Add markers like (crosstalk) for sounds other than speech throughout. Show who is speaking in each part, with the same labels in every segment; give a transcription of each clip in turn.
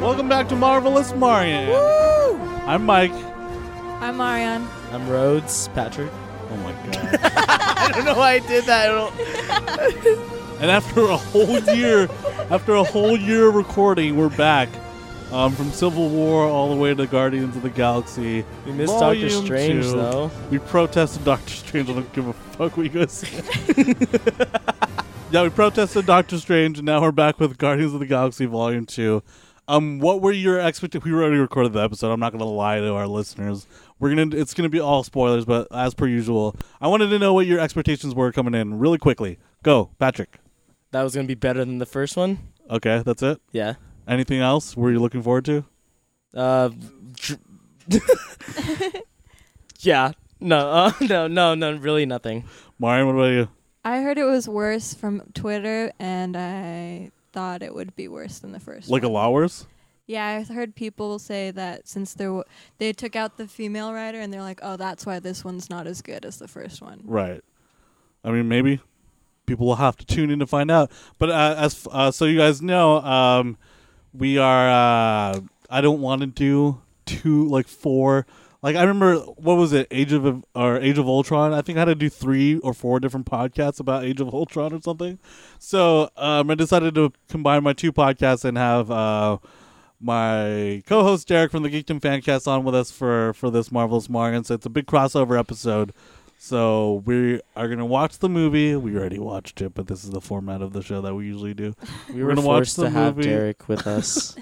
Speaker 1: Welcome back to Marvelous Marian. I'm Mike.
Speaker 2: I'm Marion.
Speaker 3: I'm Rhodes, Patrick.
Speaker 1: Oh my god.
Speaker 3: (laughs) I don't know why I did that. I don't-
Speaker 1: and after a
Speaker 3: (laughs)
Speaker 1: whole year, after a whole year of recording, we're back. Um, from Civil War all the way to Guardians of the Galaxy.
Speaker 3: We missed
Speaker 1: Volume
Speaker 3: Doctor Strange,
Speaker 1: two.
Speaker 3: though.
Speaker 1: We protested Doctor Strange. I don't give a fuck. We go see
Speaker 3: (laughs)
Speaker 1: it. yeah, we protested Doctor Strange, and now we're back with Guardians of the Galaxy Volume Two. Um, what were your expectations? We already recorded the episode. I'm not going to lie to our listeners. We're gonna. It's going to be all spoilers, but as per usual, I wanted to know what your expectations were coming in really quickly. Go, Patrick.
Speaker 3: That was going to be better than the first one.
Speaker 1: Okay, that's it.
Speaker 3: Yeah.
Speaker 1: Anything else? Were you looking forward to?
Speaker 3: Uh, dr- (laughs) yeah. No, uh, (laughs) no, no, no, really nothing.
Speaker 1: Marion, what about you?
Speaker 2: I heard it was worse from Twitter, and I thought it would be worse than the first.
Speaker 1: Like a
Speaker 2: one.
Speaker 1: lot worse?
Speaker 2: Yeah, I heard people say that since there w- they took out the female writer, and they're like, oh, that's why this one's not as good as the first one.
Speaker 1: Right. I mean, maybe people will have to tune in to find out. But uh, as uh, so you guys know, um, we are. Uh, I don't want to do two, like four. Like I remember, what was it? Age of or Age of Ultron. I think I had to do three or four different podcasts about Age of Ultron or something. So um, I decided to combine my two podcasts and have uh, my co-host Derek from the Geekdom Fancast on with us for for this Marvelous Morgan. So it's a big crossover episode. So we are gonna watch the movie. We already watched it, but this is the format of the show that we usually do.
Speaker 3: We
Speaker 1: We're
Speaker 3: were
Speaker 1: gonna watch
Speaker 3: forced
Speaker 1: the
Speaker 3: to have
Speaker 1: movie.
Speaker 3: Derek with (laughs) us.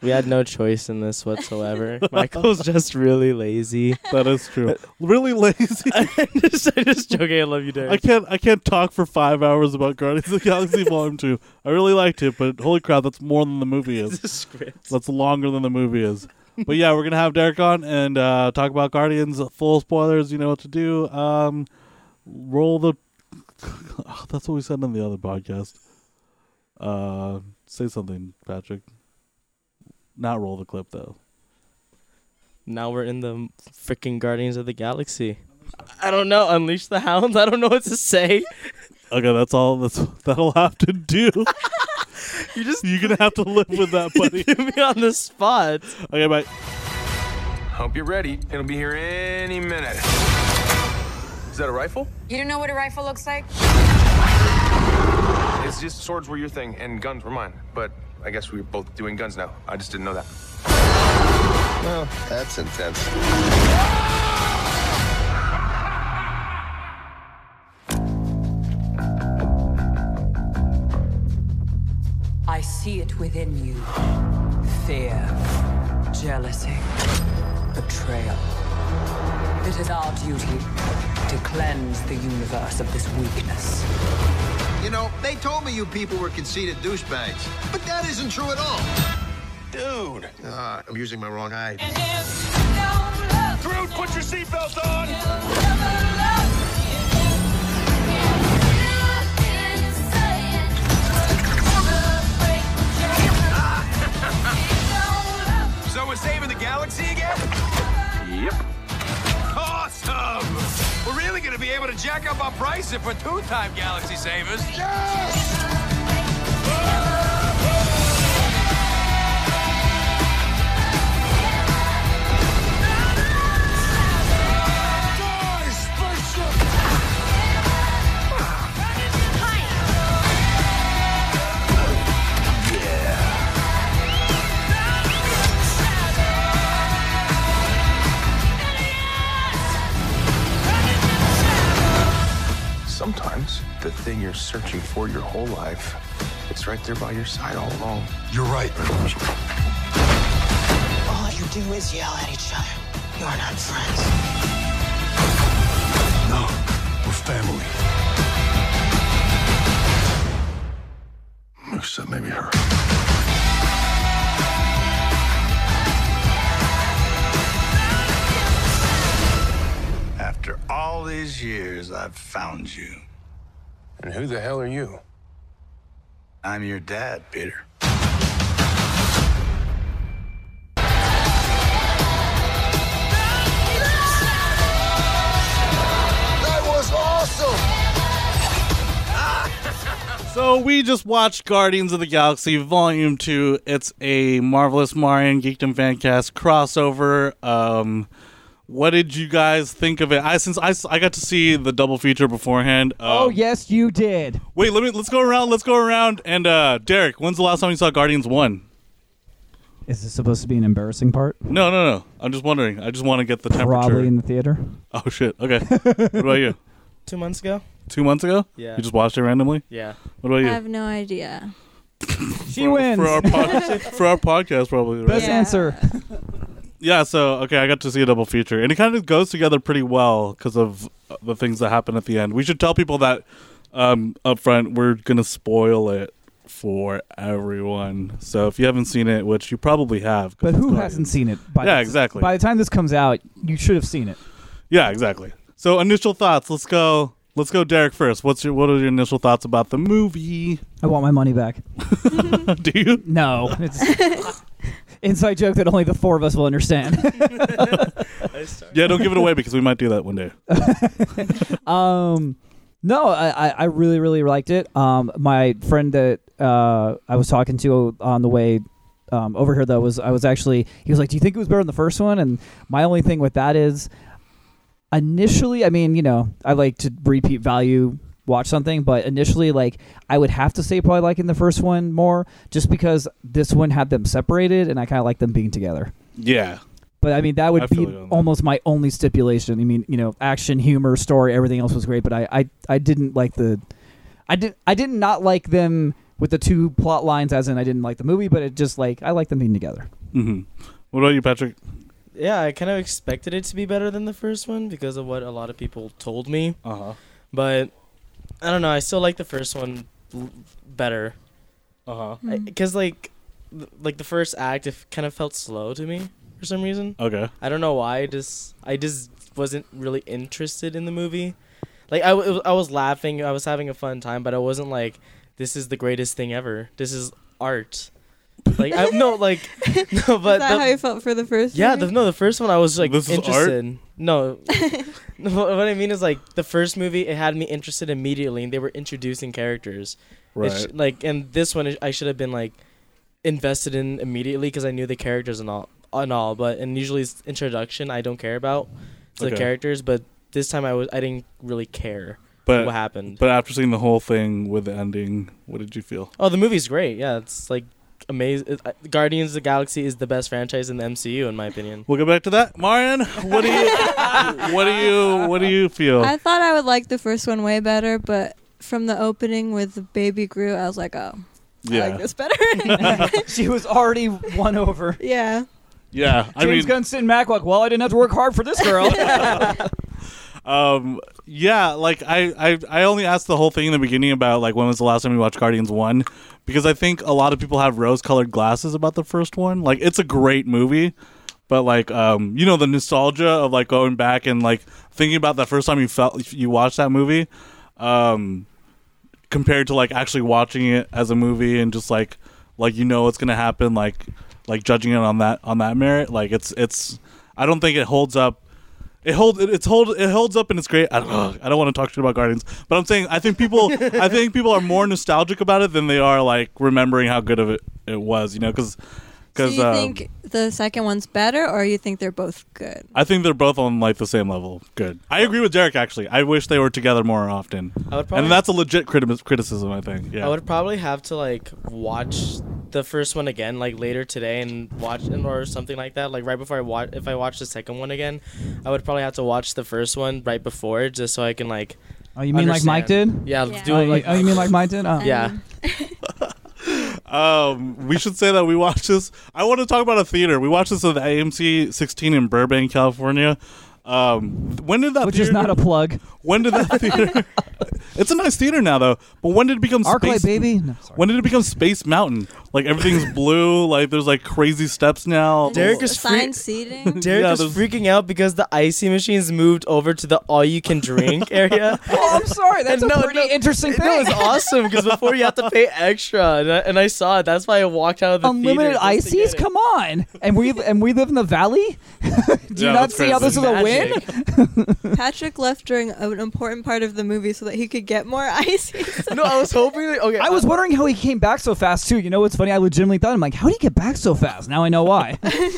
Speaker 3: we had no choice in this (laughs) whatsoever. Michael's just really (laughs) lazy.
Speaker 1: That is true. really
Speaker 3: (laughs)
Speaker 1: lazy.
Speaker 3: I'm just, I'm just joking. I love you, Derek.
Speaker 1: I
Speaker 3: (laughs)
Speaker 1: can't. I can't talk for five hours about Guardians of the Galaxy Volume Two. I really liked it, but holy crap, that's more than the movie is.
Speaker 3: the script.
Speaker 1: That's longer than the movie is. But yeah, we're gonna have Derek on and uh, talk about Guardians. Full spoilers. You know what to do. Um, roll the. (laughs) Oh, that's what we said on the other podcast. Uh, say something, Patrick. Not roll the clip though.
Speaker 3: Now we're in the freaking Guardians of the Galaxy. I don't know. Unleash the Hounds. I don't know what to (laughs) say.
Speaker 1: Okay, that's all. That's (laughs) that'll have to do.
Speaker 3: (laughs) You just
Speaker 1: You're gonna have to live with that,
Speaker 3: (laughs)
Speaker 1: buddy.
Speaker 3: put me on the spot.
Speaker 1: Okay, bye.
Speaker 4: Hope you're ready. It'll be here any minute. Is that a rifle?
Speaker 5: You don't know what a rifle looks like?
Speaker 4: It's just swords were your thing and guns were mine. But I guess we're both doing guns now. I just didn't know that. Well, that's intense.
Speaker 6: I see it within you fear, jealousy, betrayal. It is our duty to cleanse the universe of this weakness.
Speaker 7: You know, they told me you people were conceited douchebags, but that isn't true at all. Dude. Ah, I'm using my wrong eye.
Speaker 4: Groot, put your seatbelts on! So we're saving the galaxy again? Yep. Awesome! We're really gonna be able to jack up our price if we're two-time galaxy savers. Sometimes the thing you're searching for your whole life, it's right there by your side all along.
Speaker 7: You're right.
Speaker 8: All you do is yell at each other. You're not friends.
Speaker 7: No, we're family. Except maybe her.
Speaker 9: After all these years, I've found you.
Speaker 4: And who the hell are you?
Speaker 9: I'm your dad, Peter.
Speaker 7: That was awesome!
Speaker 1: So we just watched Guardians of the Galaxy Volume 2. It's a marvelous Marion Geekdom fancast crossover. Um what did you guys think of it? I since I, s- I got to see the double feature beforehand. Um,
Speaker 5: Oh yes, you did.
Speaker 1: Wait, let me let's go around. Let's go around and uh Derek, when's the last time you saw Guardians 1?
Speaker 5: Is this supposed to be an embarrassing part?
Speaker 1: No, no, no. I'm just wondering. I just want to get the temperature.
Speaker 5: Probably in the theater.
Speaker 1: oh shit. Okay. what about you?
Speaker 3: Two months ago?
Speaker 1: 2 months ago?
Speaker 3: Yeah.
Speaker 1: You just watched it randomly?
Speaker 3: Yeah.
Speaker 1: What about
Speaker 2: I
Speaker 1: you?
Speaker 2: have no idea.
Speaker 5: She wins.
Speaker 1: For our, pod- for our podcast, probably. Right?
Speaker 5: Best
Speaker 2: Yeah.
Speaker 5: answer.
Speaker 1: Yeah, so okay, I got to see a double feature, and it kind of goes together pretty well because of uh, the things that happen at the end. We should tell people that um, up front we're gonna spoil it for everyone. So if you haven't seen it, which you probably have, 'cause
Speaker 5: But
Speaker 1: it's
Speaker 5: who
Speaker 1: Guardians.
Speaker 5: hasn't seen it? By
Speaker 1: Yeah,
Speaker 5: the-
Speaker 1: exactly.
Speaker 5: By the time this comes out, you should have seen it.
Speaker 1: Yeah, exactly. So initial thoughts. Let's go. Let's go, Derek. First, what's your what are your initial thoughts about the movie? (laughs)
Speaker 5: I want my money back.
Speaker 1: Do you?
Speaker 5: (laughs) No, it's inside joke that only the four of us will understand.
Speaker 1: Yeah, don't give it away because we might do that one day.
Speaker 5: um, no, I, I, I really really liked it. Um, my friend that uh, I was talking to on the way um, over here though was I was actually he was like, "Do you think it was better than the first one?" And my only thing with that is, initially, I mean, you know, I like to repeat value watch something, but initially, like, I would have to say probably liking the first one more just because this one had them separated and I kind of like them being together.
Speaker 1: Yeah,
Speaker 5: But I mean, that
Speaker 1: I
Speaker 5: would
Speaker 1: feel
Speaker 5: be
Speaker 1: you on that.
Speaker 5: almost my only stipulation. I mean, you know, action, humor, story, everything else was great, but I, I, I didn't like the, I did, I did not like them with the two plot lines. As in, I didn't like the movie, but it just like I like them being together.
Speaker 1: hmm What about you, Patrick?
Speaker 3: Yeah, I kind of expected it to be better than the first one because of what a lot of people told me.
Speaker 1: Uh huh.
Speaker 3: But I don't know. I still like the first one l- better
Speaker 1: Uh huh.
Speaker 2: Hmm. Mm-hmm.
Speaker 3: because like th- like the first act it kind of felt slow to me for some reason.
Speaker 1: Okay.
Speaker 3: I don't know why. I just I just wasn't really interested in the movie. Like I, w- I was laughing. I was having a fun time, but I wasn't like this is the greatest thing ever. This is art. Like I no like (laughs) no
Speaker 2: (laughs) Is that
Speaker 3: but the-
Speaker 2: how you felt for the first?
Speaker 3: yeah,
Speaker 2: movie?
Speaker 3: the, no, the first one I was like
Speaker 1: This is art?
Speaker 3: interested. No, (laughs) no, what I mean is like the first movie it had me interested immediately, and they were introducing characters. It
Speaker 1: Right.
Speaker 3: sh- like, and this one I should have been like invested in immediately because I knew the characters and all, and all. But and usually it's introduction I don't care about to
Speaker 1: Okay.
Speaker 3: the characters, but this time I was I didn't really care
Speaker 1: But
Speaker 3: what happened.
Speaker 1: But after seeing the whole thing with the ending, what did you feel?
Speaker 3: oh, the movie's great. Yeah, it's like amazing. Guardians of the Galaxy is the best franchise in the MCU in my opinion.
Speaker 1: We'll get back to that, Marion. What do you? what do you? What do you feel?
Speaker 2: I thought I would like the first one way better, but from the opening with Baby Groot, I was like, oh, I like this better.
Speaker 5: (laughs)
Speaker 2: (laughs)
Speaker 5: she was already won (laughs) over.
Speaker 2: yeah.
Speaker 1: yeah. I
Speaker 5: James
Speaker 1: mean,
Speaker 5: Gunn sitting back like, well, I didn't have to work hard for this (laughs) girl.
Speaker 1: um, yeah. Like I, I, I only asked the whole thing in the beginning about like when was the last time you watched Guardians One, because I think a lot of people have rose-colored glasses about the first one. Like it's a great movie, but like, um, you know, the nostalgia of like going back and like thinking about the first time you felt you watched that movie, um, compared to like actually watching it as a movie and just like like you know what's gonna happen like like judging it on that on that merit like it's it's i don't think it holds up it hold it, it's hold it holds up and it's great i don't ugh, i don't want to talk shit about guardians but i'm saying i think
Speaker 2: (laughs)
Speaker 1: people i think people are more nostalgic about it than they are like remembering how good of it it was you know because
Speaker 2: Do
Speaker 1: because um,
Speaker 2: you think the second one's better, or you think they're both good?
Speaker 1: I think they're both on like the same level. Good. I agree with Derek. Actually, I wish they were together more often.
Speaker 3: I would probably-
Speaker 1: and that's a legit criti- criticism. I think. Yeah.
Speaker 3: I would probably have to like watch the first one again like later today and watch and or something like that. Like right before I watch if I watch the second one again, I would probably have to watch the first one right before just so I can like
Speaker 5: oh, you mean like Mike did?
Speaker 3: understand. Yeah,
Speaker 2: Yeah.
Speaker 3: do it like
Speaker 5: oh, you mean like Mike did? Oh.
Speaker 3: (laughs) yeah.
Speaker 1: Um, we should say that we watched this. I want to talk about a theater. We watched this at the AMC 16 in Burbank, California. Um, when did that?
Speaker 5: Which is
Speaker 1: theater-
Speaker 5: not a plug.
Speaker 1: (laughs) When did
Speaker 3: (laughs)
Speaker 1: that theater? (laughs) it's a nice theater now, though. But when did it become
Speaker 5: Arclight,
Speaker 1: space?
Speaker 5: baby. No, sorry.
Speaker 1: When did it become Space Mountain? Like everything's
Speaker 3: (laughs)
Speaker 1: blue. Like there's like crazy steps now.
Speaker 3: Derek is
Speaker 2: assigned
Speaker 3: free-
Speaker 2: seating.
Speaker 3: Derek
Speaker 1: Yeah,
Speaker 3: was
Speaker 1: those-
Speaker 3: freaking out because the icy machines moved over to the all you can
Speaker 5: (laughs)
Speaker 3: drink area. (laughs)
Speaker 5: Oh, I'm
Speaker 1: (laughs)
Speaker 5: sorry. That's
Speaker 3: No,
Speaker 5: a pretty
Speaker 3: no.
Speaker 5: interesting
Speaker 3: It was
Speaker 5: thing.
Speaker 3: awesome because before you have to pay extra, and I, and I saw it. That's why I walked out of the
Speaker 5: Unlimited
Speaker 3: theater just to get
Speaker 5: ices?
Speaker 3: it.
Speaker 5: Come on. And we and we live in the valley? (laughs) Do you
Speaker 1: Yeah,
Speaker 5: not
Speaker 1: that's
Speaker 5: see how
Speaker 1: crazy.
Speaker 5: this is a win?
Speaker 3: Magic.
Speaker 2: Patrick left during an important part of the movie so that he could get more (laughs) ice. He's
Speaker 3: (laughs) no, I was hoping. Like, okay,
Speaker 5: I was wondering how he came back so fast too. You know what's funny? I legitimately thought I'm like, how did he get back so fast? Now I know why.
Speaker 3: I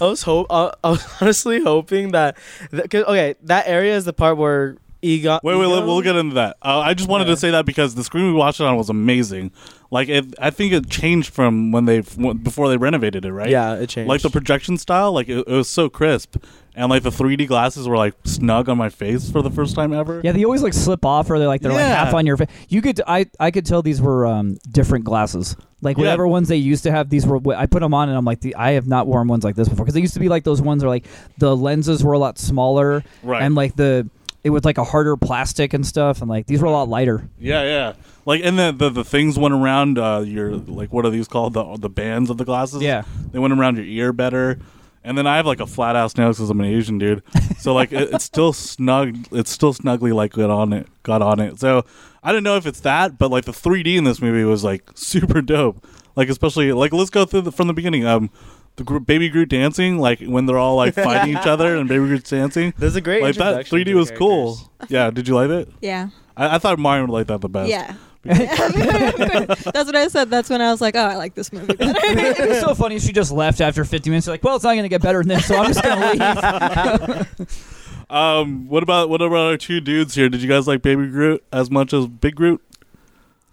Speaker 3: was hope. Uh, (laughs) I was honestly hoping that. that cause, okay, that area is the part where Egon.
Speaker 1: Wait, wait,
Speaker 3: Ego-
Speaker 1: we'll get into that. Uh, I just wanted
Speaker 3: Yeah.
Speaker 1: to say that because the screen we watched it on was amazing. Like, it, I think it changed from when they from before they renovated it, right?
Speaker 3: Yeah, it changed.
Speaker 1: Like the projection style, like it, it was so crisp, and like the 3D glasses were like snug on my face for the first time ever.
Speaker 5: yeah, they always like slip off or they're like they're like
Speaker 1: Yeah.
Speaker 5: half on your face. You could I I could tell these were um, different glasses. Like
Speaker 1: Yeah.
Speaker 5: whatever ones they used to have, these were. I put them on and I'm like, the, I have not worn ones like this before because they used to be like those ones where like the lenses were a lot smaller,
Speaker 1: Right.
Speaker 5: And like the it was like a harder plastic and stuff, and like these were a lot lighter.
Speaker 1: Yeah, yeah. Like, and the the, the things went around uh, your like what are these called? The the bands of the glasses.
Speaker 5: Yeah.
Speaker 1: they went around your ear better. And then I have like a flat ass nose because I'm an Asian dude, so like it, it's still snug. It's still snugly like got on it, got on it. So I don't know if it's that, but like the 3D in this movie was like (laughs) super dope. Like especially like let's go through the, from the beginning. Um, the group Baby Groot dancing, like when they're all like fighting each other and Baby Groot's dancing.
Speaker 3: There's a great
Speaker 1: like that
Speaker 3: introduction
Speaker 1: 3D
Speaker 3: to
Speaker 1: was cool. Yeah, did you like it?
Speaker 2: yeah.
Speaker 1: I, I thought Mario would like that the best.
Speaker 2: (laughs) Yeah. That's what I said. That's when I was like, oh, I like this (laughs) movie better.
Speaker 5: it was so funny. She just left after 50 minutes. Like, well, it's not going to get better than this, so I'm just going to leave.
Speaker 1: (laughs) Um, what about what about our two dudes here? Did you guys like Baby Groot as much as Big Groot?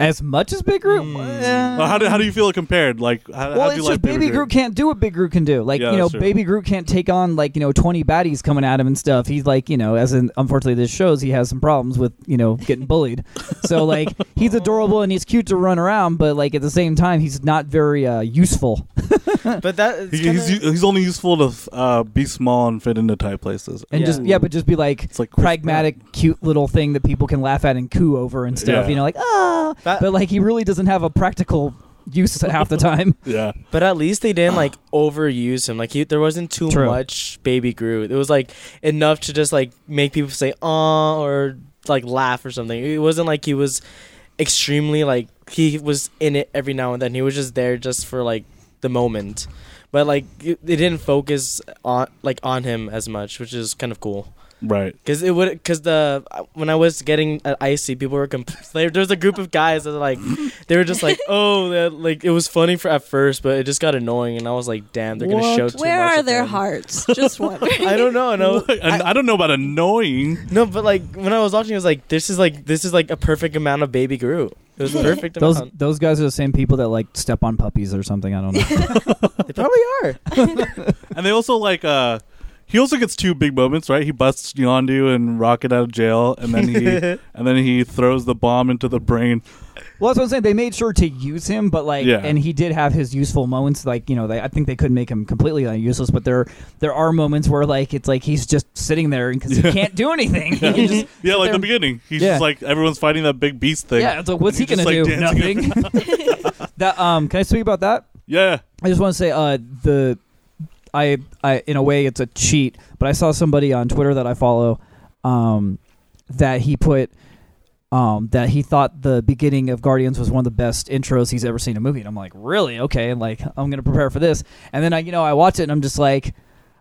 Speaker 5: As much as Big Groot.
Speaker 1: Or Hmm. how do how do you feel it compared? Like how,
Speaker 5: Well,
Speaker 1: how
Speaker 5: it's
Speaker 1: do you
Speaker 5: just
Speaker 1: like
Speaker 5: Baby Groot? can't do what Big Groot can do. Like
Speaker 1: Yeah,
Speaker 5: you know,
Speaker 1: that's true.
Speaker 5: Baby Groot can't take on like you know twenty baddies coming at him and stuff. He's like you know, as in unfortunately this shows he has some problems with you know getting bullied. so like he's adorable and he's cute to run around, but like at the same time he's not very uh, useful.
Speaker 3: but that
Speaker 1: (laughs)
Speaker 3: it's
Speaker 1: He- he's
Speaker 3: kinda-
Speaker 1: he's only useful to uh, be small and fit into tight places.
Speaker 5: And just
Speaker 3: Yeah.
Speaker 5: yeah, but just be like,
Speaker 1: It's like Chris
Speaker 5: pragmatic, cute little thing that people can laugh at and coo over and stuff.
Speaker 1: Yeah.
Speaker 5: You know, like ah,
Speaker 3: That-
Speaker 5: but like he really doesn't have a practical use half (laughs) the time.
Speaker 1: Yeah,
Speaker 3: But at least they didn't like overuse him. Like he, there wasn't too
Speaker 5: True.
Speaker 3: much Baby Groot. It was like enough to just like make people say "ah" or like laugh or something. It wasn't like he was extremely like he was in it every now and then. He was just there just for like the moment. But like it, they didn't focus on like on him as much, which is kind of cool.
Speaker 1: right.
Speaker 3: Cause it would, cause the uh, when I was getting at IC, people were comp- (laughs) like, there was a group of guys that were like, they were just
Speaker 2: (laughs)
Speaker 3: like, oh, that, like it was funny for at first, but it just got annoying, and I was like, damn, they're gonna show too
Speaker 2: Where
Speaker 3: much
Speaker 2: are
Speaker 3: of
Speaker 2: their
Speaker 3: them.
Speaker 2: (laughs) hearts? Just wondering.
Speaker 3: (laughs) I don't know, no,
Speaker 1: (laughs) And I, don't know about annoying.
Speaker 3: (laughs) no, but like when I was watching, I was like, this is like this is like a perfect amount of baby Groot. It was a perfect
Speaker 5: Those (laughs)
Speaker 3: amount.
Speaker 5: those guys are the same people that like step on puppies or something. I don't (laughs) know.
Speaker 3: They probably are.
Speaker 1: And they also like uh, he also gets two big moments, right? He busts Yondu and Rocket out of jail, and then
Speaker 5: (laughs)
Speaker 1: he and then he throws the bomb into the brain.
Speaker 5: well, that's what I'm saying. They made sure to use him, but like,
Speaker 1: Yeah.
Speaker 5: and he did have his useful moments. Like, you know, they, I think they could make him completely uh, useless, but there there are moments where like it's like he's just sitting there because he can't do anything. He can just
Speaker 1: (laughs) Yeah, like
Speaker 5: sit there
Speaker 1: the
Speaker 5: and-
Speaker 1: beginning. He's
Speaker 5: Yeah.
Speaker 1: just like everyone's fighting that big beast thing.
Speaker 5: Yeah, it's (laughs) like what's he
Speaker 1: He's
Speaker 5: gonna
Speaker 1: just,
Speaker 5: do?
Speaker 1: like, dancing.
Speaker 5: Nothing. (laughs) that um, can I speak about that?
Speaker 1: yeah.
Speaker 5: I just want to say uh the I I in a way it's a cheat, but I saw somebody on Twitter that I follow um that he put um that he thought the beginning of Guardians was one of the best intros he's ever seen in a movie and I'm like, "Really? Okay." And like, I'm going to prepare for this. And then I you know, I watch it and I'm just like,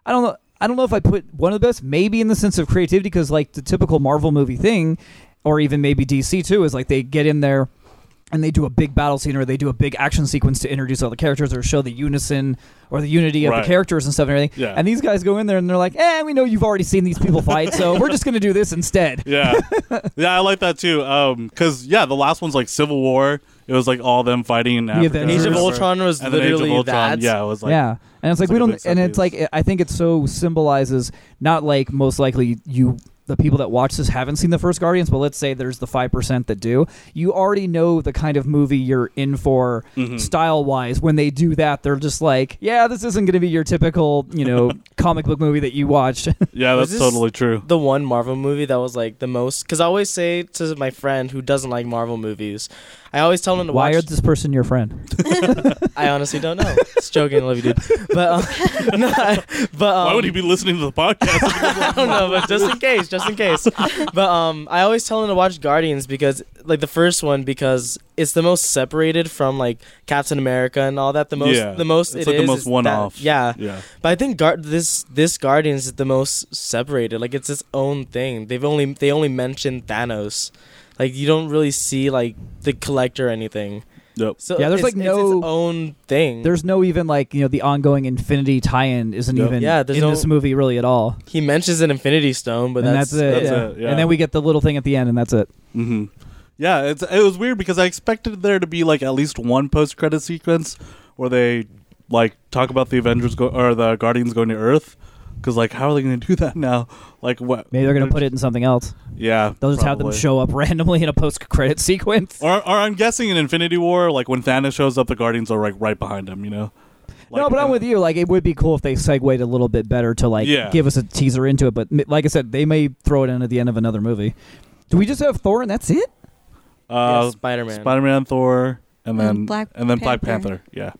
Speaker 5: I don't know I don't know if I put one of the best maybe in the sense of creativity because like the typical Marvel movie thing or even maybe DC too is like they get in there and they do a big battle scene or they do a big action sequence to introduce all the characters or show the unison or the unity of
Speaker 1: Right.
Speaker 5: the characters and stuff and everything.
Speaker 1: Yeah.
Speaker 5: And these guys go in there and they're like, eh, we know you've already seen these people fight, so we're just going to do this instead. (laughs)
Speaker 1: Yeah, yeah, I like that too. Um, cause yeah, the last one's like Civil War. It was like all them fighting in Africa.
Speaker 5: Avengers.
Speaker 3: Age of
Speaker 5: Sure.
Speaker 3: Ultron was
Speaker 1: and then Age of
Speaker 3: literally
Speaker 1: Ultron.
Speaker 3: that.
Speaker 1: Yeah, it was like
Speaker 5: yeah. And it's like,
Speaker 1: like
Speaker 5: we
Speaker 1: a big
Speaker 5: don't,
Speaker 1: set
Speaker 5: and it's
Speaker 1: piece.
Speaker 5: like, I think it so symbolizes not like most likely you, the people that watch this haven't seen the first Guardians, but let's say there's the 5% that do. You already know the kind of movie you're in for style wise. When they do that, they're just like, yeah, this isn't going to be your typical, you know, comic book movie that you watch.
Speaker 1: yeah,
Speaker 3: Was
Speaker 1: that's
Speaker 3: this-
Speaker 1: totally true.
Speaker 3: the one Marvel movie that was like the most. Because I always say to my friend who doesn't like Marvel movies, I always tell him to
Speaker 5: Why
Speaker 3: watch.
Speaker 5: are this person your friend?
Speaker 3: I honestly don't know. It's joking, I love you, dude. But um, (laughs) no, I- but um, (laughs)
Speaker 5: um,
Speaker 1: Why would he be listening to the podcast?
Speaker 5: (laughs)
Speaker 3: I don't know. But just in case, just just in case. but um, I always tell them to watch Guardians because, like, the first one because it's the most separated from like Captain America and all that. The most,
Speaker 1: Yeah.
Speaker 3: the most
Speaker 1: It's
Speaker 3: it
Speaker 1: like the
Speaker 3: is,
Speaker 1: most
Speaker 3: is that-
Speaker 1: one-off.
Speaker 3: yeah,
Speaker 1: Yeah.
Speaker 3: But I think Gar- this this Guardians is the most separated. Like, it's its own thing. They've only they only mentioned Thanos. Like, you don't really see like the Collector or anything.
Speaker 1: Yep.
Speaker 3: So
Speaker 5: Yeah, there's,
Speaker 3: it's-
Speaker 5: like,
Speaker 3: it's
Speaker 5: no-
Speaker 3: its own thing.
Speaker 5: There's no even like you know the ongoing Infinity tie-in isn't
Speaker 1: Yep.
Speaker 5: even
Speaker 3: Yeah, there's
Speaker 5: in
Speaker 3: no-
Speaker 5: this movie really at all.
Speaker 3: he mentions an Infinity Stone, but
Speaker 5: and
Speaker 3: that's,
Speaker 5: that's, it.
Speaker 1: that's
Speaker 5: yeah.
Speaker 1: it, yeah.
Speaker 5: And then we get the little thing at the end, and that's it.
Speaker 1: hmm Yeah, it's, it was weird because I expected there to be like at least one post credit sequence where they like talk about the Avengers go- or the Guardians going to Earth. Because like, how are they going to do that now? Like, what?
Speaker 5: Maybe they're gonna put it in something else.
Speaker 1: Yeah,
Speaker 5: They'll just have them
Speaker 1: probably.
Speaker 5: show up (laughs) randomly in a post-credit (laughs) sequence.
Speaker 1: Or, or I'm guessing in Infinity War, like when Thanos shows up, the Guardians are like right behind him. You know.
Speaker 5: no, but I'm with you. Like, it would be cool if they segued a little bit better to like
Speaker 1: Yeah.
Speaker 5: give us a teaser into it. But m- like I said, they may throw it in at the end of another movie. Do we just have Thor and that's it?
Speaker 1: Uh,
Speaker 3: Spider Man.
Speaker 1: Spider Man, Thor, and then
Speaker 2: And Black
Speaker 1: and then Black
Speaker 2: Panther.
Speaker 1: Panther. Yeah,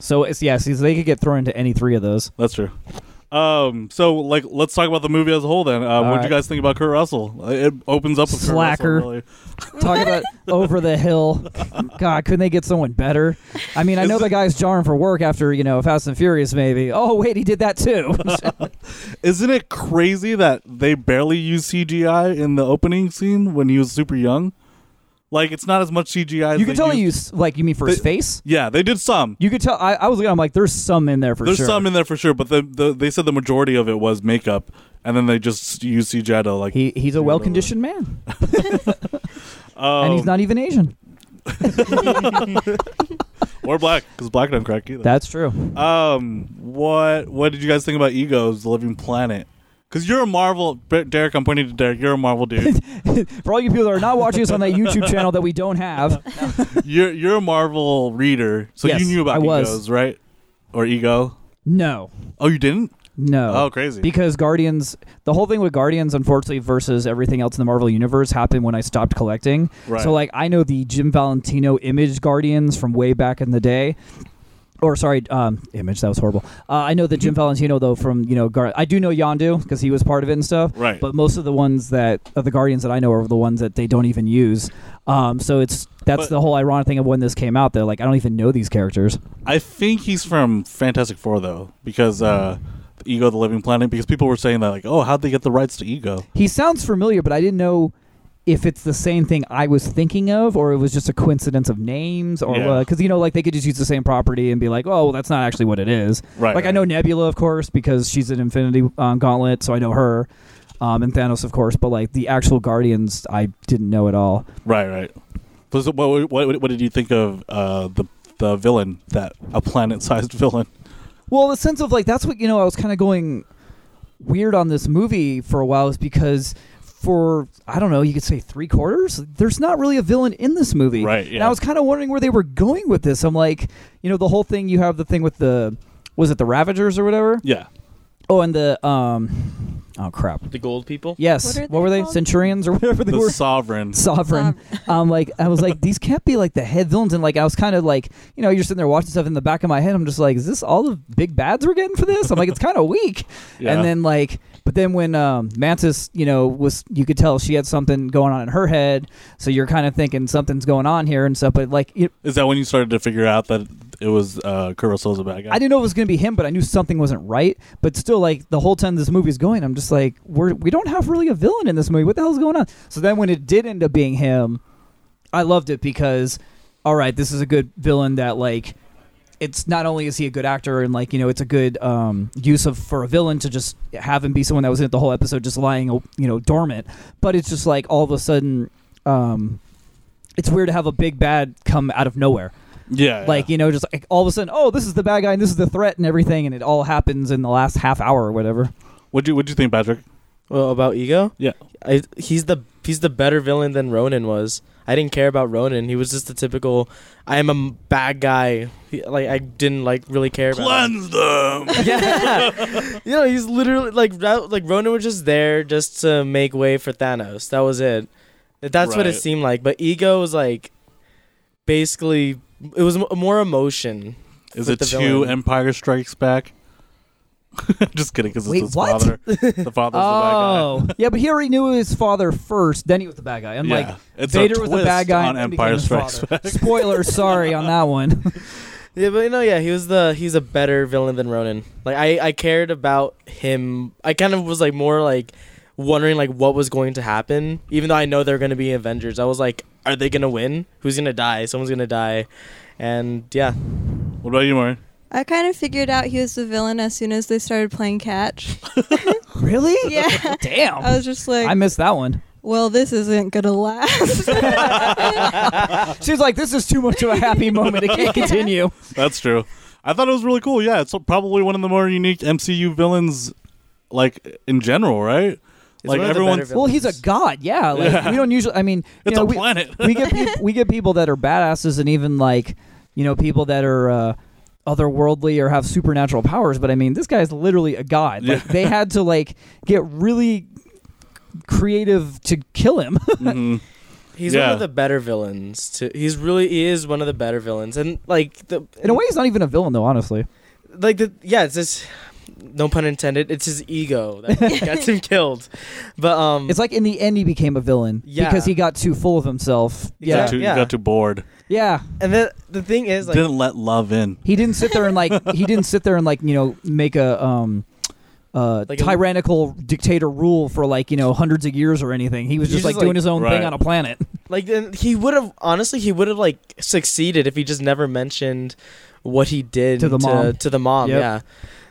Speaker 5: So it's yeah, see, so they could get thrown into any three of those.
Speaker 1: that's true. Um, so like, let's talk about the movie as a whole. Then, uh, what would
Speaker 5: right.
Speaker 1: you guys think about Kurt Russell? It opens up with
Speaker 5: Slacker.
Speaker 1: Kurt Russell, really.
Speaker 5: Talk about (laughs) over the hill. God, couldn't they get someone better? I mean, I know the guy's jarring for work after you know Fast and Furious, maybe. Oh wait, he did that too.
Speaker 1: (laughs) Isn't it crazy that they barely use CGI in the opening scene when he was super young? Like it's not as much CGI. as
Speaker 5: (laughs) you
Speaker 1: they
Speaker 5: can tell
Speaker 1: used-
Speaker 5: you like you mean for his
Speaker 1: They-
Speaker 5: face.
Speaker 1: Yeah, they did some.
Speaker 5: You could tell. I, I was looking. I'm like, there's some in there for
Speaker 1: There's
Speaker 5: sure.
Speaker 1: some in there for sure, but the, the they said the majority of it was makeup, and then they just used CGI to like.
Speaker 5: he he's a well conditioned man, and he's
Speaker 1: um,
Speaker 5: not even Asian.
Speaker 1: or black because black don't crack either.
Speaker 5: That's
Speaker 1: (laughs)
Speaker 5: true.
Speaker 1: Um, what what did you guys think about Egos, The Living Planet? Because you're a Marvel, Derek. I'm pointing to Derek. You're a Marvel
Speaker 5: (laughs)
Speaker 1: dude.
Speaker 5: For all you people that are not watching us on that YouTube channel that we don't have,
Speaker 1: you're you're a Marvel reader, so
Speaker 5: Yes,
Speaker 1: you knew about
Speaker 5: I was.
Speaker 1: Egos, right? Or Ego?
Speaker 5: no,
Speaker 1: Oh, you didn't?
Speaker 5: no.
Speaker 1: Oh, crazy.
Speaker 5: Because Guardians, the whole thing with Guardians, unfortunately, versus everything else in the Marvel universe, happened when I stopped collecting.
Speaker 1: Right.
Speaker 5: So, like, I know the Jim Valentino image Guardians from way back in the day. Or sorry, um, image that was horrible. Uh, I know the Jim Valentino though from you know Gar- I do know Yondu because he was part of it and stuff.
Speaker 1: Right.
Speaker 5: But most of the ones that of the Guardians that I know are the ones that they don't even use. Um, so it's that's
Speaker 1: But-
Speaker 5: the whole ironic thing of when this came out. That like I don't even know these characters.
Speaker 1: I think he's from Fantastic Four though, because uh, Ego, The Living Planet. Because people were saying that like, oh, how'd they get the rights to Ego?
Speaker 5: He sounds familiar, but I didn't know if it's the same thing I was thinking of, or it was just a coincidence of names, or
Speaker 1: Yeah.
Speaker 5: because you know, like they could just use the same property and be like, "Oh, well, that's not actually what it is."
Speaker 1: Right,
Speaker 5: Like I
Speaker 1: right.
Speaker 5: know Nebula, of course, because she's an Infinity um, Gauntlet, so I know her, um, and Thanos, of course. But like the actual Guardians, I didn't know at all.
Speaker 1: Right, right. But so what, what what did you think of uh, the the villain that a planet sized (laughs) villain?
Speaker 5: Well, the sense of like that's what you know. I was kind of going weird on this movie for a while is because for I don't know, you could say three quarters. There's not really a villain in this movie,
Speaker 1: Right,
Speaker 5: And
Speaker 1: yeah.
Speaker 5: I was kind of wondering where they were going with this. I'm like, you know, the whole thing. You have the thing with the was it the Ravagers or whatever?
Speaker 1: Yeah,
Speaker 5: Oh, and the um, oh crap.
Speaker 3: the gold people.
Speaker 5: Yes,
Speaker 2: What are
Speaker 5: what,
Speaker 2: they
Speaker 5: were they?
Speaker 2: called?
Speaker 5: Centurions or whatever they
Speaker 1: the
Speaker 5: were.
Speaker 1: Sovereign.
Speaker 5: Sovereign. (laughs) um, like I was like, these can't be like the head villains, and like I was kind of like, you know, you're sitting there watching stuff in the back of my head. I'm just like, is this all the big bads we're getting for this? I'm like, it's kind of weak.
Speaker 1: Yeah.
Speaker 5: And then like, but then when um, Mantis, you know, was you could tell she had something going on in her head, so you're kind of thinking something's going on here and stuff. But like, it,
Speaker 1: Is that when you started to figure out that it was uh, Kurt Russell's a bad guy?
Speaker 5: I didn't know it was going to be him, but I knew something wasn't right. But still, like the whole time this movie's going, I'm just like, we're we don't have really a villain in this movie. What the hell's going on? So then when it did end up being him, I loved it because, all right, this is a good villain that like. It's not only is he a good actor and like you know it's a good um, use of for a villain to just have him be someone that was in it the whole episode just lying you know dormant, but it's just like all of a sudden, um, it's weird to have a big bad come out of nowhere
Speaker 1: Yeah, yeah.
Speaker 5: like you know just like all of a sudden oh this is the bad guy and this is the threat and everything and it all happens in the last half hour or whatever
Speaker 1: What'd you What'd you think, Patrick?
Speaker 3: Well, about ego.
Speaker 1: Yeah.
Speaker 3: I, he's the he's the better villain than Ronan was. I didn't care about Ronan. He was just the typical I am a m- bad guy. He- like I didn't like really care about. him.
Speaker 1: Cleanse
Speaker 5: (laughs)
Speaker 1: them.
Speaker 3: (laughs) Yeah. you know, he's literally like Ra- like Ronan was just there just to make way for Thanos. That was it. That's what it
Speaker 1: Right.
Speaker 3: seemed like. But ego was like basically it was m- more emotion.
Speaker 1: Is
Speaker 3: with
Speaker 1: it
Speaker 3: the
Speaker 1: two
Speaker 3: villain.
Speaker 1: Empire Strikes Back? (laughs) Just kidding, because it's
Speaker 5: Wait,
Speaker 1: his
Speaker 5: what? (laughs)
Speaker 1: father. The father's the bad guy.
Speaker 5: Oh, (laughs) yeah, but he already knew his father first. Then he was the bad guy. And like
Speaker 1: Yeah, it's a
Speaker 5: Vader was the bad
Speaker 1: twist
Speaker 5: guy
Speaker 1: on
Speaker 5: and then
Speaker 1: Empire
Speaker 5: became his
Speaker 1: Strikes
Speaker 5: father. Spoiler, sorry on that one.
Speaker 3: Yeah, but no, yeah, he was the he's a better villain than Ronan. Like I I cared about him. I kind of was like more like wondering like what was going to happen, even though I know they're going to be Avengers. I was like, are they going to win? Who's going to die? Someone's going to die. And yeah,
Speaker 1: (laughs) What about you, Maureen?
Speaker 2: I kind of figured out he was the villain as soon as they started playing (laughs) catch.
Speaker 5: really?
Speaker 2: (laughs) Yeah.
Speaker 5: (laughs) Damn.
Speaker 2: I was just like,
Speaker 5: I missed that one.
Speaker 2: well, this isn't going to (laughs) last.
Speaker 5: She was like, "This is too much of a happy moment. It can't (laughs) continue."
Speaker 1: That's true. I thought it was really cool. Yeah, it's probably one of the more unique MCU villains, like in general, right? like
Speaker 3: one of the
Speaker 1: everyone,
Speaker 3: better
Speaker 5: Well, he's a god. Yeah, like, we don't usually. I mean, you
Speaker 1: It's
Speaker 5: know,
Speaker 1: a
Speaker 5: we,
Speaker 1: planet. (laughs)
Speaker 5: we get peop we get people that are badasses, and even like you know people that are uh, otherworldly or have supernatural powers. But I mean, this guy's literally a god. Like, They had to like get really creative to kill him. (laughs)
Speaker 1: Mm-hmm.
Speaker 3: he's
Speaker 1: Yeah.
Speaker 3: one of the better villains. To he's really he is one of the better villains. And like the
Speaker 5: In a way, he's not even a villain, though. Honestly,
Speaker 3: like the yeah, it's just no pun intended. It's his ego
Speaker 5: (laughs)
Speaker 3: that gets him killed. But um
Speaker 5: it's like in the end, he became a villain
Speaker 3: Yeah.
Speaker 5: because he got too full of himself.
Speaker 1: got
Speaker 5: Yeah,
Speaker 1: too,
Speaker 3: yeah.
Speaker 1: got too bored.
Speaker 5: yeah.
Speaker 3: and the the thing is like
Speaker 1: Didn't let love in.
Speaker 5: He didn't sit there and like he didn't sit there and like you know make a um uh
Speaker 3: Like a-
Speaker 5: tyrannical dictator rule for like you know hundreds of years or anything. He was
Speaker 3: He's
Speaker 5: just, like,
Speaker 3: just, like-
Speaker 5: doing his own
Speaker 1: Right.
Speaker 5: thing on a planet.
Speaker 3: Like then he would have honestly he would have like succeeded if he just never mentioned what he did
Speaker 5: To the mom.
Speaker 3: to the mom,
Speaker 5: Yep.
Speaker 3: yeah.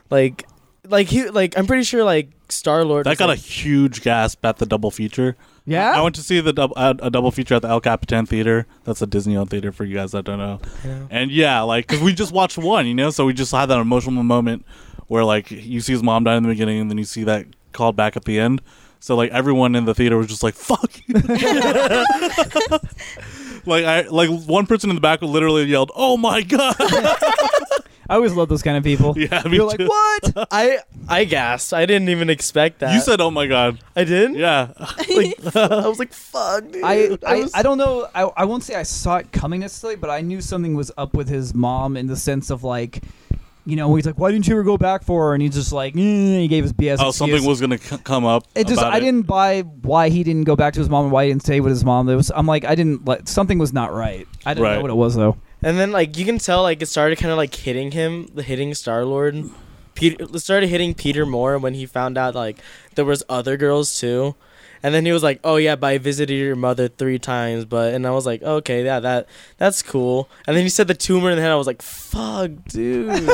Speaker 3: Like like he like I'm pretty sure like Star Lord
Speaker 1: That got a huge gasp at the double feature.
Speaker 5: Yeah?
Speaker 1: I went to see the dub- uh, a, a double feature at the El Capitan Theater. That's a Disney-owned theater for you guys that don't know. And yeah, like because we just watched one, you know, so we just had that emotional moment where like you see his mom die in the beginning, and then you see that called back at the end. So like everyone in the theater was just like, "Fuck!" you." (laughs) like I like one person in the back literally yelled, "Oh my god!"
Speaker 5: I always love those kind of
Speaker 1: (laughs)
Speaker 5: people.
Speaker 1: yeah, me
Speaker 5: You're like
Speaker 1: too. (laughs)
Speaker 5: what?
Speaker 3: I I gasped. I didn't even expect that.
Speaker 1: You said, "Oh my god!"
Speaker 3: I did?
Speaker 1: Yeah,
Speaker 3: Like (laughs) I was like fuck dude.
Speaker 5: I, I,
Speaker 3: was-
Speaker 5: I don't know I, I won't say I saw it coming necessarily, but I knew something was up with his mom in the sense of like you know, he's like, Why didn't you ever go back for her? And he's just like, "Eh," he gave his BS.
Speaker 1: oh, something
Speaker 5: excuse.
Speaker 1: was gonna c- come up.
Speaker 5: It just
Speaker 1: about
Speaker 5: I didn't buy why he didn't go back to his mom and why he didn't stay with his mom. It was I'm like I didn't let something was not right. I didn't
Speaker 1: Right.
Speaker 5: know what it was though.
Speaker 3: and then like you can tell like it started kind of like hitting him, hitting Star Lord. Peter it started hitting Peter more when he found out like there was other girls too. And then he was like, "Oh yeah, but I visited your mother three times." But and I was like, "Okay, yeah, that that's cool." And then he said the tumor in the head. I was like, "Fuck,
Speaker 2: (laughs)
Speaker 3: dude,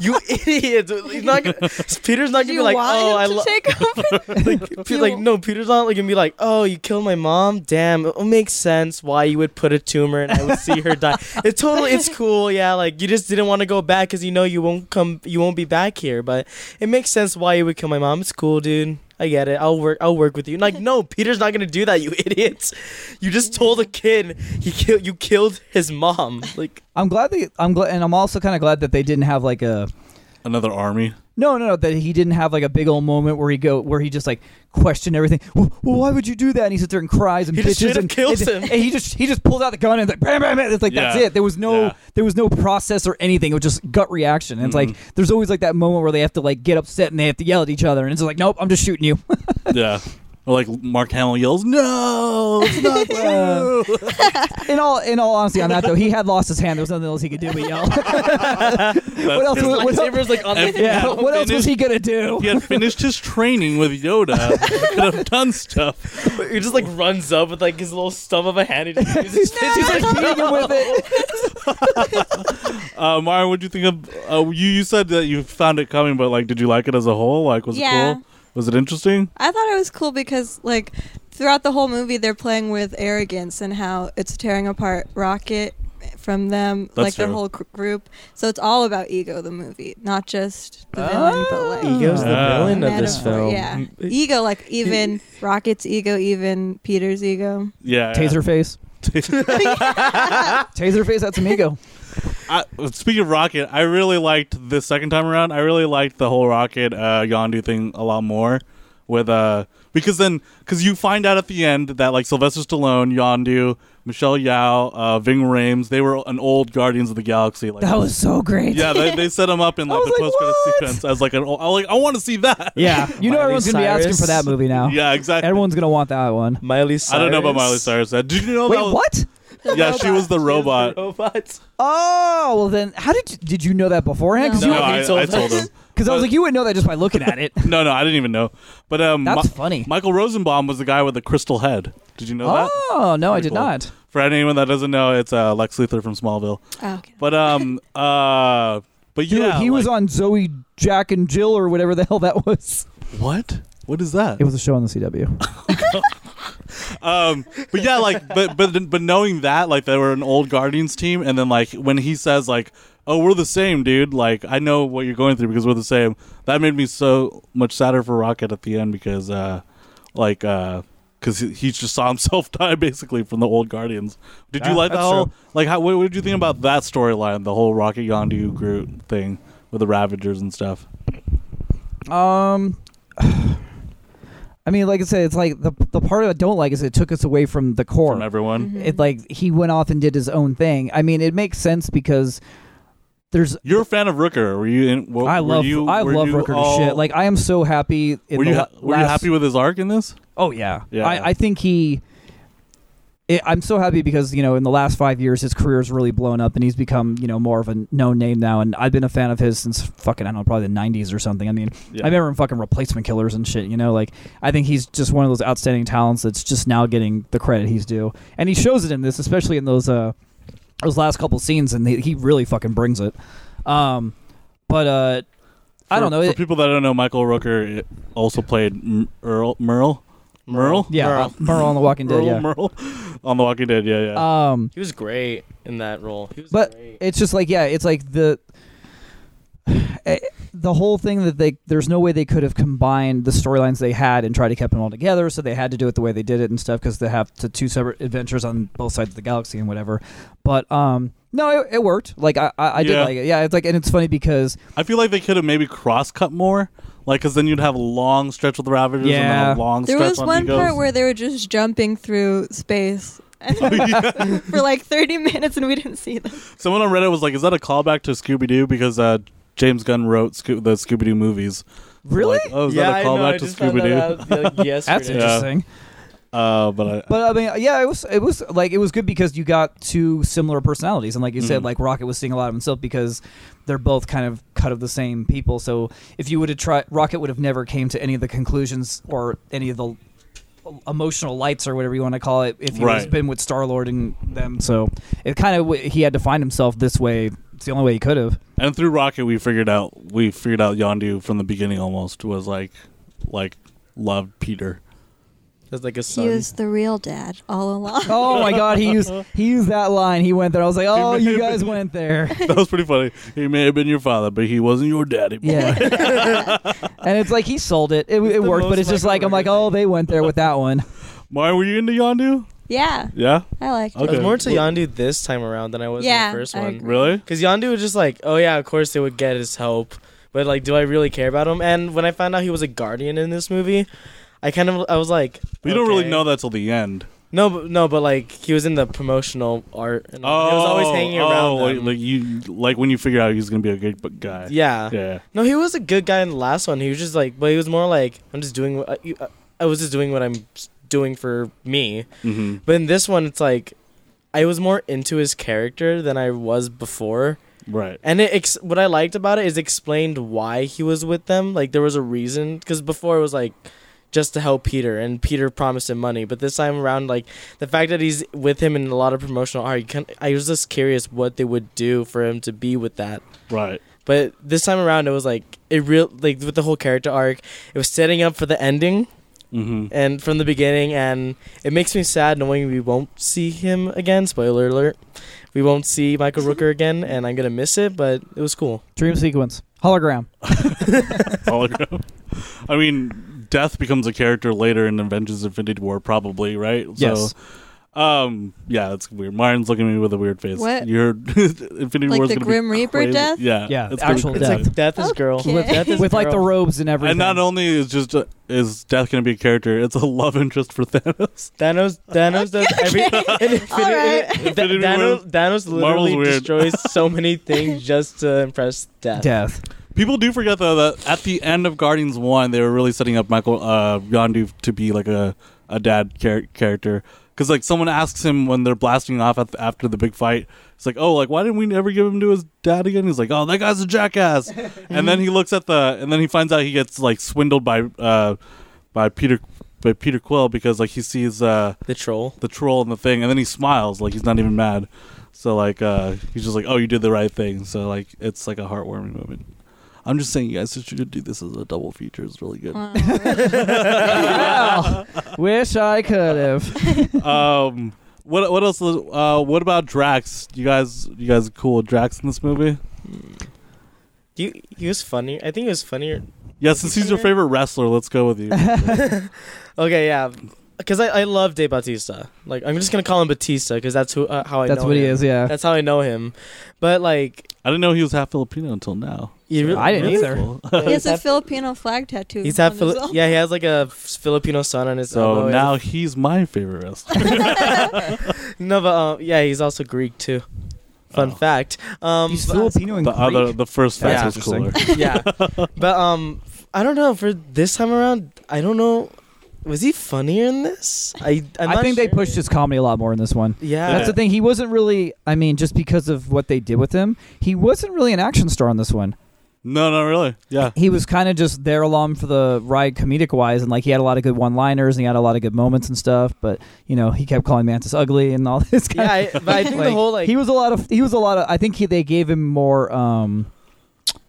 Speaker 3: you (laughs) idiots!" He's not gonna. Peter's
Speaker 2: (laughs)
Speaker 3: not
Speaker 2: Do
Speaker 3: gonna
Speaker 2: you
Speaker 3: be like,
Speaker 2: want
Speaker 3: "Oh,
Speaker 2: him
Speaker 3: I
Speaker 2: to
Speaker 3: love."
Speaker 2: take over?
Speaker 3: Pe- like no, Peter's not like gonna be like, oh, you killed my mom. Damn, it makes sense why you would put a tumor and I would see her die. It's totally, it's cool. Yeah, like you just didn't want to go back because you know you won't come, you won't be back here. But it makes sense why you would kill my mom. It's cool, dude. I get it. I'll work. I'll work with you. Like no, Peter's not gonna do that. You idiots. You just told a kid he killed. You killed his mom. Like
Speaker 5: I'm glad they I'm glad and I'm also kind of glad that they didn't have like a
Speaker 1: another army.
Speaker 5: no no no that he didn't have like a big old moment where he go where he just like questioned everything. Well, well why would you do that? And he sits there and cries and
Speaker 3: He just
Speaker 5: bitches
Speaker 3: straight up
Speaker 5: and,
Speaker 3: kills
Speaker 5: and-
Speaker 3: him.
Speaker 5: and he just he just pulls out the gun and it's like bam bam bam. It's like that's
Speaker 1: Yeah.
Speaker 5: it. There was no
Speaker 1: Yeah.
Speaker 5: there was no process or anything. It was just gut reaction. And it's
Speaker 3: Mm-hmm.
Speaker 5: like there's always like that moment where they have to like get upset and they have to yell at each other and it's like nope I'm just shooting you.
Speaker 1: Yeah. Or like Mark Hamill yells, "No, it's (laughs) not true."
Speaker 5: (laughs) In all, in all honesty, on that though, he had lost his hand. There was nothing else he could do
Speaker 3: (laughs)
Speaker 5: but yell. (laughs) what else?
Speaker 1: his
Speaker 5: (laughs) What, what, else-
Speaker 3: lightsaber's like on the
Speaker 1: Yeah.
Speaker 5: yeah, what else was he gonna do?
Speaker 1: He had finished his training with Yoda. Could have done stuff.
Speaker 3: (laughs) He just like runs up with like his little stub of a hand. He just
Speaker 5: (laughs)
Speaker 3: uses (laughs) his fist. He's like,
Speaker 5: Beating him with it.
Speaker 1: Uh, Mara, what do you think of? Uh, you you said that you found it coming, but like, did you like it as a whole? Like, was
Speaker 2: Yeah.
Speaker 1: it cool? Was it interesting?
Speaker 2: I thought it was cool because, like, throughout the whole movie, they're playing with arrogance and how it's tearing apart Rocket from them,
Speaker 1: That's
Speaker 2: like their
Speaker 1: true.
Speaker 2: whole gr- group. So it's all about ego, the movie, not just the villain, but like
Speaker 3: Ego's the
Speaker 1: Ah.
Speaker 3: villain of this
Speaker 2: metaphor.
Speaker 3: film.
Speaker 2: Yeah, ego, like even Rocket's ego, even Peter's ego.
Speaker 1: Yeah. (laughs)
Speaker 5: Taserface. Taserface. That's Amigo.
Speaker 1: I, speaking of Rocket, I really liked the second time around. I really liked the whole Rocket uh, Yondu thing a lot more. With uh, because then because you find out at the end that like Sylvester Stallone, Yondu, Michelle Yao, uh, Ving Rhames, they were an old Guardians of the Galaxy. Like
Speaker 5: That was so great.
Speaker 1: yeah, they, they set him up
Speaker 5: (laughs)
Speaker 1: in like
Speaker 5: was
Speaker 1: the
Speaker 5: like,
Speaker 1: post credit
Speaker 5: "What?"
Speaker 1: sequence as like an old, I like I want to see that.
Speaker 5: Yeah. You know
Speaker 3: Miley
Speaker 5: everyone's gonna be asking
Speaker 3: Cyrus.
Speaker 5: for that movie
Speaker 1: (laughs)
Speaker 5: now.
Speaker 1: yeah, exactly.
Speaker 5: Everyone's gonna want that one.
Speaker 3: Miley Cyrus.
Speaker 1: I don't know about Miley Cyrus. Uh, Did you know?
Speaker 5: Wait,
Speaker 1: that was-
Speaker 5: what?
Speaker 1: Yeah, she was the robot.
Speaker 3: Robot.
Speaker 5: Oh well, then how did you, did you know that beforehand?
Speaker 1: No,
Speaker 5: you,
Speaker 3: No,
Speaker 1: I,
Speaker 3: he told
Speaker 1: I told
Speaker 3: us.
Speaker 1: him.
Speaker 5: because I was
Speaker 1: but-
Speaker 5: like, you would know that just by looking at
Speaker 1: (laughs)
Speaker 5: it.
Speaker 1: No, no, I didn't even know. But um,
Speaker 5: That's
Speaker 1: Mi-
Speaker 5: funny.
Speaker 1: Michael Rosenbaum was the guy with the crystal head. Did you know that?
Speaker 5: oh no, I did
Speaker 1: Pretty cool.
Speaker 5: not.
Speaker 1: For anyone that doesn't know, it's uh, Lex Luthor from Smallville.
Speaker 2: Oh, okay.
Speaker 1: But um, (laughs) uh, but
Speaker 5: Dude,
Speaker 1: yeah,
Speaker 5: he was
Speaker 1: like-
Speaker 5: on Zoe, Jack, and Jill, or whatever the hell that was.
Speaker 1: what? What is that?
Speaker 5: It was a show on the
Speaker 1: (laughs)
Speaker 5: CW.
Speaker 1: um, but yeah, like, but but but knowing that, like, they were an old Guardians team, and then like when he says like, "Oh, we're the same, dude." Like, I know what you're going through because we're the same. That made me so much sadder for Rocket at the end because, uh, like, uh. Because he he just saw himself (laughs) die basically from the old Guardians. Did you
Speaker 5: Yeah,
Speaker 1: like the
Speaker 5: that's
Speaker 1: whole
Speaker 5: true.
Speaker 1: like? How, what, what did you think about that storyline? The whole Rocket Yondu Groot thing with the Ravagers and stuff.
Speaker 5: Um, (sighs) I mean, like I said, it's like the the part I don't like is it took us away from the core.
Speaker 1: from everyone.
Speaker 5: It like he went off and did his own thing. I mean, it makes sense because there's
Speaker 1: You're a fan of Rooker. Were you? In, were,
Speaker 5: I
Speaker 1: Were
Speaker 5: love
Speaker 1: you,
Speaker 5: I
Speaker 1: were
Speaker 5: love
Speaker 1: you
Speaker 5: Rooker to
Speaker 1: all-
Speaker 5: shit. Like I am so happy. In
Speaker 1: were
Speaker 5: the
Speaker 1: you ha-
Speaker 5: la-
Speaker 1: were you
Speaker 5: last-
Speaker 1: happy with his arc in this?
Speaker 5: Oh yeah,
Speaker 1: Yeah.
Speaker 5: I, I think he. It, I'm so happy because you know in the last five years his career's really blown up and he's become you know more of a known name now and I've been a fan of his since fucking I don't know probably the 90s or something. I mean
Speaker 1: Yeah.
Speaker 5: I remember him fucking replacement killers and shit. You know like I think he's just one of those outstanding talents that's just now getting the credit he's due and he shows it in this especially in those uh those last couple scenes and he, he really fucking brings it. Um, but uh, I
Speaker 1: For-
Speaker 5: don't know.
Speaker 1: For
Speaker 5: It-
Speaker 1: people that don't know, Michael Rooker also played M- Earl Merle. Merle.
Speaker 5: yeah,
Speaker 3: Merle.
Speaker 5: Merle on the Walking Dead.
Speaker 1: Earl
Speaker 5: Yeah.
Speaker 1: (laughs) Merle on The Walking Dead. Yeah, yeah.
Speaker 5: Um,
Speaker 3: He was great in that role. He was
Speaker 5: but
Speaker 3: great.
Speaker 5: it's just like yeah it's like the (sighs) eh, the whole thing that they there's no way they could have combined the storylines they had and tried to keep them all together so they had to do it the way they did it and stuff because they have to two separate adventures on both sides of the galaxy and whatever but um no it, it worked like i i, I did
Speaker 1: Yeah.
Speaker 5: like it yeah it's like and it's funny because
Speaker 1: I feel like they could have maybe cross cut more, like because then you'd have a long stretch with the Ravagers
Speaker 5: Yeah.
Speaker 1: and then a long
Speaker 2: There
Speaker 1: stretch
Speaker 2: was
Speaker 1: on
Speaker 2: one
Speaker 1: Egos.
Speaker 2: part where they were just jumping through space (laughs)
Speaker 1: (laughs) Oh,
Speaker 2: for like 30 minutes and we didn't see them.
Speaker 1: Someone on Reddit was like, "Is that a callback to Scooby Doo?" Because uh, James Gunn wrote Sco- the Scooby Doo movies.
Speaker 5: really
Speaker 1: Like, oh, is that a
Speaker 3: I know, I
Speaker 1: callback to
Speaker 3: just found
Speaker 1: Scooby
Speaker 3: that
Speaker 1: Doo?
Speaker 3: out, like,
Speaker 5: (laughs) that's
Speaker 3: yesterday.
Speaker 5: interesting
Speaker 1: Uh, but I,
Speaker 5: But I mean, yeah, it was it was like it was good because you got two similar personalities, and like you said, like Rocket was seeing a lot of himself because they're both kind of cut of the same people. So if you would have tried, Rocket would have never came to any of the conclusions or any of the emotional lights or whatever you want to call it if he was
Speaker 1: Right.
Speaker 5: been with Star Lord and them. So it kind of he had to find himself this way. It's the only way he could have.
Speaker 1: And through Rocket, we figured out we figured out Yondu from the beginning. Almost was like, like loved Peter. (laughs)
Speaker 3: That's like a son.
Speaker 2: He was the real dad all along.
Speaker 5: Oh my God, he used he used that line. He went there. I was like, oh,
Speaker 1: made
Speaker 5: you
Speaker 1: it.
Speaker 5: guys went there.
Speaker 1: That was pretty funny. He may have been your father, but he wasn't your daddy. boy.
Speaker 5: Yeah. and it's like he sold it. It, it
Speaker 3: the
Speaker 5: worked, but
Speaker 3: most
Speaker 5: it's just like
Speaker 3: Michael
Speaker 5: I'm like,
Speaker 3: Rooker
Speaker 5: oh, they went there with that one.
Speaker 1: Mario, were you into Yondu?
Speaker 2: (laughs) Yeah,
Speaker 1: Yeah.
Speaker 2: I liked
Speaker 1: Okay.
Speaker 2: it.
Speaker 3: I was more to Yondu this time around than I was
Speaker 2: Yeah,
Speaker 3: in the first
Speaker 2: I
Speaker 3: one.
Speaker 2: agree.
Speaker 1: Really?
Speaker 3: Because Yondu was just like, oh yeah, of course they would get his help, but like, do I really care about him? And when I found out he was a guardian in this movie, I kind of I was like,
Speaker 1: But you don't really
Speaker 3: okay.
Speaker 1: know that till the end.
Speaker 3: No, but, no, but like he was in the promotional art. And all- he was always hanging
Speaker 1: oh,
Speaker 3: around.
Speaker 1: Like,
Speaker 3: them.
Speaker 1: like you, like when you figure out he's gonna be a good bu- guy.
Speaker 3: yeah.
Speaker 1: Yeah.
Speaker 3: No, he was a good guy in the last one. He was just like, but he was more like, I'm just doing what I, you- I- I was just doing what I'm s- doing for me.
Speaker 1: hmm
Speaker 3: But in this one, it's like, I was more into his character than I was before.
Speaker 1: Right.
Speaker 3: And it ex- what I liked about it is explained why he was with them. Like there was a reason because before it was like just to help Peter, and Peter promised him money. But this time around, like the fact that he's with him in a lot of promotional art, you can- I was just curious what they would do for him to be with that.
Speaker 1: Right.
Speaker 3: But this time around, it was like it real like with the whole character arc, it was setting up for the ending
Speaker 1: Mm-hmm. (laughs)
Speaker 3: and from the beginning, and it makes me sad knowing we won't see him again. Spoiler alert. We won't see Michael
Speaker 5: (laughs)
Speaker 3: Rooker again, and I'm gonna miss it, but it was cool.
Speaker 5: Dream sequence, hologram.
Speaker 1: Hologram. I mean, Death becomes a character later in Avengers: Infinity War, probably. Right. So,
Speaker 5: Yes.
Speaker 1: Um, yeah, it's weird. Martin's looking at me with a weird face.
Speaker 2: What?
Speaker 1: Your (laughs) Infinity
Speaker 2: Like
Speaker 1: War's
Speaker 2: the
Speaker 1: gonna
Speaker 2: Grim
Speaker 1: be
Speaker 2: Reaper
Speaker 1: crazy.
Speaker 2: death?
Speaker 1: Yeah,
Speaker 5: Yeah,
Speaker 1: it's gonna be
Speaker 5: actual
Speaker 1: crazy.
Speaker 3: It's like death is girl.
Speaker 2: Okay.
Speaker 3: With death is
Speaker 5: with like the
Speaker 3: girl.
Speaker 5: robes and everything.
Speaker 1: And not only is just uh, is death going to be a character, it's a love interest for (laughs) Thanos.
Speaker 3: Thanos, Thanos
Speaker 5: (laughs)
Speaker 3: does every. in (laughs) Infinity,
Speaker 2: Alright.
Speaker 3: in- Tha-
Speaker 1: Infinity War.
Speaker 3: Thanos, Thanos
Speaker 1: Marvel's
Speaker 3: literally
Speaker 1: weird.
Speaker 3: destroys so many
Speaker 5: (laughs)
Speaker 3: things just to impress death.
Speaker 5: (laughs) death.
Speaker 1: People do forget though that at the end of Guardians One, they were really setting up Michael uh, Yondu to be like a a dad char- character because like someone asks him when they're blasting off at the, after the big fight, it's like, oh, like why didn't we ever give him to his dad again? He's like, oh, that guy's a jackass. and then he looks at the and then he finds out he gets like swindled by uh by Peter by Peter Quill because like he sees uh
Speaker 3: The troll.
Speaker 1: the troll and the thing, and then he smiles like he's not even mad. So like uh, he's just like, "Oh, you did the right thing." So like it's like a heartwarming moment. I'm just saying, you guys should do this as a double feature. It's really good.
Speaker 5: Wish I could have.
Speaker 1: (laughs) Um, what what else? was- Uh, what about Drax? You guys, you guys are cool with Drax in this movie?
Speaker 3: He, he was funny. I think he was funnier.
Speaker 1: Yeah, since he's your favorite wrestler, let's go
Speaker 5: (laughs)
Speaker 1: with you.
Speaker 3: Okay, yeah. Because I, I love Dave Bautista. Like, I'm just going to call him Batista because that's who uh, how I
Speaker 5: That's
Speaker 3: know
Speaker 5: what he
Speaker 3: him.
Speaker 5: is. Yeah.
Speaker 3: That's how I know him. But, like,
Speaker 1: I didn't know he was half Filipino until now.
Speaker 3: you really,
Speaker 5: I didn't
Speaker 3: really?
Speaker 5: either. (laughs)
Speaker 1: Cool.
Speaker 2: He has a
Speaker 3: half-
Speaker 2: Filipino flag tattoo.
Speaker 3: He's half
Speaker 2: on
Speaker 3: Fili-
Speaker 2: his arm.
Speaker 3: Yeah, he has like a Filipino son on his
Speaker 1: So
Speaker 3: elbow.
Speaker 1: now he's my favorite wrestler.
Speaker 5: (laughs)
Speaker 3: No, but um, yeah, he's also Greek too. Fun
Speaker 1: Oh.
Speaker 3: fact. Um,
Speaker 5: He's
Speaker 3: but-
Speaker 5: Filipino and
Speaker 1: the other, the first
Speaker 5: That's
Speaker 1: fact was cooler. (laughs)
Speaker 5: interesting.
Speaker 3: yeah, but um, I don't know. For this time around, I don't know. Was he funnier in this? I I'm
Speaker 5: I
Speaker 3: not
Speaker 5: think they
Speaker 3: sure.
Speaker 5: pushed his comedy a lot more in this one.
Speaker 3: Yeah,
Speaker 5: That's the thing. He wasn't really. I mean, just because of what they did with him, he wasn't really an action star on this one.
Speaker 1: No, no, really. Yeah,
Speaker 5: (laughs) He was kind of just there along for the ride, comedic wise, and like he had a lot of good one-liners and he had a lot of good moments and stuff. But you know, he kept calling Mantis ugly and all (laughs) this. Kind
Speaker 3: yeah. I, but I
Speaker 5: of,
Speaker 3: think the whole like
Speaker 5: he was a lot of. He was a lot of. I think he, they gave him more um,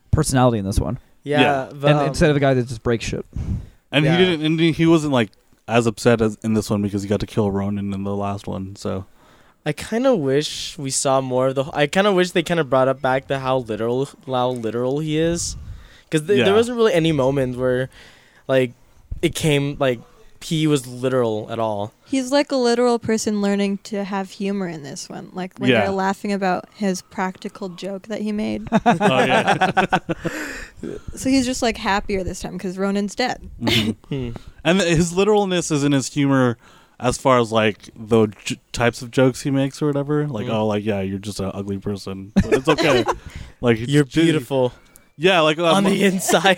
Speaker 5: personality in this one,
Speaker 3: yeah,
Speaker 1: Yeah.
Speaker 3: But,
Speaker 5: and
Speaker 3: um,
Speaker 5: instead of a guy that just breaks shit.
Speaker 1: And
Speaker 3: Yeah.
Speaker 1: he didn't. And he wasn't like as upset as in this one because he got to kill Ronan in the last one. So
Speaker 3: I kind of wish we saw more of the. I kind of wish they kind of brought up back the how literal, how literal he is, because th-
Speaker 1: Yeah.
Speaker 3: there wasn't really any moment where, like, it came like he was literal at all.
Speaker 2: He's like a literal person learning to have humor in this one. Like when
Speaker 1: Yeah.
Speaker 2: they're laughing about his practical joke that he
Speaker 3: (laughs)
Speaker 2: made.
Speaker 1: (laughs) oh, (laughs) yeah.
Speaker 2: so he's just like happier this time because Ronan's dead.
Speaker 1: Mm-hmm.
Speaker 3: Hmm.
Speaker 1: and his literalness is in his humor, as far as like the j- types of jokes he makes or whatever.
Speaker 3: Hmm.
Speaker 1: Like oh, like yeah, you're just an ugly person, but it's
Speaker 3: (laughs)
Speaker 1: okay. like
Speaker 3: You're
Speaker 1: j-
Speaker 3: beautiful
Speaker 1: Yeah, like
Speaker 3: on
Speaker 1: um, (laughs)
Speaker 3: the inside.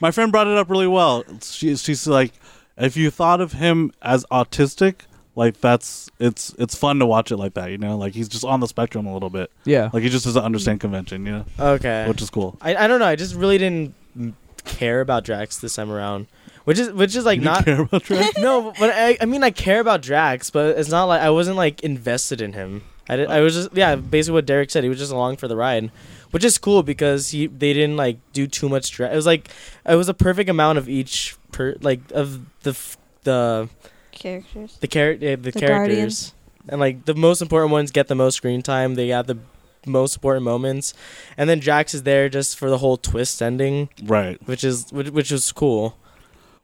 Speaker 1: my friend brought it up really well. She, she's like, if you thought of him as autistic, like that's it's it's fun to watch it like that. You know, like he's just on the spectrum a little bit.
Speaker 5: Yeah.
Speaker 1: Like he just doesn't understand convention. You know,
Speaker 3: okay.
Speaker 1: which is cool.
Speaker 3: I, I don't know. I just really didn't m- care about Drax this time around, which is which is like
Speaker 1: You didn't
Speaker 3: not.
Speaker 1: care (laughs) about Drax?
Speaker 3: no, but I, I mean I care about Drax, but it's not like I wasn't like invested in him. I, did, I was just yeah, basically what Derek said. He was just along for the ride, which is cool because he they didn't like do too much Drax. It was like it was a perfect amount of each per like of the f- the
Speaker 2: Characters.
Speaker 3: the character the,
Speaker 2: The
Speaker 3: characters
Speaker 2: Guardians.
Speaker 3: and like the most important ones get the most screen time. They got the most important moments, and then Drax is there just for the whole twist ending,
Speaker 1: right.
Speaker 3: which is which, which is cool.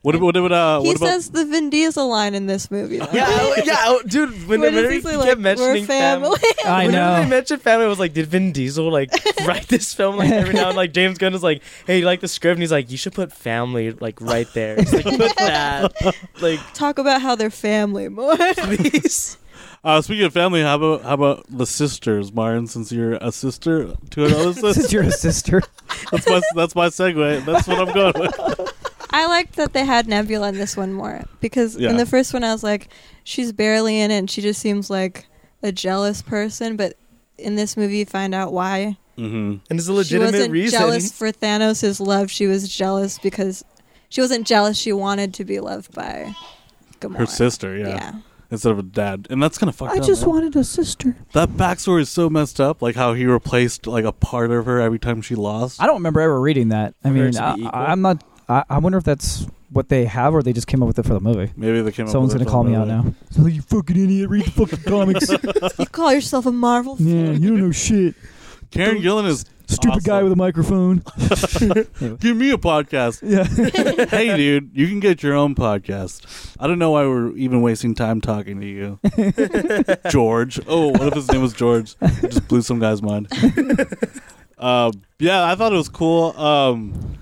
Speaker 1: What about what about uh,
Speaker 2: he
Speaker 1: what about
Speaker 2: says the Vin Diesel line in this movie. Though.
Speaker 3: Yeah, I- yeah,
Speaker 2: (laughs)
Speaker 3: I- dude. When,
Speaker 2: When
Speaker 3: whenever
Speaker 2: he's
Speaker 3: you
Speaker 2: basically like,
Speaker 3: kept mentioning
Speaker 2: we're family. (laughs)
Speaker 5: I
Speaker 3: Whenever
Speaker 5: know.
Speaker 3: they mentioned family, I was like, did Vin Diesel like (laughs) write this film? Like every now and like James Gunn is like, hey, you like the script? And he's like, you should put family like right there. It's like put that, (laughs) like
Speaker 2: Talk about how they're family more.
Speaker 3: (laughs) please.
Speaker 1: Uh, speaking of family, how about how about the sisters, Martin? Since you're a sister to
Speaker 5: (laughs)
Speaker 1: another
Speaker 5: Since
Speaker 1: sister,
Speaker 5: you're a
Speaker 3: (laughs)
Speaker 5: sister,
Speaker 1: that's my that's my segue. That's what I'm going
Speaker 5: (laughs)
Speaker 1: with.
Speaker 2: I liked that they had Nebula in this one more because
Speaker 1: Yeah.
Speaker 2: in the first one I was like, she's barely in it and she just seems like a jealous person. But in this movie, you find out why.
Speaker 1: Mm-hmm.
Speaker 3: And it's a
Speaker 2: She
Speaker 3: legitimate
Speaker 2: wasn't
Speaker 3: reason.
Speaker 2: jealous
Speaker 3: (laughs)
Speaker 2: for Thanos' love. She was jealous because she wasn't jealous. She wanted to be loved by Gamora.
Speaker 1: Her sister, yeah.
Speaker 2: Yeah.
Speaker 1: instead of a dad, and that's kind of fucked
Speaker 5: I
Speaker 1: up.
Speaker 5: just
Speaker 1: man.
Speaker 5: wanted a sister.
Speaker 1: that backstory is so messed up. Like how he replaced like a part of her every time she lost.
Speaker 5: I don't remember ever reading that. I
Speaker 3: For it
Speaker 5: mean,
Speaker 3: to
Speaker 5: I,
Speaker 3: be equal?
Speaker 5: I'm not. I, I wonder if that's what they have, or they just came up with it for the movie.
Speaker 1: Maybe they came. up
Speaker 5: Someone's
Speaker 1: with
Speaker 5: gonna
Speaker 1: it
Speaker 5: call me out
Speaker 1: another way.
Speaker 5: now. So you fucking idiot! Read
Speaker 1: (laughs)
Speaker 5: the fucking comics.
Speaker 2: You call yourself a Marvel
Speaker 5: yeah,
Speaker 2: fan?
Speaker 5: you don't know shit.
Speaker 1: Karen Gillan is
Speaker 5: Stupid guy
Speaker 1: Awesome.
Speaker 5: with a microphone.
Speaker 1: (laughs) Give me a podcast.
Speaker 5: (laughs) yeah.
Speaker 1: hey, dude, you can get your own podcast. I don't know why we're even wasting time talking to you, George. Oh, what if his name was George? It just blew some guy's mind. uh, yeah, I thought it was cool. Um,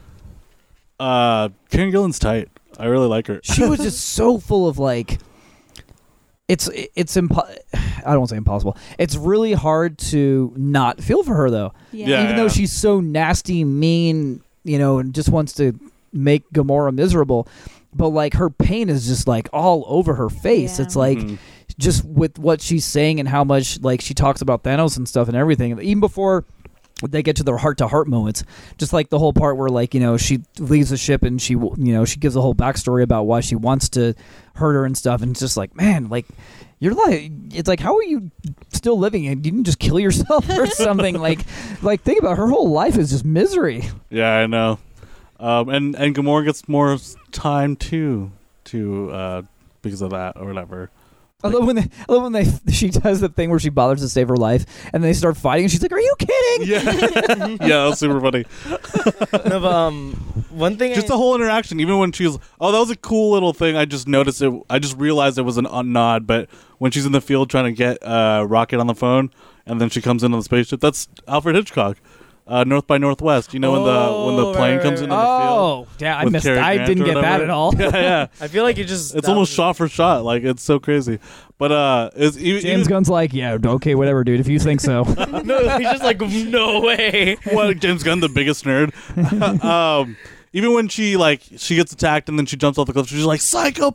Speaker 1: uh, Karen Gillan's tight. I really like her.
Speaker 5: she was just so full of like it's it's impo- I don't want to say impossible. It's really hard to not feel for her though.
Speaker 1: Yeah.
Speaker 5: Even though she's so nasty, mean, you know, and just wants to make Gamora miserable, but like her pain is just like all over her face.
Speaker 2: Yeah.
Speaker 5: It's like
Speaker 1: Mhm.
Speaker 5: just with what she's saying and how much like she talks about Thanos and stuff and everything. Even before they get to their heart to heart moments, just like the whole part where like you know she leaves the ship and she you know she gives a whole backstory about why she wants to hurt her and stuff. And it's just like man, like you're like it's like how are you still living? And didn't you just kill yourself or something? like like think about it. her whole life is just misery.
Speaker 1: Yeah, I know. Um, and and Gamora gets more s- time too, to uh, because of that or whatever.
Speaker 5: I love when they, I love when they (laughs) she does the thing where she bothers to save her life and they start fighting and she's like, "Are you kidding?"
Speaker 1: Yeah, (laughs) yeah, that's super funny.
Speaker 3: no, but, um, one thing.
Speaker 1: Just
Speaker 3: I,
Speaker 1: the whole interaction, even when she's oh, that was a cool little thing. I just noticed it. I just realized it was an a nod. But when she's in the field trying to get uh, Rocket on the phone, and then she comes in on the spaceship, that's Alfred Hitchcock, uh, North by Northwest. You know when the when
Speaker 3: Oh,
Speaker 1: the plane
Speaker 3: right,
Speaker 1: comes
Speaker 3: right,
Speaker 1: in
Speaker 3: right.
Speaker 1: on the field.
Speaker 5: Oh, yeah, I
Speaker 1: with
Speaker 5: missed.
Speaker 1: Cary
Speaker 5: I
Speaker 1: Grant
Speaker 5: didn't
Speaker 1: or
Speaker 5: get that
Speaker 1: whatever.
Speaker 5: at all.
Speaker 1: (laughs) Yeah, yeah.
Speaker 3: I feel like it just.
Speaker 1: It's almost shot for shot. Like it's so crazy. But uh, it's even,
Speaker 5: (laughs) James
Speaker 1: even-
Speaker 5: Gunn's like, yeah, okay, whatever, dude. If you
Speaker 1: (laughs)
Speaker 5: think so,
Speaker 3: No, he's just like, no way.
Speaker 1: well, James Gunn, the biggest nerd. (laughs) um, even when she like she gets attacked and then she jumps off the cliff, she's like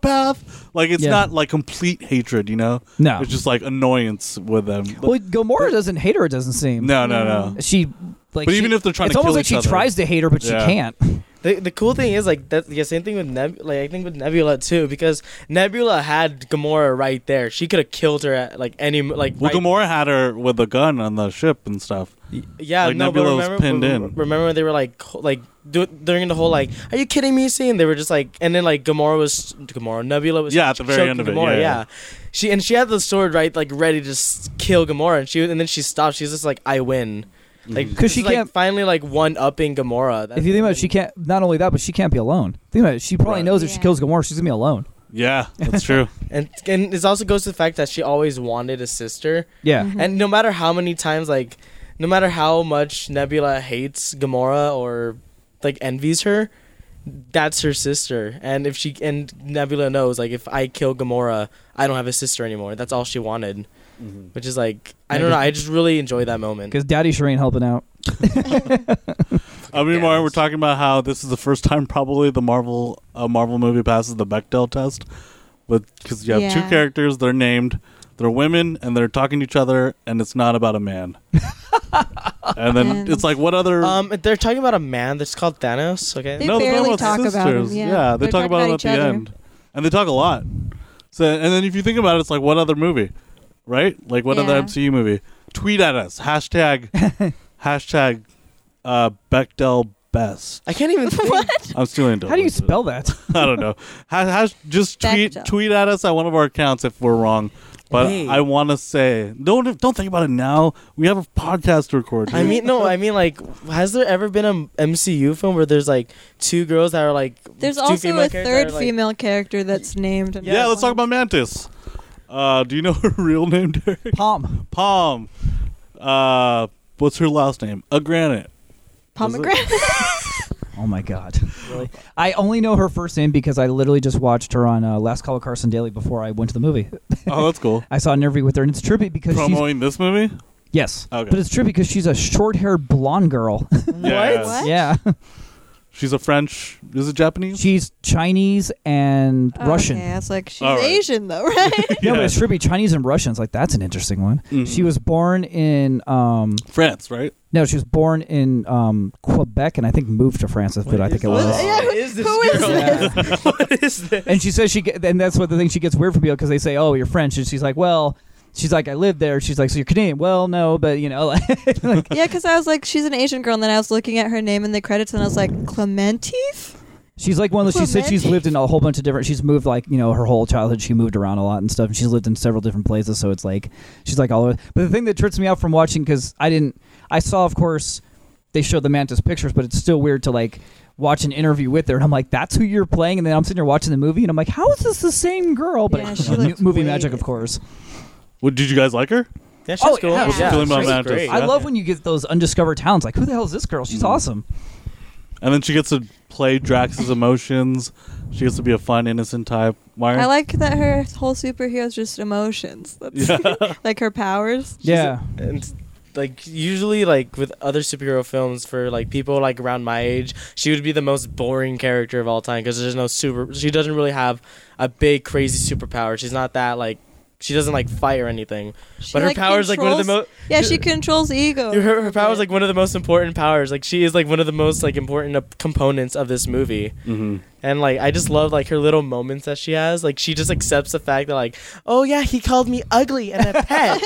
Speaker 1: psychopath. Like it's
Speaker 5: Yeah.
Speaker 1: not like complete hatred, you know.
Speaker 5: No.
Speaker 1: it's just like annoyance with them.
Speaker 5: well, Gomorrah doesn't hate her. It doesn't seem.
Speaker 1: no, no, no.
Speaker 5: she like.
Speaker 1: But
Speaker 5: she-
Speaker 1: even if they're trying
Speaker 5: it's
Speaker 1: to
Speaker 5: almost
Speaker 1: kill
Speaker 5: like
Speaker 1: each
Speaker 5: she
Speaker 1: other.
Speaker 5: tries to hate her, but
Speaker 1: Yeah.
Speaker 5: she can't.
Speaker 3: The, the cool thing is like that yeah same thing with Nebula like I think with Nebula too because Nebula had Gamora right there she could have killed her at like any mo- like
Speaker 1: Well,
Speaker 3: right-
Speaker 1: Gamora had her with a gun on the ship and stuff.
Speaker 3: yeah
Speaker 1: like,
Speaker 3: no
Speaker 1: Nebula was
Speaker 3: but remember,
Speaker 1: pinned
Speaker 3: re-
Speaker 1: in.
Speaker 3: remember when they were like co- like do, during the whole like are you kidding me scene they were just like and then like Gamora was Gamora Nebula was
Speaker 1: Yeah, at the very
Speaker 3: choking
Speaker 1: end of it,
Speaker 3: Gamora,
Speaker 1: yeah, yeah.
Speaker 3: she and she had the sword right like ready to s- kill Gamora and she and then she stopped she's just like I win
Speaker 1: Mm-hmm.
Speaker 3: like
Speaker 5: 'Cause she
Speaker 3: this is, like,
Speaker 5: can't-
Speaker 3: finally like one upping Gamora
Speaker 5: if you think about it, she can't. Not only that, but she can't be alone. Think about it. She probably
Speaker 1: Right.
Speaker 5: knows if she
Speaker 2: Yeah.
Speaker 5: kills Gomorrah, she's gonna be alone.
Speaker 1: Yeah,
Speaker 5: (laughs)
Speaker 1: that's true.
Speaker 3: and and this also goes to the fact that she always wanted a sister
Speaker 5: Yeah.
Speaker 3: And
Speaker 2: Mm-hmm.
Speaker 3: no matter how many times, like, no matter how much Nebula hates Gamora or like envies her, that's her sister. And if she and Nebula knows, like, if I kill Gamora, I don't have a sister anymore. That's all she wanted, which is like, I don't know. I just really enjoy that moment.
Speaker 5: Because Daddy sure ain't helping out.
Speaker 1: I mean, Mario, we're talking about how this is the first time probably the Marvel a Marvel movie passes the Bechdel test, with because you have two
Speaker 2: Yeah.
Speaker 1: characters, they're named, they're women, and they're talking to each other, and it's not about a
Speaker 2: (laughs)
Speaker 1: man. and then
Speaker 2: And-
Speaker 1: it's like, what other?
Speaker 3: Um, they're talking about a man that's called Thanos. Okay,
Speaker 2: They
Speaker 1: no, they're
Speaker 2: barely
Speaker 1: talking about
Speaker 2: talk
Speaker 1: sisters.
Speaker 2: about him, yeah.
Speaker 1: they
Speaker 2: They're
Speaker 1: talk
Speaker 2: talking
Speaker 1: about,
Speaker 2: about
Speaker 1: it at
Speaker 2: each
Speaker 1: the
Speaker 2: other.
Speaker 1: end, and they talk a lot. So, and then if you think about it, it's like, what other movie, right? Like, what other
Speaker 2: Yeah.
Speaker 1: MCU movie? Tweet at us hashtag
Speaker 2: (laughs)
Speaker 1: hashtag uh, Bechdel best.
Speaker 3: I can't
Speaker 2: (laughs)
Speaker 3: even. Think.
Speaker 1: I'm still into.
Speaker 5: How do you
Speaker 1: it. (laughs)
Speaker 5: spell that?
Speaker 1: I don't know. Has, has, just tweet
Speaker 2: Bechdel.
Speaker 1: tweet at us at one of our accounts if we're wrong. But
Speaker 3: Hey.
Speaker 1: I want to say don't don't think about it now. We have a podcast to record.
Speaker 3: I mean, no, I mean, like, has there ever been a MCU film where there's like two girls that are like
Speaker 2: There's
Speaker 3: two
Speaker 2: also
Speaker 3: female
Speaker 2: a
Speaker 3: characters that
Speaker 2: third
Speaker 3: are, like-
Speaker 2: female character that's named. in
Speaker 1: yeah,
Speaker 2: that
Speaker 1: let's talk
Speaker 2: one.
Speaker 1: about Mantis. Uh, do you know (laughs) her real name, Derek?
Speaker 5: Palm.
Speaker 1: Palm. Uh, what's her last name? A granite.
Speaker 2: pomegranate.
Speaker 5: Oh my god. Really? I only know her first name because I literally just watched her on uh, Last Call of Carson Daily before I went to the movie.
Speaker 1: Oh, that's cool.
Speaker 5: I saw an interview with her, and it's trippy because she's
Speaker 1: Promoting this movie?
Speaker 5: Yes.
Speaker 1: Okay.
Speaker 5: But it's true because she's a short haired blonde girl.
Speaker 1: Yeah.
Speaker 2: What?
Speaker 5: (laughs) yeah.
Speaker 1: She's a French. Is it Japanese?
Speaker 5: She's Chinese and
Speaker 2: (laughs)
Speaker 5: Russian.
Speaker 2: Okay, I was like, she's
Speaker 1: All right.
Speaker 2: Asian though, (laughs) right?
Speaker 5: No,
Speaker 1: Yeah.
Speaker 5: but it's trippy. Chinese and Russians. Like, that's an interesting one.
Speaker 1: Mhm.
Speaker 5: She was born in, um,
Speaker 1: France, right?
Speaker 5: no, she was born in um, Quebec and I think moved to France. That's what I think it was.
Speaker 2: Yeah,
Speaker 3: Who is this
Speaker 2: who is
Speaker 3: girl? (laughs)
Speaker 5: this?
Speaker 3: what is this?
Speaker 5: And she says she, get, and that's what the thing she gets weird from people because they say, oh, you're French. And she's like, well, she's like, I lived there. She's like, so you're Canadian. Well, no, but you know, like,
Speaker 2: yeah, because I was like, she's an Asian girl, and then I was looking at her name in the credits, and I was like, Clementif.
Speaker 5: She's like one of those. She said she's
Speaker 2: Romantic.
Speaker 5: lived in a whole bunch of different. She's moved like you know her whole childhood. She moved around a lot and stuff. And she's lived in several different places. So it's like she's like all over. But the thing that trips me out from watching because I didn't. I saw of course they showed the mantis pictures, but it's still weird to like watch an interview with her. And I'm like, that's who you're playing. And then I'm sitting there watching the movie, and I'm like, how is this the same girl? But
Speaker 2: Yeah,
Speaker 5: (laughs) you
Speaker 2: she
Speaker 5: know,
Speaker 2: looked
Speaker 5: movie
Speaker 2: way-
Speaker 5: magic, of course.
Speaker 1: Well, did you guys like her?
Speaker 3: Yeah, she's
Speaker 5: Oh,
Speaker 3: cool.
Speaker 5: yeah, Mm-hmm.
Speaker 3: Yeah,
Speaker 2: she's
Speaker 1: Killing My
Speaker 3: she's
Speaker 1: Mantis.
Speaker 3: great.
Speaker 5: I love when you get those undiscovered towns. Like, who the hell is this girl? She's awesome.
Speaker 1: And then she gets to play Drax's emotions. She gets to be a fun, innocent type. Why?
Speaker 2: I like that her whole superhero is just emotions. That's (laughs) like her powers.
Speaker 5: yeah.
Speaker 3: and like usually like with other superhero films for like people like around my age she would be the most boring character of all time because there's no super she doesn't really have a big crazy superpower she's not that like she doesn't like fight or anything
Speaker 2: She,
Speaker 3: but her power is like one of the
Speaker 2: controls-
Speaker 3: most
Speaker 2: Yeah, she controls ego.
Speaker 3: her, her power is like one of the most important powers like she is like one of the most like important uh, components of this movie
Speaker 1: hmm
Speaker 3: and like i just love like her little moments that she has like she just accepts the fact that like oh yeah he called me ugly and a pet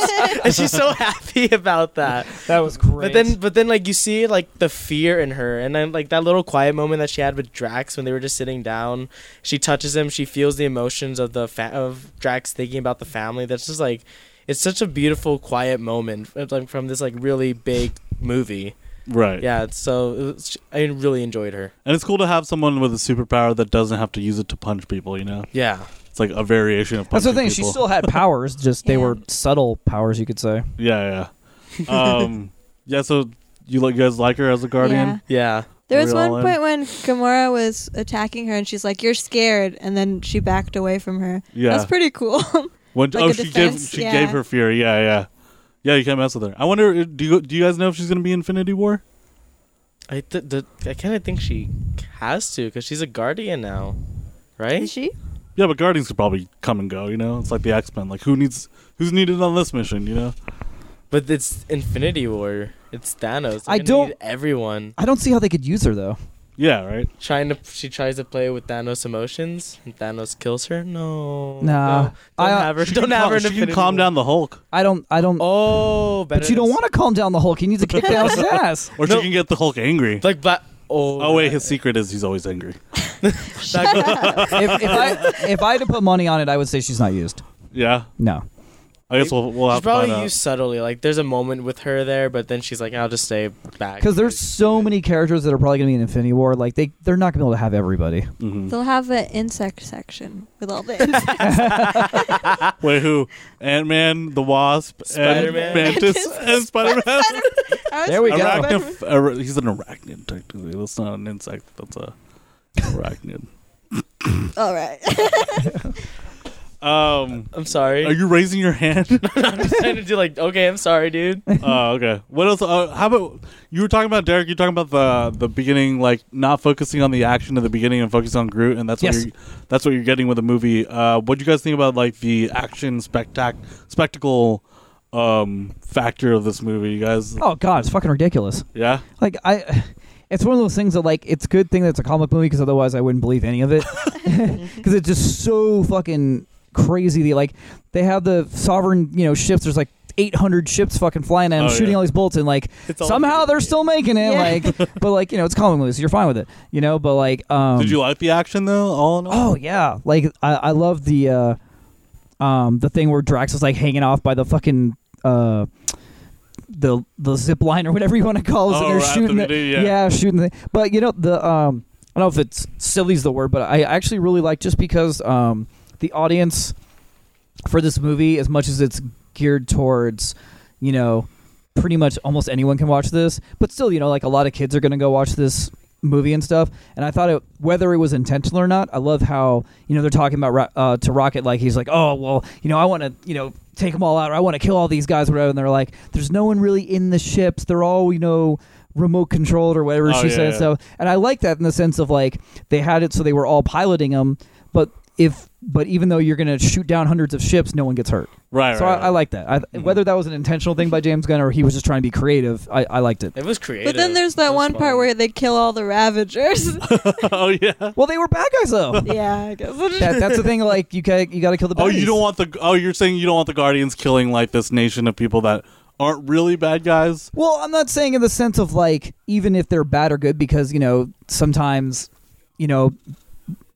Speaker 3: and she's so happy about that
Speaker 5: That was great.
Speaker 3: but then, but then, like you see, like the fear in her, and then like that little quiet moment that she had with Drax when they were just sitting down. She touches him. She feels the emotions of the fa- of Drax thinking about the family. That's just like, it's such a beautiful, quiet moment, uh, like from this like really big movie.
Speaker 1: Right.
Speaker 3: Yeah. it's So it was- I really enjoyed her.
Speaker 1: And it's cool to have someone with a superpower that doesn't have to use it to punch people. You know,
Speaker 3: Yeah.
Speaker 1: it's like a variation of
Speaker 5: That's
Speaker 1: punching
Speaker 5: the thing. She
Speaker 1: people.
Speaker 5: still had powers, just they
Speaker 2: Yeah.
Speaker 5: were subtle powers, you could say.
Speaker 1: Yeah, yeah. Um, (laughs) yeah. So you like you guys like her as a guardian?
Speaker 2: Yeah.
Speaker 3: Yeah.
Speaker 2: There
Speaker 1: Are
Speaker 2: was
Speaker 1: we
Speaker 2: one
Speaker 1: all in?
Speaker 2: point when Gamora was attacking her, and she's like, "You're scared," and then she backed away from her.
Speaker 1: Yeah.
Speaker 2: that's pretty
Speaker 3: (laughs)
Speaker 2: cool.
Speaker 1: When,
Speaker 2: Like
Speaker 1: oh,
Speaker 2: a
Speaker 1: she
Speaker 2: defense,
Speaker 1: gave she
Speaker 2: yeah.
Speaker 1: gave her fear. Yeah, yeah, yeah. You can't mess with her. I wonder. uh, Do you do you guys know if she's gonna be Infinity War?
Speaker 3: I th- the, I kind of think she has to because she's a guardian now, right?
Speaker 2: Is she?
Speaker 1: Yeah, but Guardians could probably come and go. You know, it's like the X Men. Like who needs who's needed on this mission? You know.
Speaker 3: But it's Infinity War. It's Thanos. They're
Speaker 5: I
Speaker 3: gonna
Speaker 5: don't-
Speaker 3: need everyone.
Speaker 5: I don't see how they could use her though.
Speaker 1: Yeah. Right.
Speaker 3: trying to she tries to play with Thanos' emotions and Thanos kills her. No,
Speaker 5: Nah.
Speaker 3: don't,
Speaker 5: I-
Speaker 3: don't have her.
Speaker 1: uh, She
Speaker 3: (laughs) Don't
Speaker 1: can
Speaker 3: have
Speaker 1: cal-
Speaker 3: her. in
Speaker 1: She can
Speaker 3: Infinity
Speaker 1: calm
Speaker 3: War.
Speaker 1: down the Hulk,
Speaker 5: I don't. I don't.
Speaker 3: Oh, better
Speaker 5: but you don't
Speaker 3: than-
Speaker 5: want to calm down the Hulk. He needs to kick Thanos' ass.
Speaker 1: or
Speaker 3: No.
Speaker 1: she can get the Hulk angry.
Speaker 3: like black. Oh,
Speaker 1: oh wait,
Speaker 3: that-
Speaker 1: his secret is he's always angry.
Speaker 3: that-
Speaker 5: If, if I if I had to put money on it, I would say she's not used.
Speaker 1: Yeah.
Speaker 5: No.
Speaker 1: I guess we'll we'll
Speaker 3: she's
Speaker 1: have to find
Speaker 3: probably
Speaker 1: out.
Speaker 3: used subtly. Like there's a moment with her there, but then she's like, "I'll just stay back."
Speaker 5: Because there's so many characters that are probably going to be in Infinity War. Like they they're not going to be able to have everybody.
Speaker 2: (laughs) They'll have an insect section with all
Speaker 3: (laughs)
Speaker 2: the insects.
Speaker 1: Wait, who? Ant Man, the Wasp,
Speaker 3: Spider-Man.
Speaker 1: and Mantis, and Spider Man.
Speaker 2: I was
Speaker 5: There we go.
Speaker 2: surprised.
Speaker 1: Arachnif- ara- he's an arachnid, technically. That's not an insect. That's a arachnid.
Speaker 2: All right.
Speaker 1: Um,
Speaker 3: I'm sorry. (laughs)
Speaker 1: are you raising your
Speaker 5: (laughs)
Speaker 1: hand?
Speaker 3: I'm just trying to do like, okay, I'm sorry, (laughs) dude.
Speaker 1: Oh, okay. What else? Uh, how about you were talking about Derek? You're talking about the the beginning, like not focusing on the action at the beginning and focusing on Groot, and that's
Speaker 5: Yes.
Speaker 1: what you're, that's what you're getting with the movie. Uh, what do you guys think about like the action spectac spectacle um factor of this movie? You guys,
Speaker 5: Oh God, it's fucking ridiculous.
Speaker 1: yeah.
Speaker 5: Like I. (sighs) It's one of those things that like it's a good thing that it's a comic movie because otherwise I wouldn't believe any of it (laughs) because it's just so fucking crazy. They like they have the sovereign you know ships. There's like 800 ships fucking flying and
Speaker 1: Oh,
Speaker 5: I'm shooting
Speaker 1: yeah.
Speaker 5: all these bolts and like
Speaker 3: It's all-
Speaker 5: somehow they're still making it.
Speaker 2: Yeah.
Speaker 5: Like but like you know it's a comic movie so you're fine with it you know. But like um,
Speaker 1: Did you like the action though? All in all,
Speaker 5: Oh yeah, like I, I love the uh, um the thing where Drax is like hanging off by the fucking uh the the zip line or whatever you want to call it.
Speaker 1: Oh,
Speaker 5: and they're
Speaker 1: right,
Speaker 5: shooting
Speaker 1: the-
Speaker 5: the-
Speaker 1: yeah.
Speaker 5: shooting the. But you know the um I don't know if it's silly's the word, but I actually really like just because um the audience for this movie as much as it's geared towards you know pretty much almost anyone can watch this but still you know like a lot of kids are going to go watch this movie and stuff and i thought it whether it was intentional or not i love how you know they're talking about Ro- uh, to rocket like he's like oh well you know i want to you know take them all out or i want to kill all these guys or whatever and they're like there's no one really in the ships they're all you know remote controlled or whatever
Speaker 1: Oh,
Speaker 5: she
Speaker 1: yeah,
Speaker 5: says
Speaker 1: yeah.
Speaker 5: so and i like that in the sense of like they had it so they were all piloting them but if but even though you're going to shoot down hundreds of ships no one gets hurt
Speaker 1: right.
Speaker 5: so
Speaker 1: right,
Speaker 5: I, I
Speaker 1: right.
Speaker 5: like that. I,
Speaker 1: Mm-hmm.
Speaker 5: Whether that was an intentional thing by James Gunn or he was just trying to be creative, I, I liked it.
Speaker 3: It was creative.
Speaker 2: But then there's
Speaker 3: It
Speaker 2: that
Speaker 3: was
Speaker 2: one part
Speaker 3: fun.
Speaker 2: where they kill all the Ravagers. (laughs)
Speaker 1: (laughs) oh yeah.
Speaker 5: Well, they were bad guys though.
Speaker 2: yeah, I guess.
Speaker 5: that, that's the thing. Like you got you got to kill the.
Speaker 1: Oh,
Speaker 5: Baddies.
Speaker 1: you don't want the. Oh, you're saying you don't want the Guardians killing like this nation of people that aren't really bad guys.
Speaker 5: Well, I'm not saying in the sense of like even if they're bad or good because you know sometimes, you know,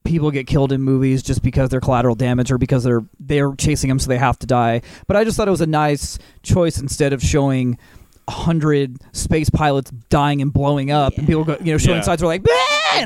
Speaker 5: people get killed in movies just because they're collateral damage or because they're they're chasing them so they have to die. But I just thought it was a nice choice instead of showing hundred space pilots dying and blowing up, and people go, you know, showing
Speaker 1: Yeah.
Speaker 5: signs were like, "Bah!" and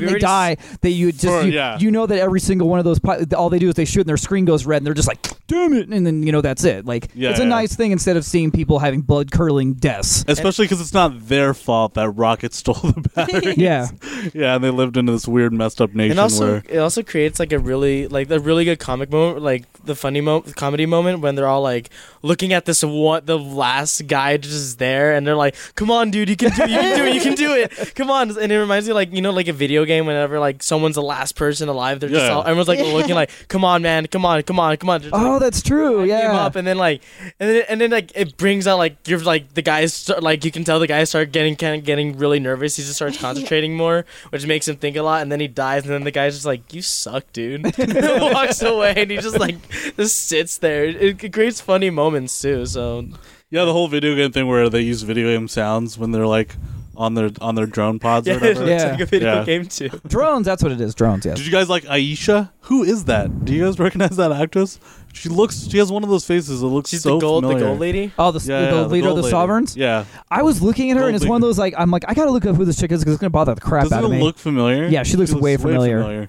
Speaker 3: you
Speaker 5: they
Speaker 3: already
Speaker 5: die. That you just
Speaker 1: For-
Speaker 5: you,
Speaker 1: yeah.
Speaker 5: you know that every single one of those pilots, all they do is they shoot and their screen goes red, and they're just like, "Damn it!" And then you know that's it. Like
Speaker 1: Yeah,
Speaker 5: it's a
Speaker 1: yeah.
Speaker 5: nice thing instead of seeing people having blood curdling deaths.
Speaker 1: Especially because it's not their fault that rockets (laughs) stole the battery.
Speaker 5: (laughs) yeah,
Speaker 1: yeah, and they lived into this weird, messed up nation
Speaker 3: And also,
Speaker 1: where
Speaker 3: it also creates like a really like a really good comic moment, like the funny mo- comedy moment when they're all like looking at this one, the last guy just there, and they're like, "Come on, dude, you can do, it, you can do it, you can do it, come on!" And it reminds me like you know like a video game whenever like someone's the last person alive, they're just
Speaker 1: Yeah.
Speaker 3: all, everyone's like looking like, "Come on, man, come on, come on, come on!" Just, like,
Speaker 5: Oh, that's true.
Speaker 3: hype him
Speaker 5: Yeah.
Speaker 3: up and then like and then and then like it brings out like you're like the guys start, like you can tell the guys start getting kind of getting really nervous he just starts concentrating more which makes him think a lot and then he dies and then the guy's just like you suck dude (laughs) walks away and he just like just sits there it, it creates funny moments too so
Speaker 1: yeah, the whole video game thing where they use video game sounds when they're like on their on their drone pods
Speaker 3: yeah,
Speaker 1: or whatever.
Speaker 3: (laughs)
Speaker 5: Yeah.
Speaker 3: it's like a video
Speaker 1: Yeah.
Speaker 3: game too
Speaker 5: drones. That's what it is. Drones. Yes.
Speaker 1: Did you guys like Aisha? Who is that? Do you guys (laughs) recognize that actress? She looks. She has one of those faces that looks
Speaker 3: she's
Speaker 1: so
Speaker 3: the gold
Speaker 1: familiar.
Speaker 3: the gold lady
Speaker 5: Oh, the,
Speaker 1: Yeah,
Speaker 5: the
Speaker 1: yeah,
Speaker 5: leader
Speaker 1: gold
Speaker 5: of the
Speaker 1: lady.
Speaker 5: sovereigns.
Speaker 1: Yeah,
Speaker 5: I was looking at her, and it's
Speaker 1: Gold
Speaker 5: one of
Speaker 1: lady.
Speaker 5: those like I'm like I gotta look up who this chick is because it's gonna bother the crap out
Speaker 1: doesn't
Speaker 5: of
Speaker 1: it
Speaker 5: me.
Speaker 1: look uh, familiar?
Speaker 5: Yeah, she looks way familiar.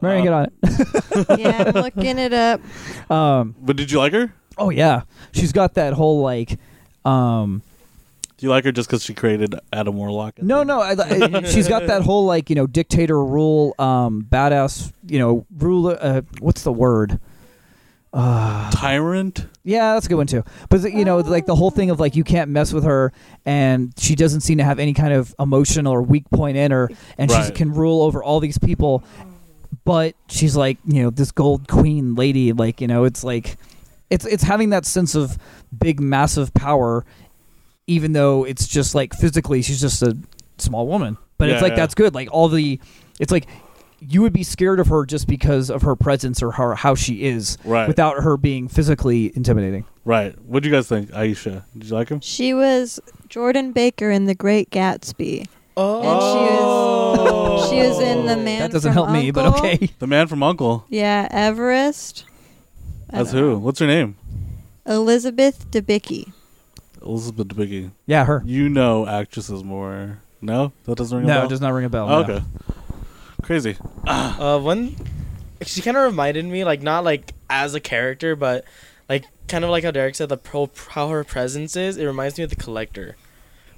Speaker 5: Marion, get on it.
Speaker 2: yeah, I'm looking it up.
Speaker 5: Um,
Speaker 1: But did you like her?
Speaker 5: oh yeah, she's got that whole like. Um,
Speaker 1: Do you like her just because she created Adam Warlock?
Speaker 5: no, no, I, I, she's got that whole like you know dictator rule, um, badass you know ruler. Uh, what's the word? Uh,
Speaker 1: tyrant.
Speaker 5: Yeah, that's a good one too. But you know, like the whole thing of like you can't mess with her, and she doesn't seem to have any kind of emotion or weak point in her, and she
Speaker 1: Right.
Speaker 5: can rule over all these people. But she's like you know this gold queen lady. Like you know, it's like it's it's having that sense of big massive power, even though it's just like physically she's just a small woman. But it's
Speaker 1: Yeah,
Speaker 5: like
Speaker 1: yeah.
Speaker 5: that's good. Like all the, it's like. You would be scared of her just because of her presence or her, how she is,
Speaker 1: Right.
Speaker 5: without her being physically intimidating.
Speaker 1: Right. What do you guys think, Aisha? Did you like him?
Speaker 2: She was Jordan Baker in The Great Gatsby.
Speaker 3: oh
Speaker 2: And she
Speaker 1: Oh.
Speaker 2: was she was in The Man
Speaker 5: that doesn't
Speaker 2: from
Speaker 5: help me, but
Speaker 2: Uncle.
Speaker 5: okay. (laughs)
Speaker 1: The man from Uncle.
Speaker 2: Yeah, Everest. I
Speaker 1: That's
Speaker 2: don't
Speaker 1: who. What's her name?
Speaker 2: know. Elizabeth Debicki.
Speaker 1: Elizabeth Debicki.
Speaker 5: Yeah, her.
Speaker 1: You know actresses more. No, that doesn't ring a
Speaker 5: No,
Speaker 1: bell.
Speaker 5: it does not ring a bell.
Speaker 1: Oh,
Speaker 5: no.
Speaker 1: okay. Crazy.
Speaker 3: Uh, one, she kind of reminded me, like not like as a character, but like kind of like how Derek said, the pro how her presence is. It reminds me of the Collector,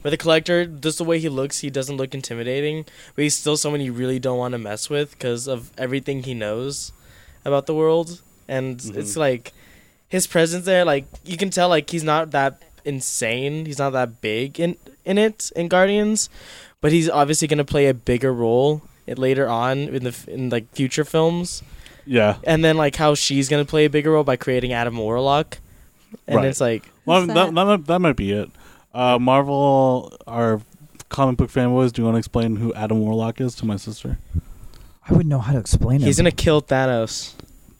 Speaker 3: where the Collector, just the way he looks, he doesn't look intimidating, but he's still someone you really don't want to mess with because of everything he knows about the world, and it's like his presence there, like you can tell, like he's not that insane, he's not that big in in it in Guardians, but he's obviously gonna play a bigger role it later on in the f- in like future films,
Speaker 1: Yeah.
Speaker 3: and then like how she's gonna play a bigger role by creating Adam Warlock, and
Speaker 1: Right.
Speaker 3: it's like
Speaker 1: Well,
Speaker 2: Who's
Speaker 1: that?
Speaker 2: that?
Speaker 1: That, might, that might be it. Uh, Marvel, our comic book fanboys, do you want to explain who Adam Warlock is to my sister?
Speaker 5: I wouldn't know how to explain
Speaker 3: he's
Speaker 5: it.
Speaker 3: gonna kill Thanos.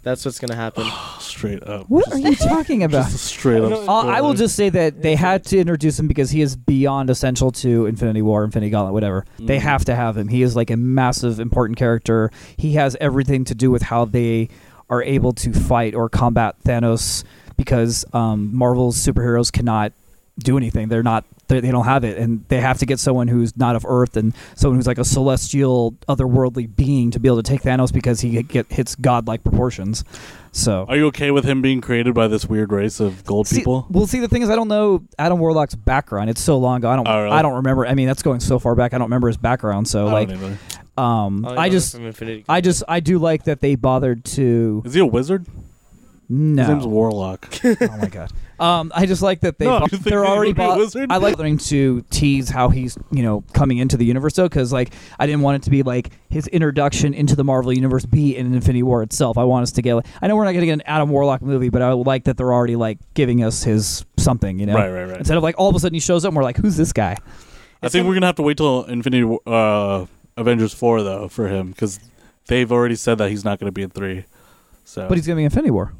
Speaker 3: That's what's gonna happen.
Speaker 1: Straight up.
Speaker 5: what
Speaker 1: Just-
Speaker 5: are you talking about?
Speaker 1: (laughs) Just a straight up.
Speaker 5: Uh, I will
Speaker 1: spoiler.
Speaker 5: just say that they had to introduce him because he is beyond essential to Infinity War, Infinity Gauntlet, whatever. They have to have him. He is like a massive, important character. He has everything to do with how they are able to fight or combat Thanos because um, Marvel's superheroes cannot do anything. They're not. They they don't have it, and they have to get someone who's not of Earth and someone who's like a celestial, otherworldly being to be able to take Thanos because he get, hits godlike proportions. So
Speaker 1: Are you okay with him being created by this weird race of gold
Speaker 5: See, uh,
Speaker 1: people?
Speaker 5: Well, see, the thing is, I don't know Adam Warlock's background. It's so long ago. I don't.
Speaker 1: Oh, really?
Speaker 5: I don't remember. I mean, that's going so far back. I don't remember his background. So,
Speaker 1: I
Speaker 5: like,
Speaker 1: don't either. Oh,
Speaker 5: um,
Speaker 3: I'll
Speaker 5: I
Speaker 3: go
Speaker 5: just,
Speaker 3: from Infinity.
Speaker 5: I just, I do like that they bothered to.
Speaker 1: Is he a wizard?
Speaker 5: No.
Speaker 1: His name's Warlock.
Speaker 5: (laughs) oh my god. Um, I just like that
Speaker 1: (laughs)
Speaker 5: they
Speaker 1: No,
Speaker 5: bo-
Speaker 1: you think
Speaker 5: they're
Speaker 1: he's
Speaker 5: already
Speaker 1: gonna be a
Speaker 5: bo-
Speaker 1: wizard?
Speaker 5: I like learning to tease how he's you know coming into the universe though because like I didn't want it to be like his introduction into the Marvel universe be in Infinity War itself. I want us to get. Like, I know we're not going to get an Adam Warlock movie, but I would like that they're already like giving us his something. You know,
Speaker 1: Right, right, right.
Speaker 5: Instead of like all of a sudden he shows up and we're like, who's this guy?
Speaker 1: I think we're gonna have to wait till Infinity War- uh, Avengers four though for him because they've already said that he's not gonna be in three. So,
Speaker 5: But he's going to be in Infinity War.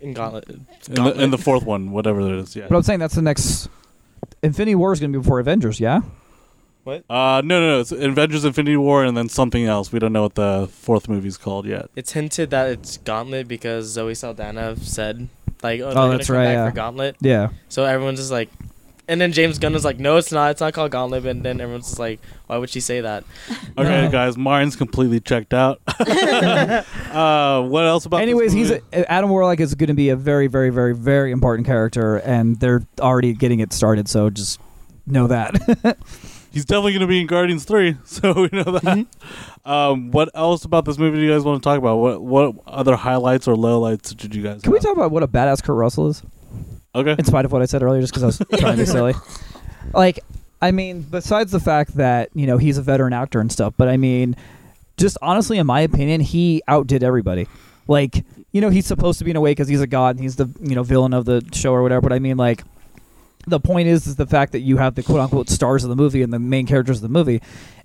Speaker 3: in Gauntlet.
Speaker 1: in the, in the fourth one, whatever it is. Yeah.
Speaker 5: But I'm saying that's the next. Infinity War is going to be before Avengers, yeah.
Speaker 1: Uh, no, no, no. It's Avengers Infinity War and then something else. We don't know what the fourth movie's called yet.
Speaker 3: It's hinted that it's Gauntlet because Zoe Saldana said like, "Oh, they're
Speaker 5: Oh,
Speaker 3: gonna
Speaker 5: that's
Speaker 3: come
Speaker 5: right,
Speaker 3: back
Speaker 5: yeah.
Speaker 3: for Gauntlet."
Speaker 5: Yeah,
Speaker 3: So everyone's just like, and then James Gunn was like, "No, it's not. It's not called Gauntlet." And then everyone's just like, "Why would she say that?"
Speaker 1: Okay, guys, Martin's completely checked
Speaker 5: (laughs)
Speaker 1: out. uh, what else about? this
Speaker 5: Anyways, he's
Speaker 1: movie?
Speaker 5: a, Adam Warlock is going to be a very, very, very, very important character, and they're already getting it started. So just know that. (laughs)
Speaker 1: he's definitely going to be in Guardians Three, (laughs) so we know that.
Speaker 5: Mm-hmm.
Speaker 1: Um, what else about this movie do you guys want to talk about? What what other highlights or lowlights did you guys?
Speaker 5: Can we
Speaker 1: have?
Speaker 5: talk about what a badass Kurt Russell is?
Speaker 1: Okay,
Speaker 5: in spite of what I said earlier, just because I was trying to be silly. Like, I mean, besides the fact that you know he's a veteran actor and stuff, but I mean, just honestly, in my opinion, he outdid everybody. Like, you know, he's supposed to be in a way because he's a god and he's the you know villain of the show or whatever. But I mean, like, the point is, is the fact that you have the quote unquote stars of the movie and the main characters of the movie,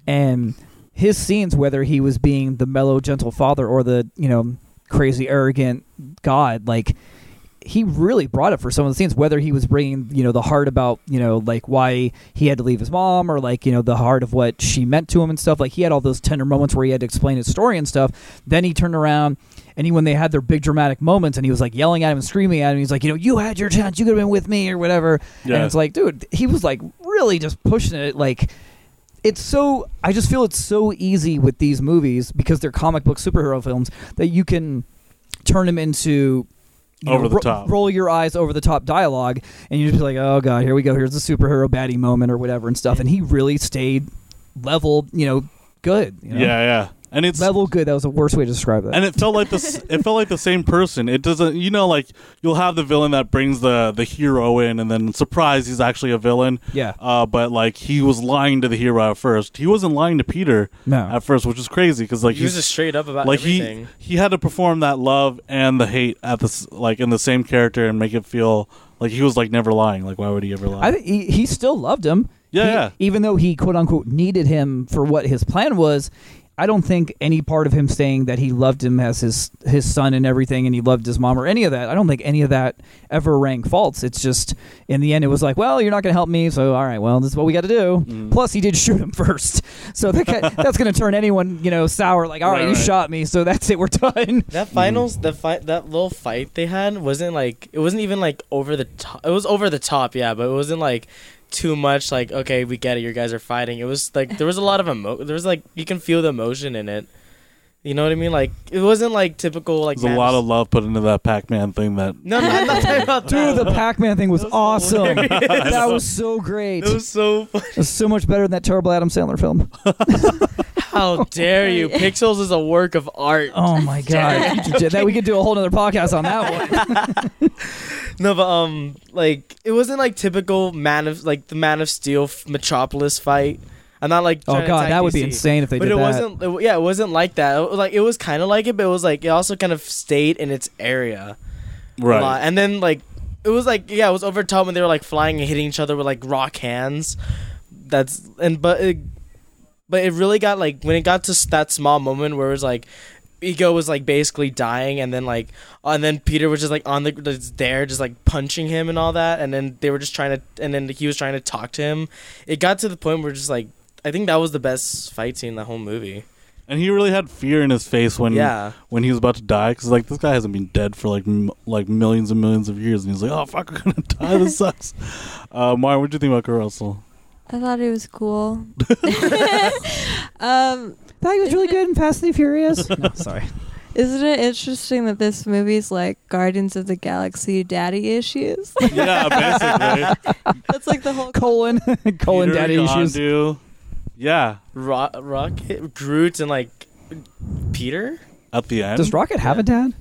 Speaker 5: and his scenes, whether he was being the mellow, gentle father or the you know crazy, arrogant god, like he really brought it for some of the scenes whether he was bringing you know the heart about you know like why he had to leave his mom or like you know the heart of what she meant to him and stuff like he had all those tender moments where he had to explain his story and stuff then he turned around and he, when they had their big dramatic moments and he was like yelling at him and screaming at him he's like you know you had your chance you could have been with me or whatever and
Speaker 1: Yeah.
Speaker 5: it's like dude he was like really just pushing it like it's so I just feel it's so easy with these movies because they're comic book superhero films that you can turn them into you
Speaker 1: Over the
Speaker 5: ro-
Speaker 1: top.
Speaker 5: roll your eyes over the top dialogue, and you're just like, oh god, here we go, here's the superhero baddie moment or whatever and stuff. And he really stayed level, you know, good. you know?
Speaker 1: yeah, yeah, and it's
Speaker 5: level good. That was the worst way to describe that.
Speaker 1: and it felt like
Speaker 5: (laughs)
Speaker 1: this it felt like the same person it doesn't you know like you'll have the villain that brings the the hero in and then surprise he's actually a villain
Speaker 5: Yeah.
Speaker 1: uh, but like he was lying to the hero at first he wasn't lying to peter
Speaker 5: No.
Speaker 1: at first which is crazy because like
Speaker 3: He was
Speaker 1: he's-
Speaker 3: just straight up about
Speaker 1: like
Speaker 3: everything.
Speaker 1: he he had to perform that love and the hate at this like in the same character and make it feel like he was like never lying like why would he ever lie
Speaker 5: I think he, he still loved him.
Speaker 1: Yeah,
Speaker 5: He-
Speaker 1: yeah.
Speaker 5: Even though he quote unquote needed him for what his plan was, I don't think any part of him saying that he loved him as his his son and everything, and he loved his mom or any of that. I don't think any of that ever rang false. It's just in the end, it was like, well, you're not going to help me, so all right, well, this is what we got to do. Plus, he did shoot him (laughs) first, so that ca- that's going to turn anyone you know sour. Like, all right,
Speaker 1: Right,
Speaker 5: you
Speaker 1: right.
Speaker 5: shot me, so that's it, we're done.
Speaker 3: That
Speaker 1: Hmm.
Speaker 3: finals, the fight, that little fight they had wasn't like it wasn't even like over the top. It was over the top, yeah, but it wasn't like too much. Like, okay, we get it. You guys are fighting. It was like there was a lot of emo. There was like you can feel the emotion in it. You know what I mean? Like it wasn't like typical like.
Speaker 1: there's a
Speaker 3: man-
Speaker 1: lot of love put into that pac-man thing that
Speaker 3: No, no, I'm not talking about
Speaker 5: Dude, the
Speaker 3: that.
Speaker 5: Pac-Man thing was, awesome. that was so great.
Speaker 3: It was so. Funny.
Speaker 5: It was so much better than that terrible Adam Sandler film. (laughs)
Speaker 3: How dare you? Pixels is a work of art.
Speaker 5: Oh my god, that we could do a whole other podcast on that one.
Speaker 3: No, but um, like it wasn't like typical Man of like the Man of Steel f- Metropolis fight. I'm not like. trying
Speaker 5: Oh
Speaker 3: to
Speaker 5: god,
Speaker 3: attack
Speaker 5: that would be
Speaker 3: DC.
Speaker 5: insane if they
Speaker 3: but
Speaker 5: did
Speaker 3: it
Speaker 5: that.
Speaker 3: wasn't. It, w- yeah, it wasn't like that. It was, like it was kind of like it, but it was like it also kind of stayed in its area a
Speaker 1: (laughs)
Speaker 3: lot.
Speaker 1: right
Speaker 3: And then like it was like yeah, it was over top when they were like flying and hitting each other with like rock hands. That's and but it, but it really got like when it got to s- that small moment where it was like ego was like basically dying and then like uh, and then peter was just like on the just there just like punching him and all that and then they were just trying to and then he was trying to talk to him it got to the point where just like i think that was the best fight scene in the whole movie
Speaker 1: and he really had fear in his face when
Speaker 3: Yeah.
Speaker 1: when he was about to die because like this guy hasn't been dead for like m- like millions and millions of years and he's like oh fuck (laughs) we're gonna die this sucks uh Martin what do you think about Kurt Russell
Speaker 2: I thought it was cool. (laughs) um,
Speaker 5: That was really good in Fast and
Speaker 1: (laughs)
Speaker 5: the Furious. No, sorry.
Speaker 2: isn't it interesting that this movie's like Guardians of the Galaxy daddy issues? (laughs)
Speaker 1: yeah (laughs) basically
Speaker 2: That's like the whole.
Speaker 5: Colon, (laughs) colon,
Speaker 1: Peter
Speaker 5: daddy issues.
Speaker 1: Yondu. yeah
Speaker 3: Ro- rocket groot and like peter
Speaker 1: at the end
Speaker 5: Does Rocket have a dad?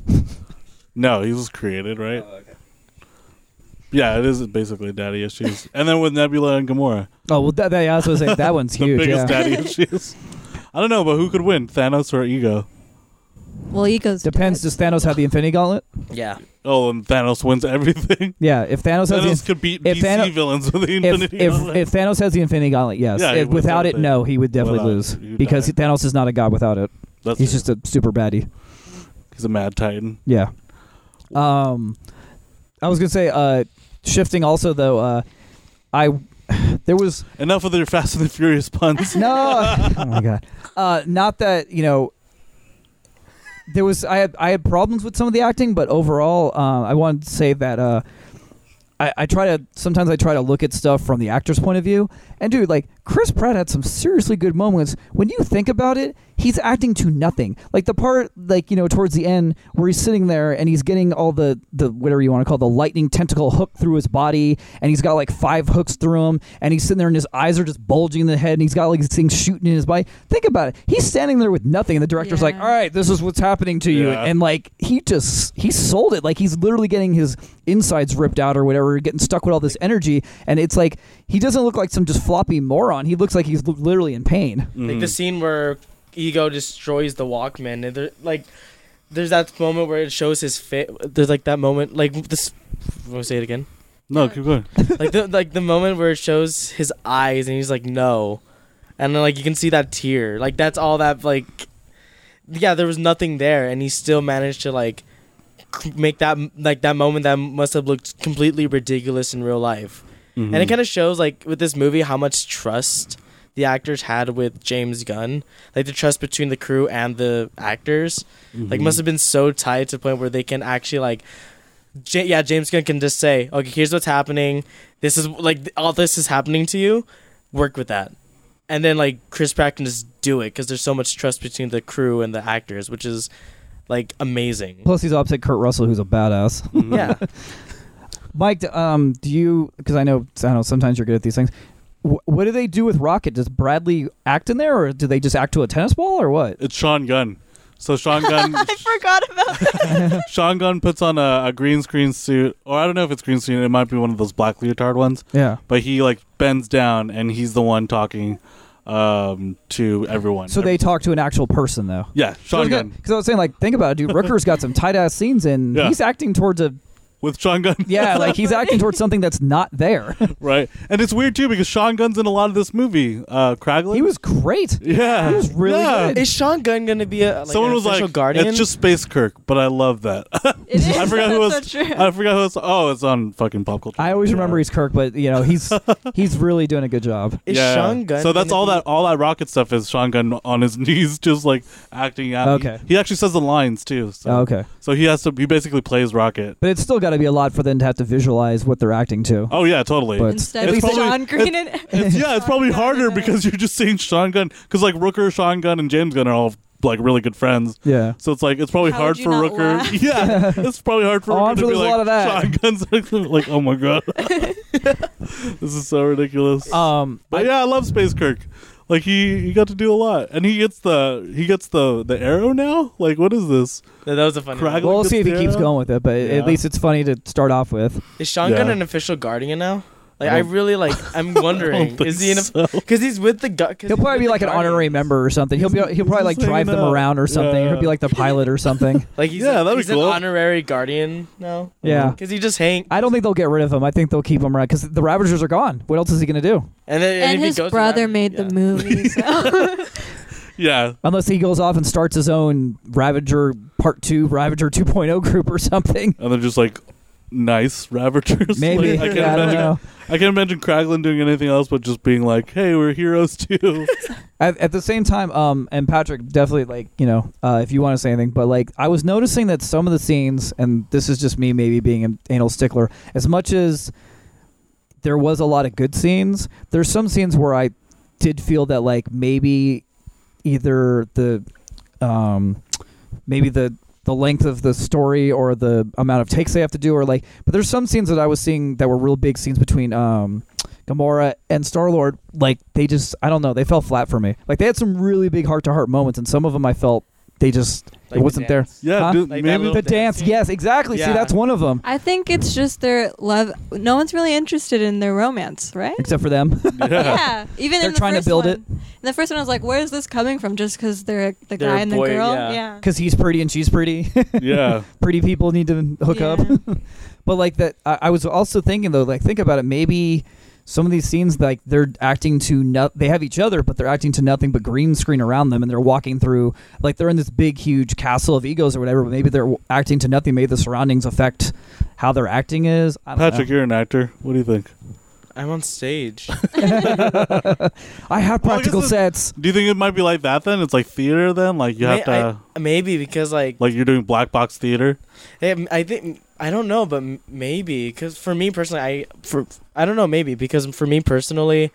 Speaker 1: no he was created right yeah it is basically daddy issues and then with Nebula and Gamora
Speaker 5: Oh well, that, that, yeah, I was gonna say that one's
Speaker 1: (laughs) the
Speaker 5: huge.
Speaker 1: biggest
Speaker 5: Yeah. (laughs)
Speaker 1: daddy issues I don't know but who could win Thanos or Ego
Speaker 2: Well, ego's dead.
Speaker 5: Depends. Does Thanos have the Infinity Gauntlet?
Speaker 3: yeah
Speaker 1: oh and Thanos wins
Speaker 5: (laughs)
Speaker 1: everything
Speaker 5: Yeah. If Thanos has
Speaker 1: Thanos
Speaker 5: the
Speaker 1: could beat
Speaker 5: if
Speaker 1: DC
Speaker 5: Thano-
Speaker 1: villains with the
Speaker 5: if,
Speaker 1: Infinity
Speaker 5: if,
Speaker 1: Gauntlet.
Speaker 5: if Thanos has the Infinity Gauntlet, yes.
Speaker 1: Yeah, he
Speaker 5: If-
Speaker 1: would
Speaker 5: without it,
Speaker 1: definitely-
Speaker 5: no, he would definitely
Speaker 1: Without it,
Speaker 5: lose
Speaker 1: he would
Speaker 5: because
Speaker 1: die.
Speaker 5: Thanos is not a god without it.
Speaker 1: That's
Speaker 5: He's
Speaker 1: it.
Speaker 5: just a super baddie.
Speaker 1: He's a mad titan.
Speaker 5: Yeah. Um, I was gonna say, uh, shifting also though, uh, I (sighs) there was
Speaker 1: Enough of their Fast and the Furious
Speaker 5: (laughs)
Speaker 1: puns.
Speaker 5: no. oh my god. Uh, not that you know. There was I had I had problems with some of the acting, but overall, uh, I wanted to say that uh, I, I try to sometimes I try to look at stuff from the actor's point of view. And dude, like Chris Pratt had some seriously good moments. When you think about it, he's acting to nothing. Like the part, like you know, towards the end where he's sitting there and he's getting all the the whatever you want to call it, the lightning tentacle hook through his body, and he's got like five hooks through him, and he's sitting there and his eyes are just bulging in the head, and he's got like these things shooting in his body. Think about it. He's standing there with nothing, and the director's
Speaker 2: Yeah.
Speaker 5: like, "All right, this is what's happening to you,"
Speaker 1: Yeah.
Speaker 5: and like he just he sold it. Like he's literally getting his insides ripped out or whatever, getting stuck with all this energy, and it's like he doesn't look like some just floppy moron. He looks like he's li- literally in pain.
Speaker 1: Mm.
Speaker 3: Like the scene where Ego destroys the Walkman, and there, like there's that moment where it shows his face. There's like that moment, like this. I'm gonna say it again.
Speaker 1: No, keep going.
Speaker 3: like the like the moment where it shows his eyes, and he's like, "No," and then like you can see that tear. Like that's all that like. Yeah, there was nothing there, and he still managed to like c- make that like that moment that must have looked completely ridiculous in real life. And it kind of shows like with this movie how much trust the actors had with James Gunn, like the trust between the crew and the actors, like must have been so tight to the point where they can actually like, J- yeah, James Gunn can just say, okay, here's what's happening. This is like th- all this is happening to you. Work with that, and then like Chris Pratt can just do it because there's so much trust between the crew and the actors, which is like amazing.
Speaker 5: Plus, he's opposite Kurt Russell, who's a
Speaker 1: Mm.
Speaker 5: badass.
Speaker 3: yeah,
Speaker 5: Mike, d- um, do you? Because I know I know sometimes you're good at these things. Wh- What do they do with Rocket? Does Bradley act in there, or do they just act to a tennis ball, or what?
Speaker 1: It's Sean Gunn. So Sean Gunn,
Speaker 2: I forgot about that.
Speaker 1: Sean Gunn puts on a, a green screen suit, or I don't know if it's green screen. It might be one of those black leotard ones.
Speaker 5: Yeah.
Speaker 1: But he like bends down, and he's the one talking um, to everyone.
Speaker 5: So they talk to an actual person, though.
Speaker 1: yeah, Sean Gunn
Speaker 5: Because I was saying, like, think about it, dude. Rooker's got some tight ass scenes, and
Speaker 1: Yeah.
Speaker 5: he's acting towards a
Speaker 1: with Sean Gunn.
Speaker 5: (laughs)
Speaker 1: (laughs)
Speaker 5: yeah, like he's acting towards something that's not there. (laughs)
Speaker 1: right. And it's weird too because Sean Gunn's in a lot of this movie. Uh, Kraglin.
Speaker 5: he was great.
Speaker 1: Yeah,
Speaker 5: he was really
Speaker 1: Yeah.
Speaker 5: good.
Speaker 3: is Sean Gunn gonna be a like,
Speaker 1: Someone
Speaker 3: an
Speaker 1: was
Speaker 3: official
Speaker 1: like,
Speaker 3: guardian?
Speaker 1: "It's just Space Kirk," but I love that. (laughs)
Speaker 2: (laughs) It is.
Speaker 1: I forgot who was.
Speaker 2: That's so true.
Speaker 1: I forgot who was. Oh, it's on fucking pop culture.
Speaker 5: I always remember he's Kirk, but you
Speaker 1: (laughs)
Speaker 5: know he's he's really doing a good job.
Speaker 3: Is
Speaker 1: yeah.
Speaker 3: Sean Gunn?
Speaker 1: So that's
Speaker 3: gonna
Speaker 1: all
Speaker 3: be-
Speaker 1: that all that rocket stuff is Sean Gunn on his (laughs) knees, just like acting out.
Speaker 5: Okay.
Speaker 1: He, he actually says the lines too. So.
Speaker 5: Oh, okay,
Speaker 1: So he has to. He basically plays Rocket.
Speaker 5: but it's still got to be a lot for them to have to visualize what they're acting to.
Speaker 1: Oh yeah, totally.
Speaker 5: But-
Speaker 2: Instead
Speaker 1: It's
Speaker 2: of
Speaker 1: probably-
Speaker 2: Sean Green and
Speaker 5: (laughs)
Speaker 1: It's- yeah, it's
Speaker 2: Sean
Speaker 1: probably
Speaker 2: Gunn
Speaker 1: harder
Speaker 2: and-
Speaker 1: because you're just seeing Sean Gunn because like Rooker, Sean Gunn, and James Gunn are all like really good friends.
Speaker 5: Yeah.
Speaker 1: So it's like it's probably
Speaker 2: How
Speaker 1: hard
Speaker 2: would you
Speaker 1: for
Speaker 2: not
Speaker 1: Rooker.
Speaker 2: laugh?
Speaker 1: (laughs)
Speaker 5: (laughs)
Speaker 1: Yeah, it's probably hard for
Speaker 5: Oh,
Speaker 1: Rooker
Speaker 5: I'm
Speaker 1: to
Speaker 5: sure
Speaker 1: be
Speaker 5: there's
Speaker 1: like
Speaker 5: a lot of that.
Speaker 1: Sean Gunn's (laughs) like, like, oh my
Speaker 5: (laughs)
Speaker 1: god, (laughs) this is so ridiculous.
Speaker 5: Um,
Speaker 1: Oh. but yeah, I love Space Kirk. Like he, he got to do a lot, and he gets the he gets the the arrow now. Like what is this? (laughs)
Speaker 3: That that was a funny.
Speaker 1: Crag-
Speaker 3: one.
Speaker 5: well, we'll see if he
Speaker 1: Yeah.
Speaker 5: keeps going with it, but
Speaker 1: Yeah.
Speaker 5: at least it's funny to start off with.
Speaker 3: Is Sean
Speaker 1: Yeah.
Speaker 3: Gunn an official guardian now? Like
Speaker 1: I
Speaker 3: I
Speaker 1: don't-
Speaker 3: really like.
Speaker 1: (laughs)
Speaker 3: I'm wondering.
Speaker 1: think
Speaker 3: is he in?
Speaker 1: so. (laughs)
Speaker 3: Because he's with the guy.
Speaker 5: He'll probably be like an honorary member or something. He'll be he'll probably like
Speaker 1: just hanging
Speaker 5: drive them
Speaker 1: out.
Speaker 5: around or something. He'll be
Speaker 1: Yeah.
Speaker 5: like the pilot or
Speaker 1: (laughs)
Speaker 5: something.
Speaker 3: Like he's,
Speaker 1: Yeah,
Speaker 3: yeah,
Speaker 1: that'd be
Speaker 3: he's
Speaker 1: cool.
Speaker 3: an honorary guardian now.
Speaker 5: Yeah.
Speaker 3: Because he just hang.
Speaker 5: I don't think they'll get rid of him. I think they'll keep him around because the Ravagers are gone. What else is he gonna do?
Speaker 3: And then
Speaker 2: And
Speaker 3: if he
Speaker 2: his
Speaker 3: goes
Speaker 2: brother
Speaker 3: around-
Speaker 2: made
Speaker 3: yeah.
Speaker 2: the movie. So. (laughs)
Speaker 1: Yeah,
Speaker 5: Unless he goes off and starts his own Ravager Part 2, Ravager (laughs) 2.0 group or something.
Speaker 1: and they're just like nice ravagers. (laughs)
Speaker 5: Maybe.
Speaker 1: Like, I can't
Speaker 5: Yeah, (laughs) I don't
Speaker 1: imagine.
Speaker 5: know.
Speaker 1: I can't imagine Kraglin doing anything else but just being like, "Hey, we're heroes too." (laughs)
Speaker 5: At, at the same time, um, and Patrick, definitely, like, you know, uh, if you want to say anything, but, like, I was noticing that some of the scenes, and this is just me maybe being an anal stickler, as much as there was a lot of good scenes, there's some scenes where I did feel that, like, maybe either the, um, maybe the, the length of the story or the amount of takes they have to do or like but there's some scenes that I was seeing that were real big scenes between um Gamora and Star Lord, like they just I don't know, they fell flat for me. Like they had some really big heart to heart moments and some of them I felt they just
Speaker 3: Like
Speaker 5: it
Speaker 3: the
Speaker 5: wasn't there.
Speaker 3: dance.
Speaker 1: Yeah,
Speaker 5: Huh?
Speaker 1: dude,
Speaker 3: Like that
Speaker 1: maybe
Speaker 3: little
Speaker 1: (laughs)
Speaker 5: The dance,
Speaker 3: dance.
Speaker 5: yes, exactly. See
Speaker 3: Yeah.
Speaker 5: that's one of them.
Speaker 2: I think it's just their love. No one's really interested in their romance, right?
Speaker 5: (laughs) Except for them.
Speaker 2: Yeah. Even
Speaker 5: They're
Speaker 2: in the
Speaker 5: trying to
Speaker 2: first
Speaker 5: build
Speaker 2: one.
Speaker 5: it.
Speaker 2: In the first one, I was like, "Where is this coming from?" Just because they're the
Speaker 3: They're
Speaker 2: guy and the
Speaker 3: boy-
Speaker 2: girl.
Speaker 3: yeah.
Speaker 2: Yeah.
Speaker 5: Because he's pretty and she's pretty. (laughs)
Speaker 1: yeah.
Speaker 5: pretty people need to hook up.
Speaker 2: Yeah.
Speaker 5: (laughs) but like that, I, I was also thinking though, like think about it. Maybe some of these scenes, like they're acting to no, they have each other, but they're acting to nothing but green screen around them, and they're walking through, like they're in this big, huge castle of egos or whatever. But maybe they're w- acting to nothing. Maybe the surroundings affect how their acting is. I don't know.
Speaker 1: Patrick, you're an actor. What do you think?
Speaker 3: I'm on stage.
Speaker 5: I have
Speaker 1: Well, I guess
Speaker 5: practical
Speaker 1: this-
Speaker 5: sets.
Speaker 1: Do you think it might be like that then? It's like theater then? Like you
Speaker 3: May-
Speaker 1: have to
Speaker 3: I- maybe because like,
Speaker 1: like you're doing black box theater?
Speaker 3: hey, I think I don't know, but m- maybe because for me personally, I for I don't know maybe because for me personally,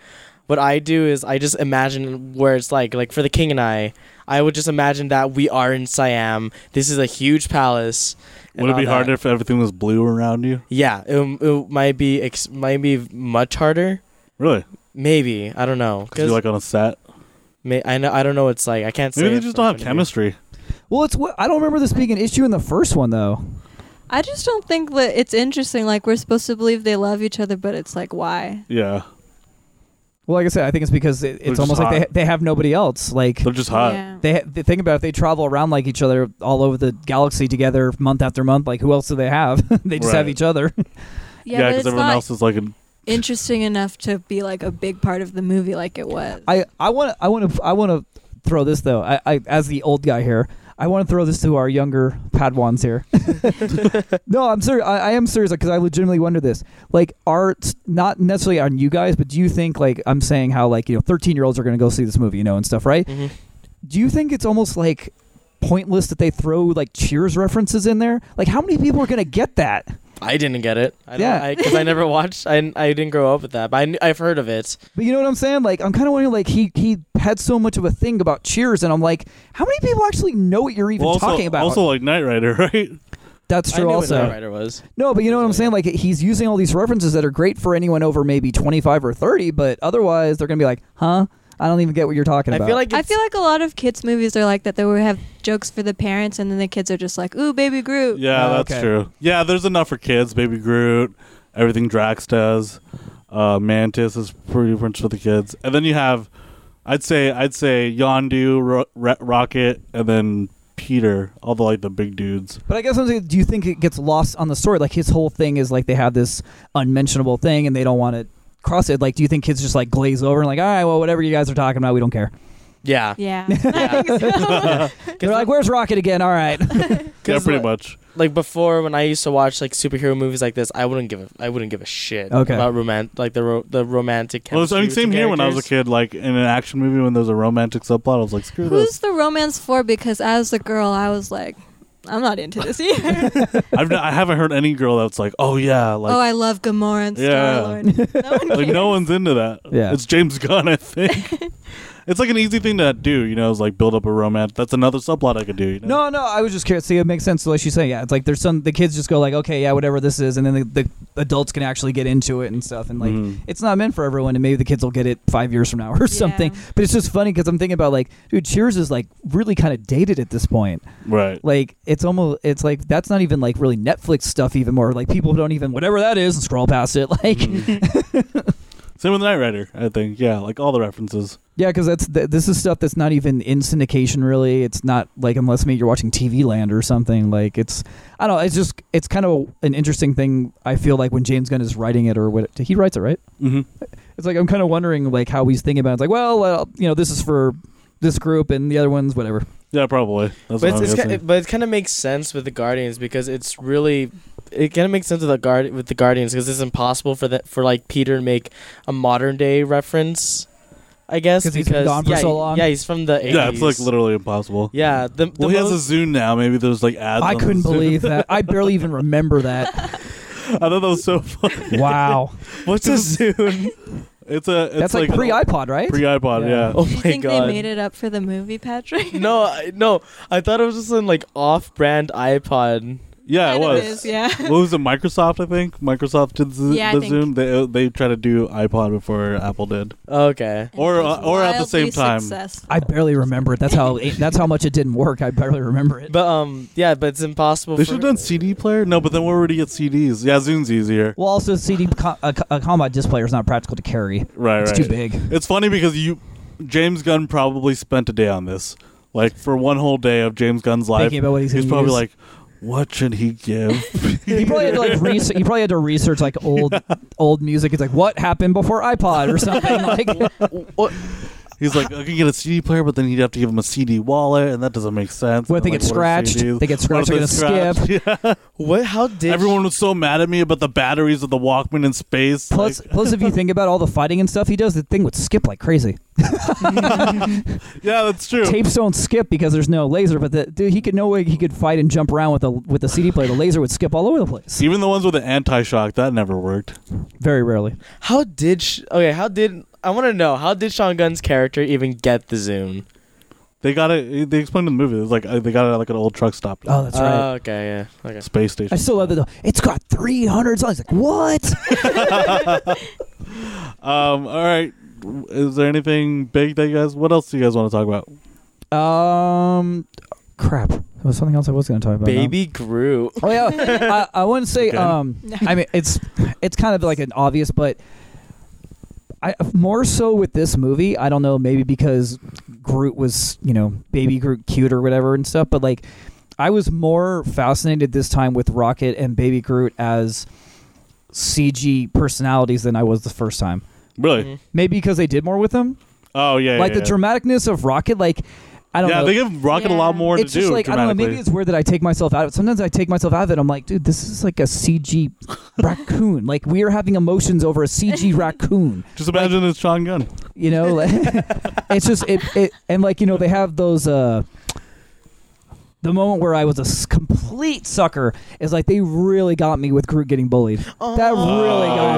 Speaker 3: what I do is I just imagine where it's like like for the king and I, I would just imagine that we are in Siam. This is a huge palace. and
Speaker 1: Would it be
Speaker 3: all that.
Speaker 1: harder if everything was blue around you?
Speaker 3: Yeah, it, it might be ex- might be much harder.
Speaker 1: Really?
Speaker 3: Maybe I don't know
Speaker 1: Because you're like on a set.
Speaker 3: may, I know I don't know. It's like I can't.
Speaker 1: Maybe
Speaker 3: say
Speaker 1: they
Speaker 3: it
Speaker 1: just
Speaker 3: from
Speaker 1: don't have
Speaker 3: front of me.
Speaker 1: chemistry.
Speaker 5: Well, it's what I don't remember this being an issue in the first one though.
Speaker 2: I just don't think that it's interesting. Like we're supposed to believe they love each other, but it's like why?
Speaker 1: Yeah,
Speaker 5: Well, like I said, I think it's because it,
Speaker 1: They're
Speaker 5: it's
Speaker 1: just
Speaker 5: almost like
Speaker 1: hot.
Speaker 5: they they have nobody else. Like
Speaker 1: they're just hot.
Speaker 2: Yeah.
Speaker 5: they ha- the thing about it, if they travel around like each other all over the galaxy together month after month, like who else do they have? (laughs) they just have
Speaker 1: Right.
Speaker 5: each other. (laughs)
Speaker 1: Yeah,
Speaker 2: but
Speaker 1: because
Speaker 2: it's
Speaker 1: everyone
Speaker 2: not
Speaker 1: else is like, in,
Speaker 2: interesting enough to be like a big part of the movie, like it was.
Speaker 5: I I want I want to I want to throw this though. I, I as the old guy here, I want to throw this to our younger Padwans here. (laughs) no, I'm serious. I, I am serious because I legitimately wonder this. Like, are not necessarily on you guys, but do you think like I'm saying how like you know 13 year olds are going to go see this movie, you know, and stuff, right?
Speaker 3: Mhm.
Speaker 5: Do you think it's almost like pointless that they throw like Cheers references in there? Like, how many people are going to get that?
Speaker 3: I didn't get it. I
Speaker 5: Yeah.
Speaker 3: yeah, because I, never (laughs) watched. I, I didn't grow up with that, but I, kn- I've heard of it.
Speaker 5: But you know what I'm saying? Like, I'm kind of wondering. Like, he he had so much of a thing about Cheers, and I'm like, how many people actually know what you're even
Speaker 1: well, also,
Speaker 5: talking about?
Speaker 1: also like Knight Rider, (laughs) right?
Speaker 5: That's
Speaker 3: I
Speaker 5: true.
Speaker 3: knew
Speaker 5: Also,
Speaker 3: what Knight Rider was.
Speaker 5: no, but you know what I'm saying? Like he's using all these references that are great for anyone over maybe 25 or 30, but otherwise they're gonna be like, huh? I don't even get what you're talking
Speaker 3: I
Speaker 5: about.
Speaker 3: feel like it's,
Speaker 2: I feel like a lot of kids' movies are like that. They will have jokes for the parents, and then the kids are just like, "Ooh, baby Groot."
Speaker 1: Yeah,
Speaker 5: Oh,
Speaker 1: that's
Speaker 5: okay.
Speaker 1: true. Yeah, there's enough for kids. Baby Groot, everything Drax does, uh, Mantis is pretty much for the kids, and then you have, I'd say, I'd say Yondu, Ro- Re- Rocket, and then Peter, all the like the big dudes.
Speaker 5: but I guess I'm saying, do you think it gets lost on the story? Like his whole thing is like they have this unmentionable thing and they don't want to cross it. Like, do you think kids just like glaze over and like, all right, well, whatever you guys are talking about, we don't care.
Speaker 3: yeah,
Speaker 2: Yeah.
Speaker 5: (laughs) They're like, where's Rocket again? All right.
Speaker 1: Yeah,
Speaker 3: 'Cause,
Speaker 1: pretty
Speaker 3: like-
Speaker 1: much.
Speaker 3: (laughs) like before when I used to watch like superhero movies like this, I wouldn't give a I wouldn't give a shit
Speaker 5: Okay.
Speaker 3: about roman like the ro- the romantic.
Speaker 1: Well, it's, I mean,
Speaker 3: chemistry
Speaker 1: same
Speaker 3: with the
Speaker 1: here. When I was a
Speaker 3: characters.
Speaker 1: kid, like in an action movie, when there's a romantic subplot, I was like, screw
Speaker 2: Who's
Speaker 1: this.
Speaker 2: the romance for? Because as a girl, I was like, I'm not into this either.
Speaker 1: I've n- I haven't heard any girl that's like, oh yeah, like.
Speaker 2: oh, I love Gamora and
Speaker 1: Yeah.
Speaker 2: Star Lord. No one
Speaker 1: like
Speaker 2: cares.
Speaker 1: no one's into that.
Speaker 5: Yeah.
Speaker 1: it's James Gunn. I think
Speaker 5: (laughs)
Speaker 1: it's like an easy thing to do. You know, is like build up a romance. That's another subplot I could do. You know?
Speaker 5: No, no, I was just curious. See, it makes sense. Like she's saying, yeah, it's like there's some the kids just go like, okay, yeah, whatever this is, and then the, the adults can actually get into it and stuff, and like
Speaker 1: Mhm.
Speaker 2: Mm-hmm.
Speaker 5: it's not meant for everyone, and maybe the kids will get it five years from now or (laughs) something.
Speaker 2: Yeah.
Speaker 5: But it's just funny because I'm thinking about like, dude, Cheers is like really kind of dated at this point.
Speaker 1: right?
Speaker 5: Like it's almost it's like that's not even like really Netflix stuff even more. Like people don't even whatever that is and scroll past it. (laughs) Like
Speaker 1: Mm-hmm.
Speaker 2: Mm-hmm.
Speaker 5: (laughs)
Speaker 1: Same with Knight Rider. I think yeah, like all the references.
Speaker 5: yeah, because that's th- this is stuff that's not even in syndication really. It's not like unless maybe you're watching TV Land or something. Like it's I don't know. It's just it's kind of an interesting thing. I feel like when James Gunn is writing it or what he writes it right.
Speaker 1: Mm-hmm.
Speaker 5: It's like I'm kind of wondering like how he's thinking about. It. It's like well, uh, you know, this is for this group and the other ones whatever.
Speaker 1: Yeah, probably. That's
Speaker 3: But
Speaker 1: what
Speaker 3: it's,
Speaker 1: I'm
Speaker 3: it's
Speaker 1: guessing.
Speaker 3: kind of, but it kind of makes sense with the Guardians because it's really it kind of makes sense with the guard with the Guardians because it's impossible for that for like Peter to make a modern day reference. I guess
Speaker 5: 'Cause he's
Speaker 3: because
Speaker 5: been gone for
Speaker 3: yeah,
Speaker 5: so
Speaker 3: he-
Speaker 5: long.
Speaker 3: yeah, he's from the 80s.
Speaker 1: yeah, it's like literally impossible.
Speaker 3: Yeah, the, the
Speaker 1: Well, he has a
Speaker 3: most-
Speaker 1: Zoom now. Maybe there's like ads.
Speaker 5: I
Speaker 1: on
Speaker 5: couldn't
Speaker 1: Zoom.
Speaker 5: believe that. I barely even remember that.
Speaker 1: (laughs) I thought that was
Speaker 5: (laughs)
Speaker 1: so funny.
Speaker 5: Wow,
Speaker 1: What's a Zoom? It's a. It's
Speaker 5: that's like, pre iPod, right?
Speaker 1: Pre iPod.
Speaker 5: Yeah.
Speaker 1: Yeah.
Speaker 3: oh
Speaker 2: Do you
Speaker 3: my
Speaker 2: think
Speaker 3: god.
Speaker 2: they made it up for the movie, Patrick?
Speaker 3: (laughs) No, I- no, I thought it was just an like off-brand iPod.
Speaker 1: Yeah, it
Speaker 2: Kind of
Speaker 1: was.
Speaker 2: is, yeah.
Speaker 1: What was it? Microsoft, I think. Microsoft did the,
Speaker 2: Yeah, I
Speaker 1: the
Speaker 2: think.
Speaker 1: Zoom. They uh, they tried to do iPod before Apple did.
Speaker 2: And
Speaker 3: Okay.
Speaker 1: Or-
Speaker 2: it was
Speaker 1: or uh, at the
Speaker 2: wildly
Speaker 1: same time.
Speaker 2: successful.
Speaker 5: I barely remember it. That's how that's how much it didn't work. I barely remember it.
Speaker 3: But um, yeah, but it's impossible.
Speaker 1: They
Speaker 3: for-
Speaker 1: should have done CD player. No, but then where would you get CDs? Yeah, Zoom's easier.
Speaker 5: Well, also CD co- a, co- a combat disc player is not practical to carry.
Speaker 1: Right,
Speaker 5: It's
Speaker 1: right.
Speaker 5: too big.
Speaker 1: It's funny because you, James Gunn probably spent a day on this. Like for one whole day of James Gunn's life,
Speaker 5: Thinking about what he's
Speaker 1: he's
Speaker 5: gonna
Speaker 1: probably
Speaker 5: use.
Speaker 1: like, "What should he give?" (laughs)
Speaker 5: He probably had to like research. He probably had to research like
Speaker 1: (laughs) (laughs)
Speaker 5: old old music. It's like what happened before iPod or something. Like
Speaker 3: Or-
Speaker 1: He's like, I can get a CD player, but then you'd have to give him a CD wallet, and that doesn't make sense.
Speaker 5: What if they
Speaker 1: And,
Speaker 5: get
Speaker 1: what are
Speaker 5: scratched?
Speaker 1: CDs?
Speaker 5: They get
Speaker 1: What if
Speaker 5: scratched, they're gonna
Speaker 1: scratched? (laughs) Yeah.
Speaker 3: What? How did
Speaker 1: Everyone was so mad at me about the batteries of the Walkman in space.
Speaker 5: Plus,
Speaker 1: like-
Speaker 5: plus, if you think about all the fighting and stuff he does, the thing would skip like crazy.
Speaker 1: yeah, that's true.
Speaker 5: Tapes don't skip because there's no laser, but the, dude, he could no way he could fight and jump around with a with the CD player. The laser would skip all over the place.
Speaker 1: Even the ones with the anti-shock that never worked.
Speaker 5: Very rarely.
Speaker 3: How did sh- okay? How did I want to know? How did Sean Gunn's character even get the zoom?
Speaker 1: They got it. They explained in the movie. It was like uh, they got it at like an old truck stop,
Speaker 5: Oh, that's right.
Speaker 3: Oh,
Speaker 1: Uh,
Speaker 3: okay, yeah,
Speaker 1: (laughs)
Speaker 3: okay.
Speaker 1: space station.
Speaker 5: I still love it. It's got 300 songs. Like what?
Speaker 1: (laughs) Um, all right. Is there anything big that you guys? What else do you guys want to talk about?
Speaker 5: um, crap. There was something else I was going to talk about. now.
Speaker 1: (laughs)
Speaker 3: Baby grew.
Speaker 5: Oh yeah, I, I wouldn't say.
Speaker 1: Okay.
Speaker 5: Um, I mean, it's it's kind of like an obvious, but I more so with this movie. I don't know, maybe because Groot was you know baby Groot cute or whatever and stuff, but like I was more fascinated this time with Rocket and Baby Groot as CG personalities than I was the first time.
Speaker 3: Mm-hmm.
Speaker 1: Really?
Speaker 5: Maybe because they did more with them,
Speaker 1: Oh yeah.
Speaker 5: Mm-hmm. like
Speaker 1: yeah,
Speaker 5: the
Speaker 1: yeah.
Speaker 5: dramaticness of Rocket. Like I don't
Speaker 1: yeah,
Speaker 5: know
Speaker 1: they give Rocket a lot
Speaker 2: Yeah.
Speaker 1: more
Speaker 5: it's
Speaker 1: to
Speaker 5: just
Speaker 1: do.
Speaker 5: like I don't know. Maybe
Speaker 1: dramatically.
Speaker 5: it's weird that I take myself out of it. Sometimes I take myself out of it. I'm like, dude, this is like
Speaker 1: (laughs)
Speaker 5: a CG raccoon. Like we are having emotions over
Speaker 1: (laughs)
Speaker 5: a CG raccoon.
Speaker 1: just imagine it's Sean
Speaker 5: (laughs)
Speaker 1: Gunn.
Speaker 5: You know, like, it's just it, it and like you know they have those. uh the moment where I was a s- complete sucker is like they really got me with Groot getting bullied. that really got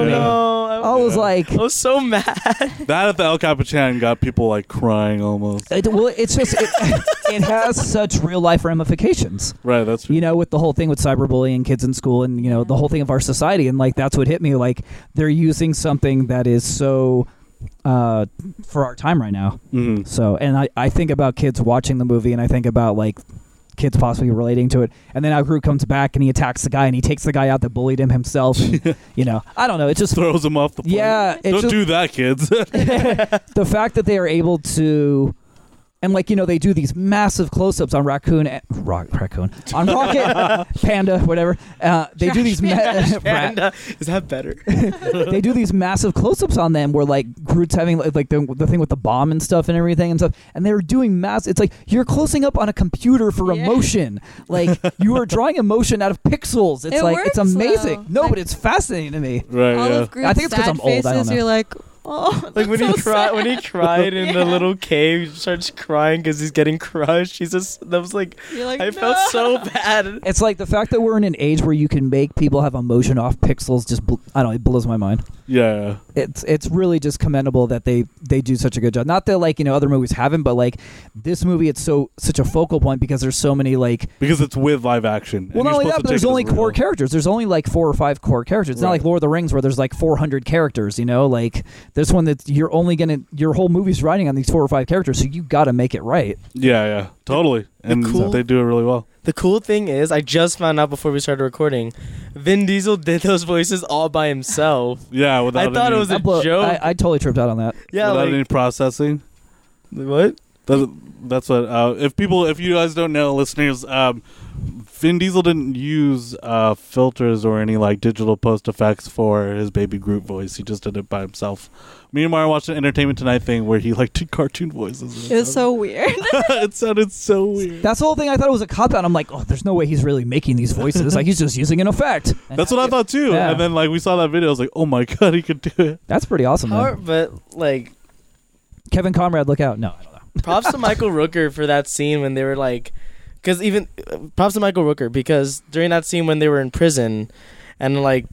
Speaker 1: Oh, yeah.
Speaker 5: me. I
Speaker 3: Oh,
Speaker 5: was like,
Speaker 3: I was so mad.
Speaker 1: That at the El Capitan got people like crying almost.
Speaker 5: it, well, it's just it, (laughs) it has such real life ramifications.
Speaker 1: Right. That's
Speaker 5: you know, with the whole thing with cyberbullying, kids in school, and you know, the whole thing of our society, and like that's what hit me. Like they're using something that is so uh, for our time right now.
Speaker 1: Mhm.
Speaker 5: So, and I, I think about kids watching the movie, and I think about like kids possibly relating to it, and then how Groot comes back and he attacks the guy, and he takes the guy out that bullied him
Speaker 1: (laughs)
Speaker 5: himself. and, you know, I don't know. It just
Speaker 1: throws them off the. plane.
Speaker 5: yeah, it
Speaker 1: Don't
Speaker 5: just,
Speaker 1: do that, kids. (laughs)
Speaker 5: the fact that they are able to and like you know they do these massive close-ups on raccoon and, rock, raccoon on rocket panda whatever uh, they do these ma- (laughs) rat-
Speaker 3: Panda. Is that better?
Speaker 5: they do these massive close-ups on them where like groot's having like like, the, the thing with the bomb and stuff and everything and stuff and they're doing mass it's like you're closing up on a computer for
Speaker 2: Yeah.
Speaker 5: emotion like you are drawing emotion out of pixels it's
Speaker 2: It
Speaker 5: like it's
Speaker 2: works,
Speaker 5: amazing
Speaker 2: though.
Speaker 5: no
Speaker 2: Like-
Speaker 5: but it's fascinating to me
Speaker 1: right.
Speaker 2: All
Speaker 1: yeah.
Speaker 2: of Groot's
Speaker 5: I think it's 'cause
Speaker 2: sad
Speaker 5: I'm old, I don't
Speaker 2: faces,
Speaker 5: know.
Speaker 2: you're like, oh,
Speaker 3: like when
Speaker 2: that's
Speaker 3: he
Speaker 2: so
Speaker 3: cried,
Speaker 2: sad.
Speaker 3: when he cried in the
Speaker 2: Yeah.
Speaker 3: little cave, he starts crying because he's getting crushed. He's just that was like
Speaker 2: You're like,
Speaker 3: I felt
Speaker 2: "No."
Speaker 3: so bad.
Speaker 5: it's like the fact that we're in an age where you can make people have emotion off pixels just bl- i don't know it blows my mind
Speaker 1: yeah.
Speaker 5: it's it's really just commendable that they they do such a good job. Not that like you know other movies haven't, but like this movie, it's so such a focal point because there's so many like.
Speaker 1: Because it's with live action.
Speaker 5: Well,
Speaker 1: and
Speaker 5: not
Speaker 1: you're
Speaker 5: only that,
Speaker 1: supposed to
Speaker 5: but there's
Speaker 1: take it
Speaker 5: only
Speaker 1: as
Speaker 5: core
Speaker 1: real.
Speaker 5: characters. There's only like four or five core characters. It's not
Speaker 1: Right.
Speaker 5: like Lord of the Rings where there's like 400 characters. You know, like there's one that you're only gonna your whole movie's riding on these four or five characters, so you got to make it right.
Speaker 1: Yeah, yeah, totally. And
Speaker 3: cool-
Speaker 1: they do it really well.
Speaker 3: The cool thing is, I just found out before we started recording, Vin Diesel did those voices all by himself.
Speaker 1: Yeah, without
Speaker 3: I thought
Speaker 1: any,
Speaker 3: it was a
Speaker 5: I blow-
Speaker 3: joke.
Speaker 5: I, I totally tripped out on that.
Speaker 3: (laughs) yeah,
Speaker 1: without
Speaker 3: like
Speaker 1: any processing.
Speaker 3: what?
Speaker 1: That's, that's what. Uh, if people, if you guys don't know, listeners, um, Vin Diesel didn't use uh, filters or any like digital post effects for his baby Groot voice. He just did it by himself. Me and Mara watched an Entertainment Tonight thing where he like did cartoon voices.
Speaker 2: It was so weird.
Speaker 1: (laughs)
Speaker 2: (laughs)
Speaker 1: it sounded so weird.
Speaker 5: That's the whole thing. I thought it was a cop out. I'm like, oh, there's no way he's really making these voices. like he's just using an effect. And
Speaker 1: That's what I thought too.
Speaker 5: Yeah.
Speaker 1: And then like we saw that video, I was like, oh my god, he could do it.
Speaker 5: That's pretty awesome.
Speaker 3: How,
Speaker 5: Man.
Speaker 3: but like,
Speaker 5: Kevin Conrad, look out! No, I don't know.
Speaker 3: props to (laughs) Michael Rooker for that scene when they were like, because even props to Michael Rooker because during that scene when they were in prison, and like,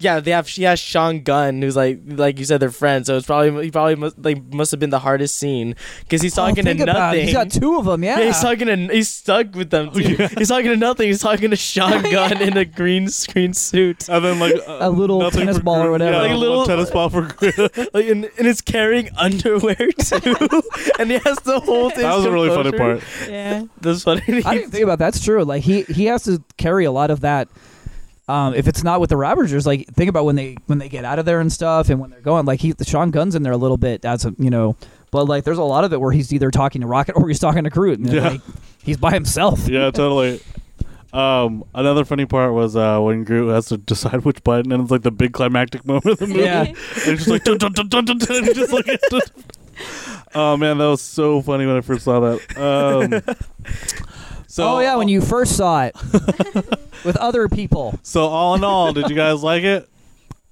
Speaker 3: yeah, they have she has Sean Gunn who's like like you said they're friends, so it's probably he probably must like must have been the hardest scene because he's
Speaker 5: Oh,
Speaker 3: talking
Speaker 5: think
Speaker 3: to
Speaker 5: about it.
Speaker 3: nothing.
Speaker 5: He's got two of them. Yeah.
Speaker 3: Yeah, he's talking to he's stuck with them. Too. He's talking to nothing. He's talking to Sean (laughs) Gunn in a green screen suit,
Speaker 1: And then like uh,
Speaker 5: A little
Speaker 1: nothing
Speaker 5: tennis
Speaker 1: for
Speaker 5: ball or
Speaker 1: Groot.
Speaker 5: whatever.
Speaker 1: Yeah,
Speaker 5: Like
Speaker 1: a
Speaker 5: a
Speaker 1: little
Speaker 3: little-
Speaker 1: tennis ball for Groot.
Speaker 3: like, and, and it's carrying underwear (laughs) too. and he has the whole thing.
Speaker 1: that was a really funny part.
Speaker 2: yeah.
Speaker 3: That's funny. (laughs)
Speaker 5: I didn't think about that. that's true. Like he he has to carry a lot of that. Um, if it's not with the Ravagers, like think about when they when they get out of there and stuff, and when they're going, like he the Sean Gunn's in there a little bit. That's a, you know, but like there's a lot of it where he's either talking to Rocket (laughs) or he's talking to Groot, and
Speaker 1: Yeah.
Speaker 5: like he's by himself.
Speaker 1: yeah, totally. Um, another funny part was uh, when Groot has to decide which button, and it's like the big climactic moment of the movie.
Speaker 5: Yeah.
Speaker 1: (laughs) And it's just like, dun, dun, dun, dun, dun, dun, and just like Oh man, that was so funny when I first saw that. Um, so
Speaker 5: (laughs) oh yeah, when you first saw it with other people.
Speaker 1: so all in all, did you guys like it?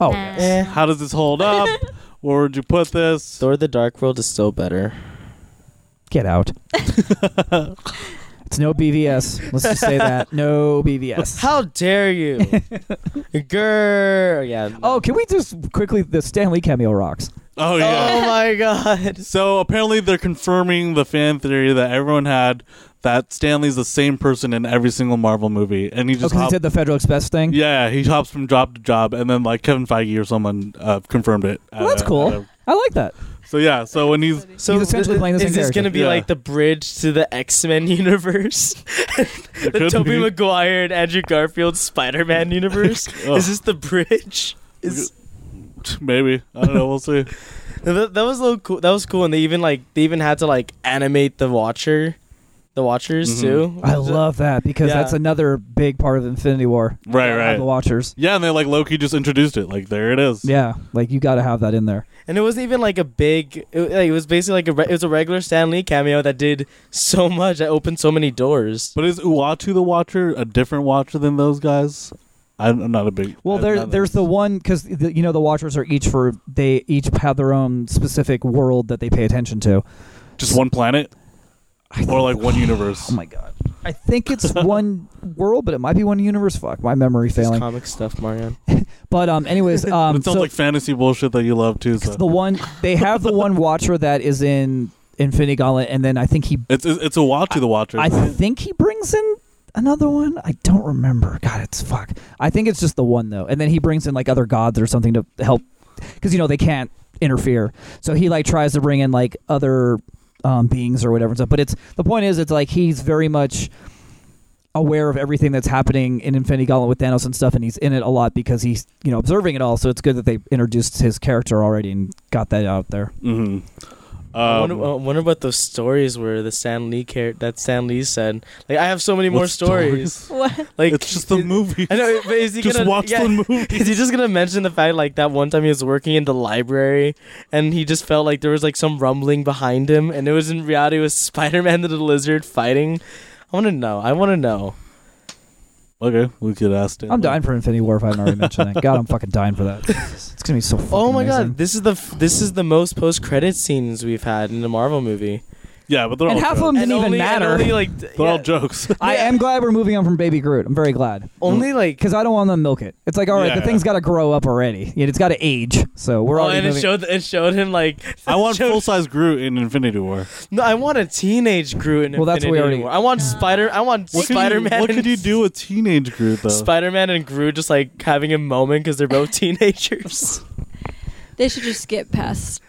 Speaker 5: Oh,
Speaker 10: Nah.
Speaker 3: Eh.
Speaker 1: How does this hold up? Where would you put
Speaker 5: (laughs)
Speaker 1: this?
Speaker 3: Thor: The Dark World is still better.
Speaker 5: get out. it's no BVS. Let's just say that no BVS.
Speaker 3: How dare you, (laughs) girl? Yeah. no.
Speaker 5: Oh, can we just quickly the Stanley cameo rocks?
Speaker 1: Oh
Speaker 3: Oh
Speaker 1: yeah.
Speaker 3: my God.
Speaker 1: So apparently they're confirming the fan theory that everyone had that Stanley's the same person in every single Marvel movie, and he
Speaker 5: Oh,
Speaker 1: just
Speaker 5: because he
Speaker 1: hop-
Speaker 5: did the Federal Express thing.
Speaker 1: yeah he hops from job to job, and then like Kevin Feige or someone uh, confirmed it.
Speaker 5: Well, that's
Speaker 1: Uh, uh,
Speaker 5: cool. I like that.
Speaker 1: so yeah, so when he's
Speaker 3: So
Speaker 5: He's essentially
Speaker 3: th-
Speaker 5: playing the
Speaker 3: is
Speaker 5: same
Speaker 3: this gonna
Speaker 5: character.
Speaker 3: be
Speaker 1: Yeah.
Speaker 3: like the bridge to the X Men universe, (laughs)
Speaker 1: it
Speaker 3: the
Speaker 1: could
Speaker 3: Tobey
Speaker 1: be-
Speaker 3: Maguire and Andrew Garfield Spider
Speaker 1: (laughs)
Speaker 3: Man universe?
Speaker 1: Oh.
Speaker 3: Is this the bridge? Is
Speaker 1: (laughs) maybe I don't know, we'll see.
Speaker 3: that, that was a little cool. That was cool, and they even like they even had to like animate the Watcher, the Watchers
Speaker 1: Mm-hmm.
Speaker 3: too.
Speaker 5: I love that because
Speaker 3: Yeah.
Speaker 5: that's another big part of Infinity War.
Speaker 1: Right,
Speaker 5: Gotta have
Speaker 1: right.
Speaker 5: The Watchers.
Speaker 1: Yeah, and they like Loki just introduced it. Like there it is.
Speaker 5: Yeah, like you got to have that in there.
Speaker 3: And it wasn't even like a big. It, like, it was basically like a. Re- it was a regular Stan Lee cameo that did so much. That opened so many doors.
Speaker 1: But is Uatu the Watcher a different Watcher than those guys? I'm, I'm not a big.
Speaker 5: Well,
Speaker 1: I'm
Speaker 5: there,
Speaker 1: not a-
Speaker 5: there's the one because you know the Watchers are each for they each have their own specific world that they pay attention to.
Speaker 1: just one planet, or like one universe.
Speaker 5: Oh my god, I
Speaker 1: (laughs)
Speaker 5: think it's one world, but it might be one universe. Fuck, my memory
Speaker 3: This
Speaker 5: failing.
Speaker 3: comic stuff, Marion.
Speaker 5: But
Speaker 1: (laughs)
Speaker 5: um, anyways, um,
Speaker 1: it sounds
Speaker 5: so-
Speaker 1: like fantasy bullshit that you love too.
Speaker 5: It's
Speaker 1: So.
Speaker 5: the one they have the one watcher that is in Infinity Gauntlet, and then I think he,
Speaker 1: it's it's it's a Uatu the Watcher.
Speaker 5: I think he brings in another one. I don't remember. God, it's fuck. I think it's just the one though, and then he brings in like other gods or something to help, because you know they can't interfere. So he like tries to bring in like other um, beings or whatever and stuff. But it's the point is, it's like he's very much aware of everything that's happening in Infinity Gauntlet with Thanos and stuff, and he's in it a lot because he's you know observing it all. So it's good that they introduced his character already and got that out there.
Speaker 1: hmm
Speaker 3: I, wonder, I
Speaker 1: Um,
Speaker 3: wonder about those stories where the Stan Lee char- that Stan Lee said. Like I have so many
Speaker 1: what
Speaker 3: more stories.
Speaker 2: What?
Speaker 3: Like
Speaker 1: It's just the
Speaker 3: it-
Speaker 1: movie.
Speaker 3: I know, but is he
Speaker 1: Just
Speaker 3: gonna
Speaker 1: watch
Speaker 3: yeah, (laughs)
Speaker 1: the movie.
Speaker 3: Is he just gonna mention the fact like that one time he was working in the library and he just felt like there was like some rumbling behind him and it was in reality it was (laughs) Spider Man and the lizard fighting? I want to know. I want to know.
Speaker 1: Okay, we could ask. Dan.
Speaker 5: I'm dying for Infinity War if I haven't already mentioned it. God, I'm fucking dying for that. (laughs) It's gonna be so. Fucking
Speaker 3: Oh my
Speaker 5: amazing.
Speaker 3: god, this is the f- this is the most post credit scenes we've had in a Marvel movie.
Speaker 1: Yeah, but they're
Speaker 5: And
Speaker 1: all
Speaker 5: half of
Speaker 1: jokes.
Speaker 5: them didn't
Speaker 3: and
Speaker 5: even
Speaker 3: only, and
Speaker 5: matter.
Speaker 3: only, like d-
Speaker 1: They're all
Speaker 3: yeah,
Speaker 1: jokes.
Speaker 3: (laughs)
Speaker 1: (laughs)
Speaker 5: I am glad we're moving on from Baby Groot. I'm very glad.
Speaker 3: only like
Speaker 5: Because I don't want them to milk it. It's like, all right,
Speaker 1: Yeah,
Speaker 5: the
Speaker 1: yeah.
Speaker 5: thing's got to grow up already. Yeah, It's got to age. So we're
Speaker 3: Oh,
Speaker 5: already
Speaker 3: and it
Speaker 5: moving.
Speaker 3: showed (laughs) it showed him like
Speaker 1: I want
Speaker 3: showed-
Speaker 1: full size Groot in Infinity War.
Speaker 3: No, I want a teenage Groot in
Speaker 5: Well, that's what we
Speaker 3: Infinity
Speaker 5: already-
Speaker 3: War. I want Spider. I want
Speaker 1: What could you-
Speaker 3: Spider Man.
Speaker 1: What could you
Speaker 3: (laughs)
Speaker 1: do with teenage Groot though?
Speaker 3: Spider Man and Groot just like having a moment because they're both (laughs) teenagers.
Speaker 2: They should just skip past (laughs)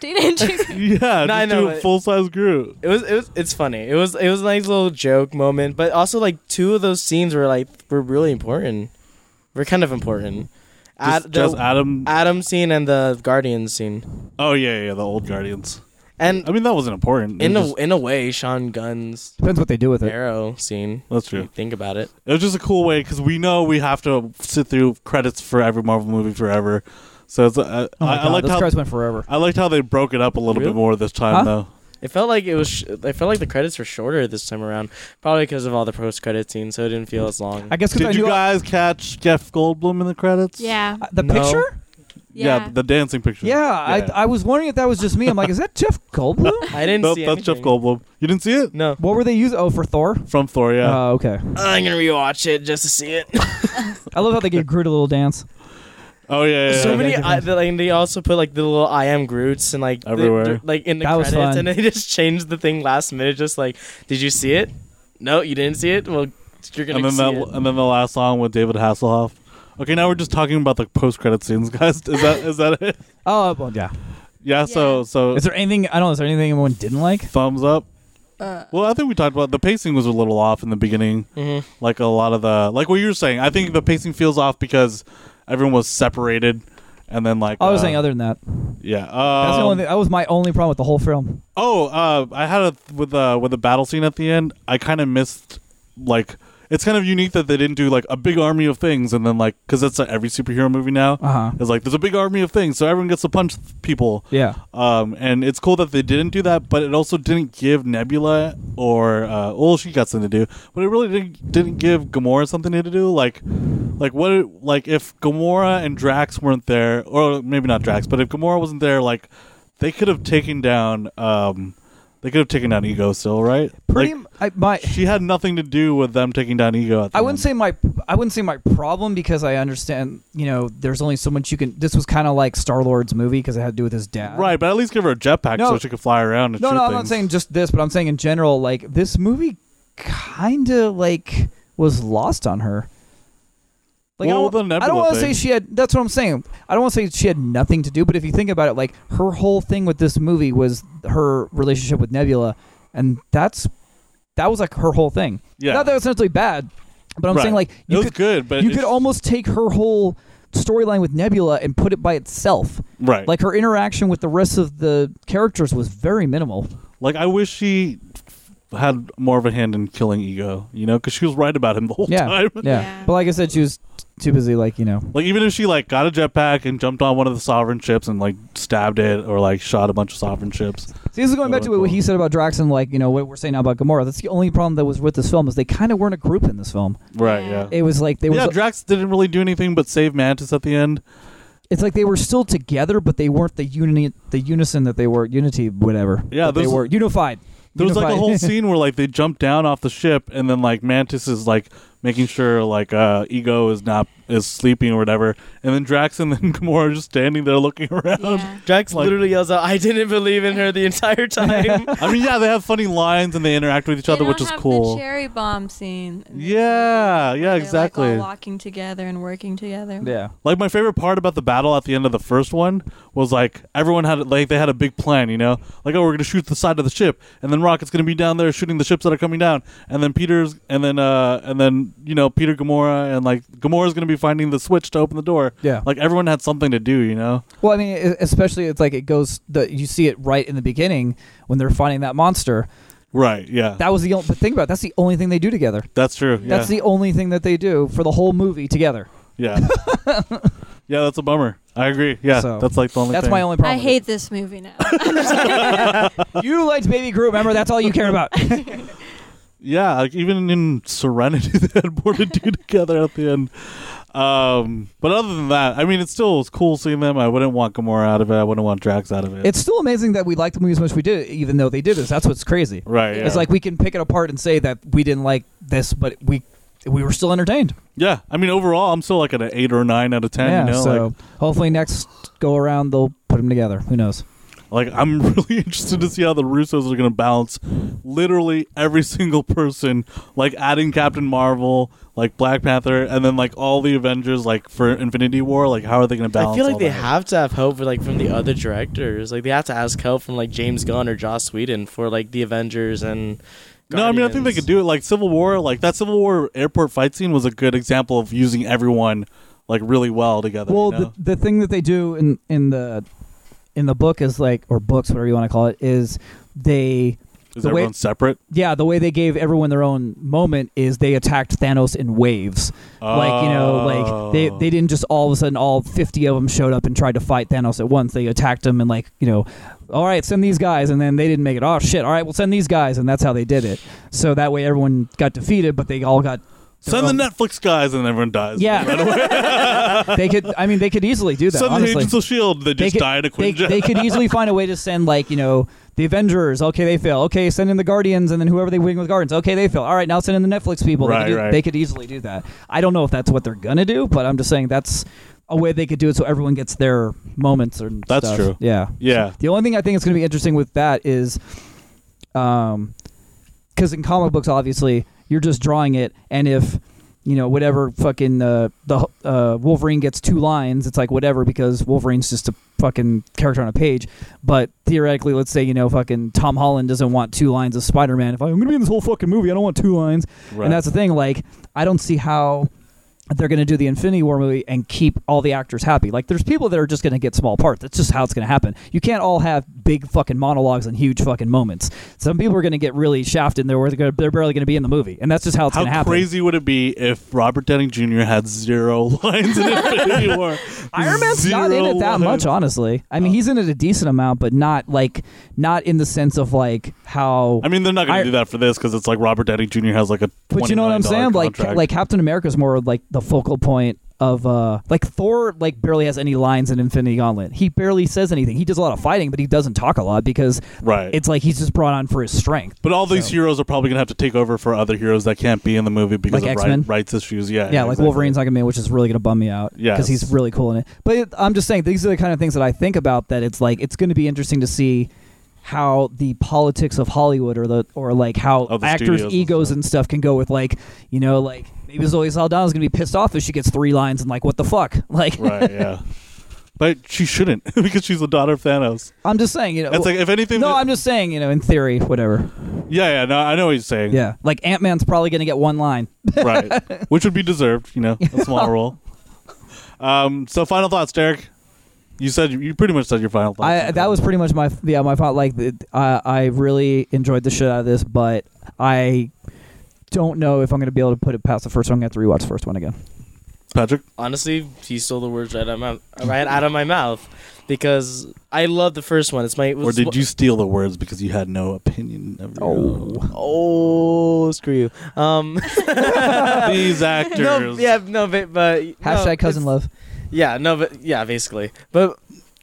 Speaker 1: (laughs)
Speaker 2: teenagers.
Speaker 1: yeah,
Speaker 3: No, I
Speaker 1: just
Speaker 3: know,
Speaker 1: do
Speaker 3: but-
Speaker 1: full size Groot.
Speaker 3: it was it was it's funny. It was it was a nice little joke moment, but also like two of those scenes were like were really important. Were kind of important. Ad-
Speaker 1: Just,
Speaker 3: the
Speaker 1: just Adam.
Speaker 3: Adam scene and the Guardians scene,
Speaker 1: Oh yeah, yeah, the old Guardians.
Speaker 3: and
Speaker 1: I mean, that wasn't important. It
Speaker 3: in
Speaker 1: was
Speaker 3: a in a way, Sean Gunn's
Speaker 5: Depends what they do with it.
Speaker 3: Arrow scene.
Speaker 1: That's
Speaker 3: if you
Speaker 1: true.
Speaker 3: Think about it.
Speaker 1: It was just a cool way because we know we have to sit through credits for every Marvel movie forever. So it's, uh,
Speaker 5: Oh my
Speaker 1: I,
Speaker 5: god,
Speaker 1: I liked
Speaker 5: those
Speaker 1: how
Speaker 5: guys went forever.
Speaker 1: I liked how they broke it up a little
Speaker 3: Really?
Speaker 1: bit more this time
Speaker 5: Huh?
Speaker 1: though.
Speaker 3: It felt like it was. Sh- I felt like the credits were shorter this time around, probably because of all the post-credit scenes, so it didn't feel as long.
Speaker 5: I guess because I
Speaker 1: Did you
Speaker 5: knew I-
Speaker 1: guys catch Jeff Goldblum in the credits?
Speaker 10: Yeah.
Speaker 5: the
Speaker 3: No.
Speaker 5: picture.
Speaker 1: yeah,
Speaker 10: Yeah.
Speaker 1: the dancing picture.
Speaker 5: Yeah, I, I was wondering if that was just me. I'm like, is that Jeff Goldblum?
Speaker 3: I didn't
Speaker 1: Nope,
Speaker 3: see.
Speaker 1: that's Jeff
Speaker 3: anything.
Speaker 1: Goldblum. You didn't see it
Speaker 3: No,
Speaker 5: What were they using? Oh, for Thor.
Speaker 1: from Thor?
Speaker 5: Oh,
Speaker 1: Yeah,
Speaker 5: okay.
Speaker 3: I'm gonna rewatch it just to see it.
Speaker 5: I love how they gave Groot a little dance.
Speaker 1: oh yeah, yeah,
Speaker 3: so
Speaker 1: yeah.
Speaker 3: many.
Speaker 5: thank you,
Speaker 3: I, they, like, they also put like the little I am Groots and like the-
Speaker 1: Everywhere.
Speaker 3: like in the
Speaker 5: That was
Speaker 3: credits,
Speaker 5: fun.
Speaker 3: and they (laughs) just changed the thing last minute. Just like, did you see it? No, you didn't see it. Well, you're gonna
Speaker 1: and then
Speaker 3: see
Speaker 1: that,
Speaker 3: it.
Speaker 1: and then the last song with David Hasselhoff. Okay, now we're just talking about the post-credit scenes, (laughs) guys. Is that is that it?
Speaker 5: Oh, well, yeah.
Speaker 1: Yeah. So so
Speaker 5: Is there anything? I don't know. Is there anything anyone didn't like?
Speaker 1: thumbs up. well, I think we talked about the pacing was a little off in the beginning.
Speaker 5: Mm-hmm.
Speaker 1: Like a lot of the like what you were saying. I think the pacing feels off because everyone was separated, and then like
Speaker 5: I was
Speaker 1: uh,
Speaker 5: saying other than that.
Speaker 1: Yeah.
Speaker 5: That's the
Speaker 1: um,
Speaker 5: only thing, that was my only problem with the whole film.
Speaker 1: Oh, uh, I had a with the with the battle scene at the end. I kind of missed like it it's kind of unique that they didn't do like a big army of things and then like because that's uh, every superhero movie now.
Speaker 5: Uh-huh.
Speaker 1: It's like there's a big army of things, so everyone gets to punch th- people.
Speaker 5: Yeah.
Speaker 1: Um, and it's cool that they didn't do that, but it also didn't give Nebula or uh, well, she got something to do, but it really didn't didn't give Gamora something to do. Like, like what? it- Like if Gamora and Drax weren't there, or maybe not Drax, but if Gamora wasn't there, like they could have taken down. Um, they could have taken down Ego still, right?
Speaker 5: Pretty.
Speaker 1: Like,
Speaker 5: m I my,
Speaker 1: she had nothing to do with them taking down Ego. At the
Speaker 5: I wouldn't
Speaker 1: end.
Speaker 5: say my I wouldn't say my problem because I understand you know there's only so much you can. This was kind of like Star Lord's movie because it had to do with his dad.
Speaker 1: right, but at least give her a jetpack
Speaker 5: No.
Speaker 1: so she could fly around and
Speaker 5: No,
Speaker 1: shoot
Speaker 5: no, I'm
Speaker 1: things.
Speaker 5: not saying just this, but I'm saying in general, like this movie kind of like was lost on her. Like,
Speaker 1: Well,
Speaker 5: I don't,
Speaker 1: the
Speaker 5: I don't
Speaker 1: Nebula
Speaker 5: want to say
Speaker 1: thing.
Speaker 5: she had. That's what I'm saying. I don't want to say she had nothing to do, but if you think about it, like her whole thing with this movie was her relationship with Nebula, and that's that was like her whole thing.
Speaker 1: Yeah.
Speaker 5: not that it's necessarily bad, but I'm
Speaker 1: Right.
Speaker 5: saying like
Speaker 1: It was good, but
Speaker 5: you
Speaker 1: it's-
Speaker 5: could almost take her whole storyline with Nebula and put it by itself.
Speaker 1: Right.
Speaker 5: Like her interaction with the rest of the characters was
Speaker 1: (laughs)
Speaker 5: very minimal.
Speaker 1: Like I wish she had more of a hand in killing Ego, you know, because she was right about him the whole
Speaker 5: yeah,
Speaker 1: time.
Speaker 5: Yeah.
Speaker 2: Yeah.
Speaker 5: But like I said, she was t- too busy, like, you know.
Speaker 1: (laughs) Like even if she like got a jetpack and jumped on one of the sovereign ships and like stabbed it or like shot a bunch of sovereign ships,
Speaker 5: See, this is going back to what he said about Drax and, like, you know, what we're saying now about Gamora. That's the only problem that was with this film is they kind of weren't a group in this film.
Speaker 1: right?
Speaker 2: Yeah.
Speaker 1: Yeah.
Speaker 5: It was like they were.
Speaker 1: yeah, Drax didn't really do anything but save Mantis at the end.
Speaker 5: it's like they were still together, but they weren't the unity, the unison that they were, unity, whatever.
Speaker 1: Yeah,
Speaker 5: that they
Speaker 1: there's-
Speaker 5: were unified.
Speaker 1: There was like a
Speaker 5: Unified. (laughs)
Speaker 1: whole scene where like they jump down off the ship and then like Mantis is like making sure like uh Ego is not is sleeping or whatever, and then Drax and then (laughs) Gamora are just standing there looking around.
Speaker 2: Yeah.
Speaker 3: Drax
Speaker 1: Like-
Speaker 3: literally yells out, "I didn't believe in her the entire
Speaker 5: (laughs)
Speaker 3: time."
Speaker 1: I mean, yeah, they have funny lines and they interact with each
Speaker 2: They
Speaker 1: other, which
Speaker 2: don't
Speaker 1: is
Speaker 2: have
Speaker 1: cool.
Speaker 2: The cherry bomb scene. in this
Speaker 1: Yeah,
Speaker 2: movie.
Speaker 1: yeah,
Speaker 2: They're, like,
Speaker 1: exactly.
Speaker 2: all walking together and working together.
Speaker 5: Yeah.
Speaker 1: Like my favorite part about the battle at the end of the first one was like everyone had like they had a big plan, you know, like oh we're gonna shoot the side of the ship, and then Rocket's gonna be down there shooting the ships that are coming down, and then Peter's and then uh and then you know Peter Gamora and like Gamora's gonna be finding the switch to open the door.
Speaker 5: Yeah.
Speaker 1: like everyone had something to do, you know.
Speaker 5: Well, I mean, e- especially it's like it goes. The, you see it right in the beginning when they're finding that monster.
Speaker 1: Right? Yeah,
Speaker 5: That was the only. But think about it, that's the only thing they do together.
Speaker 1: that's true. Yeah.
Speaker 5: That's the only thing that they do for the whole movie together. (laughs)
Speaker 1: yeah. yeah, that's a bummer. I agree. Yeah,
Speaker 5: So,
Speaker 1: that's like the only.
Speaker 5: That's
Speaker 1: thing.
Speaker 5: my only problem.
Speaker 2: I
Speaker 5: with
Speaker 2: hate this movie now.
Speaker 5: it. you liked Baby Groot. Remember, that's all you care about.
Speaker 2: (laughs)
Speaker 1: yeah, like even in Serenity, (laughs) they had more to do together at the end. Um, but other than that, I mean, it's still it's cool seeing them. I wouldn't want Gamora out of it. I wouldn't want Drax out of it.
Speaker 5: it's still amazing that we liked the movie as much as we did, even though they did this. That's what's crazy.
Speaker 1: right. Yeah.
Speaker 5: It's like we can pick it apart and say that we didn't like this, but we we were still entertained.
Speaker 1: yeah. I mean, overall, I'm still like at an eight or nine out of ten.
Speaker 5: yeah.
Speaker 1: you know,
Speaker 5: so hopefully next go around they'll put them together. Who knows?
Speaker 1: like, like I'm (laughs) really interested to see how the Russos are going to balance literally every single person, like adding Captain Marvel, like Black Panther, and then like all the Avengers, like for Infinity War. Like, how are they going to balance?
Speaker 3: I feel like
Speaker 1: all
Speaker 3: they
Speaker 1: that?
Speaker 3: have to have help for, like from the other directors. Like they have to ask help from like James Gunn or Joss Whedon for like the Avengers and.
Speaker 1: No, I mean I think they could do it like Civil War, like that Civil War airport fight scene was a good example of using everyone like really well together.
Speaker 5: Well,
Speaker 1: you know?
Speaker 5: the, the thing that they do in in the in the book is like or books, whatever you want to call it, is they
Speaker 1: is
Speaker 5: the way-
Speaker 1: everyone separate?
Speaker 5: yeah, the way they gave everyone their own moment is they attacked Thanos in waves. Like, you know, like they,
Speaker 1: Oh.
Speaker 5: they didn't just all of a sudden all 50 of them showed up and tried to fight Thanos at once. They attacked him and like, you know, all right, send these guys and then they didn't make it. Oh shit. All right, we'll send these guys and that's how they did it. So that way everyone got defeated, but they all got their
Speaker 1: Send the
Speaker 5: own-
Speaker 1: Netflix guys and everyone dies.
Speaker 5: um, Yeah. (laughs) they could I mean they could easily do that,
Speaker 1: Send
Speaker 5: honestly.
Speaker 1: the Agents of Shield. They
Speaker 5: They
Speaker 1: just
Speaker 5: could-
Speaker 1: die to
Speaker 5: they,
Speaker 1: Quinjet.
Speaker 5: they could easily find a way to send like you know the Avengers. Okay, they fail. Okay, send in the Guardians, and then whoever they wing with Guardians. Okay, they fail. All right, now send in the Netflix people. they,
Speaker 1: Right,
Speaker 5: could do-
Speaker 1: right.
Speaker 5: they could easily do that. I don't know if that's what they're gonna do, but I'm just saying that's a way they could do it so everyone gets their moments and
Speaker 1: That's
Speaker 5: stuff.
Speaker 1: true.
Speaker 5: Yeah.
Speaker 1: (laughs) yeah.
Speaker 5: The only thing I think is going to be interesting with that is, um, because in comic books, obviously, you're just drawing it, and if you know whatever fucking uh, the uh, Wolverine gets two lines, it's like whatever because Wolverine's just a fucking character on a page. But theoretically, let's say you know fucking Tom Holland doesn't want two lines of Spider-Man. If I'm going to be in this whole fucking movie, I don't want two lines.
Speaker 1: Right.
Speaker 5: And that's the thing. Like, I don't see how they're going to do the Infinity War movie and keep all the actors happy. Like, there's people that are just going to get small parts. That's just how it's going to happen. You can't all have big fucking monologues and huge fucking moments. Some people are going to get really shafted. And they're worth- they're barely going to be in the movie, and that's just how it's going to
Speaker 1: How
Speaker 5: happen.
Speaker 1: crazy would it be if Robert Downey Jr. had zero (laughs) lines in
Speaker 5: (laughs)
Speaker 1: Infinity War?
Speaker 5: Iron Man's not in
Speaker 1: Zero
Speaker 5: it that
Speaker 1: lines.
Speaker 5: much, honestly. I mean, he's in it a decent amount, but not like not in the sense of like how.
Speaker 1: I mean, they're not going
Speaker 5: I-
Speaker 1: to do that for this because it's like Robert Downey Jr. has like a.
Speaker 5: but you know what I'm
Speaker 1: $20
Speaker 5: saying? Like,
Speaker 1: contract.
Speaker 5: like Captain America's more like the focal point of uh, like Thor. Like, barely has any lines in Infinity Gauntlet. He barely says anything. He does a lot of fighting, but he doesn't talk a lot because
Speaker 1: Right.
Speaker 5: It's like he's just brought on for his strength.
Speaker 1: But all these heroes are probably going to have to take over for other heroes that can't be in the movie because
Speaker 5: Like
Speaker 1: of
Speaker 5: X-Men?
Speaker 1: right, rights issues. Yeah,
Speaker 5: Yeah, like
Speaker 1: exactly.
Speaker 5: Wolverine's not gonna be, in, which is really gonna bum me out.
Speaker 1: Yes.
Speaker 5: because he's really cool in it. But it, I'm just saying, these are the kind of things that I think about. That it's like it's gonna be interesting to see how the politics of Hollywood or the or like how
Speaker 1: Of the
Speaker 5: actors'
Speaker 1: studios and
Speaker 5: egos
Speaker 1: stuff.
Speaker 5: and stuff can go with like you know like maybe Zoe Saldana's gonna be pissed off if she gets three lines and like what the fuck (laughs) like
Speaker 1: (laughs) right, yeah. But she shouldn't (laughs) because she's the daughter of Thanos.
Speaker 5: I'm just saying you know
Speaker 1: It's like if anything, (laughs)
Speaker 5: no I'm just saying you know in theory whatever
Speaker 1: yeah, yeah. No, I know what you're saying.
Speaker 5: yeah like Ant Man's probably gonna get one line
Speaker 1: (laughs) right, which would be deserved. You know, a
Speaker 5: (laughs)
Speaker 1: small role. Um. So, final thoughts, Derek. You said you pretty much said your final thoughts.
Speaker 5: I uh, that was pretty much my yeah my thought. Like the, I I really enjoyed the shit out of this, but I don't know if I'm gonna be able to put it past the first one. I'm gonna have to rewatch the first one again.
Speaker 1: Patrick.
Speaker 3: honestly, he stole the words right out of my, right out of my mouth because I love the first one. It's my
Speaker 1: Or did you steal the words because you had no opinion of
Speaker 5: Oh.
Speaker 1: your own? (laughs)
Speaker 3: Oh, screw you. Um, (laughs)
Speaker 5: (laughs)
Speaker 1: These actors.
Speaker 3: no, yeah, no, but, but no,
Speaker 5: Hashtag
Speaker 3: it's- (laughs)
Speaker 5: cousin love.
Speaker 3: Yeah, no, but yeah, basically, but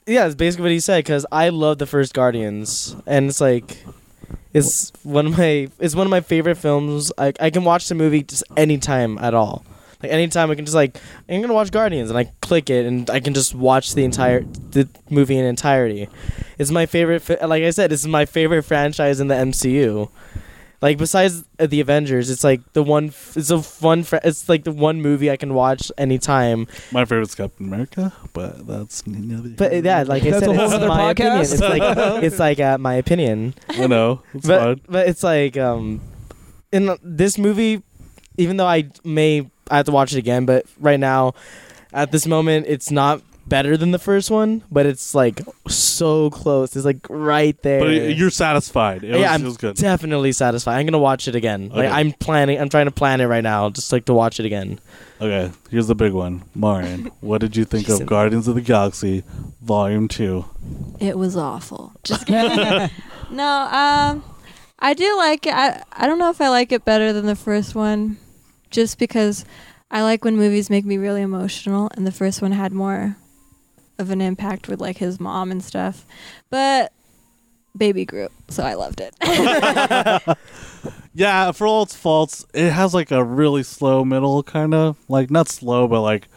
Speaker 3: yeah, it's basically what he said because I love the first Guardians, and it's like. It's one of my it's one of my favorite films. I I can watch the movie just anytime at all. Like anytime I can just like I'm gonna watch Guardians and I click it and I can just watch the entire the movie in entirety. It's my favorite. Fi- like I said, it's my favorite franchise in the MCU. Like besides uh, the Avengers, it's like the one. f- It's a fun. Fra- it's like the one movie I can watch anytime.
Speaker 1: My favorite's Captain America, but that's another.
Speaker 3: But yeah, like I
Speaker 5: That's
Speaker 3: said,
Speaker 5: a whole
Speaker 3: it's
Speaker 5: other
Speaker 3: my opinion.
Speaker 5: podcast.
Speaker 3: It's
Speaker 5: (laughs)
Speaker 3: like it's like uh, my opinion.
Speaker 1: I know. It's
Speaker 3: but
Speaker 1: fine.
Speaker 3: but it's like um, in the- this movie, even though I may I have to watch it again, but right now, at this moment, it's not better than the first one, but it's like so close. It's like right there.
Speaker 1: But you're satisfied. It was,
Speaker 3: yeah, I'm
Speaker 1: it was good.
Speaker 3: definitely satisfied. I'm gonna watch it again. Like
Speaker 1: Okay.
Speaker 3: I'm planning. I'm trying to plan it right now, just like to watch it again.
Speaker 1: Okay, here's the big one. Marin, what did you think
Speaker 3: Jason.
Speaker 1: of Guardians of the Galaxy Volume 2?
Speaker 2: It was awful.
Speaker 1: (laughs)
Speaker 2: Just kidding. no, um, I do like it. I, I don't know if I like it better than the first one, just because I like when movies make me really emotional, and the first one had more of an impact with like his mom and stuff. But Baby Groot, so I loved it. (laughs)
Speaker 1: Yeah, for all its faults, it has like a really slow middle, kind of. Like, not slow, but like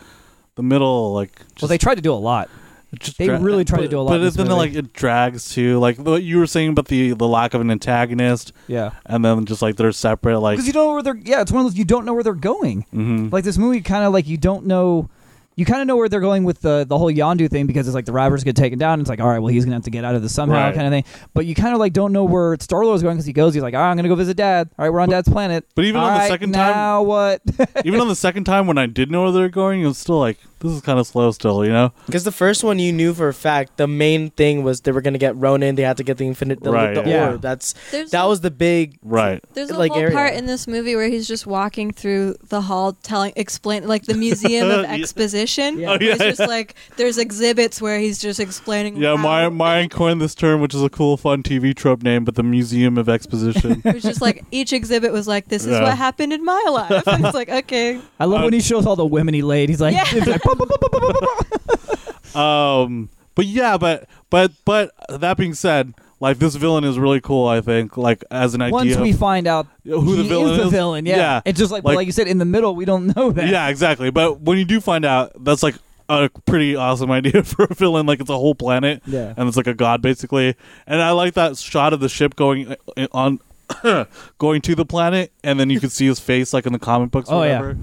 Speaker 1: the middle, like. Just,
Speaker 5: well, they tried to do a lot.
Speaker 1: it just
Speaker 5: they really tried to
Speaker 1: but-
Speaker 5: do a lot
Speaker 1: But
Speaker 5: in this
Speaker 1: then,
Speaker 5: movie.
Speaker 1: like, it drags too. Like, what you were saying about the, the lack of an antagonist,
Speaker 5: Yeah.
Speaker 1: and then just like they're separate. Like, (laughs)
Speaker 5: Because you don't know where they're yeah, it's one of those you don't know where they're going.
Speaker 1: Mhm.
Speaker 5: Like this movie, kind of like you don't know, you kind of know where they're going with the the whole Yondu thing because it's like the robbers get taken down. And it's like all right, well he's gonna have to get out of this somehow,
Speaker 1: Right.
Speaker 5: kind of thing. But you kind of like don't know where Star Lord's going because he goes, he's like, all right, I'm gonna go visit Dad. All right, we're on Dad's planet.
Speaker 1: but even
Speaker 5: All
Speaker 1: on the
Speaker 5: right,
Speaker 1: second time- uh,
Speaker 5: now what? (laughs)
Speaker 1: even on the second time when I did know where they're going, it was still like, this is kind of slow still, you know?
Speaker 3: Because the first one you knew for a fact, the main thing was they were gonna get Ronin. They had to get the infinite, the,
Speaker 1: Right,
Speaker 3: the
Speaker 5: yeah.
Speaker 3: orb. That's
Speaker 2: There's
Speaker 3: that was the big.
Speaker 1: Right.
Speaker 2: There's a
Speaker 3: like,
Speaker 2: whole
Speaker 3: area.
Speaker 2: part in this movie where he's just walking through the hall, telling, explain, like the Museum
Speaker 1: (laughs)
Speaker 2: of
Speaker 1: Yeah.
Speaker 2: Exposition.
Speaker 5: Yeah. Oh,
Speaker 1: yeah,
Speaker 2: It's just like there's exhibits where he's just explaining.
Speaker 1: Yeah,
Speaker 2: how-
Speaker 1: Mayan, Mayan coined this term, which is a cool, fun TV trope name, but the Museum of
Speaker 5: (laughs)
Speaker 1: Exposition.
Speaker 2: It was just like each exhibit was like, "This is
Speaker 1: Yeah.
Speaker 2: what happened in my life." (laughs) And it's like, okay,
Speaker 5: I love when he shows all the women he laid. He's like,
Speaker 2: Yeah.
Speaker 5: he's like, "Bum, bum, bum, bum, bum, bum, bum."
Speaker 1: um, but yeah, but but but that being said, like this villain is really cool. I think, like as an
Speaker 5: once
Speaker 1: idea.
Speaker 5: we find out
Speaker 1: Who the
Speaker 5: he
Speaker 1: villain
Speaker 5: is, the
Speaker 1: is?
Speaker 5: villain, yeah.
Speaker 1: Yeah.
Speaker 5: It's just like,
Speaker 1: Like-
Speaker 5: like you said, in the middle we don't know that.
Speaker 1: yeah, exactly. But when you do find out, that's like a pretty awesome (laughs) idea for a villain. Like it's a whole planet,
Speaker 5: Yeah.
Speaker 1: and it's like a god basically. And I like that shot of the ship going uh, on, (coughs) going to the planet, and then you can see his face like in the comic books. Or
Speaker 5: Oh, yeah.
Speaker 1: whatever.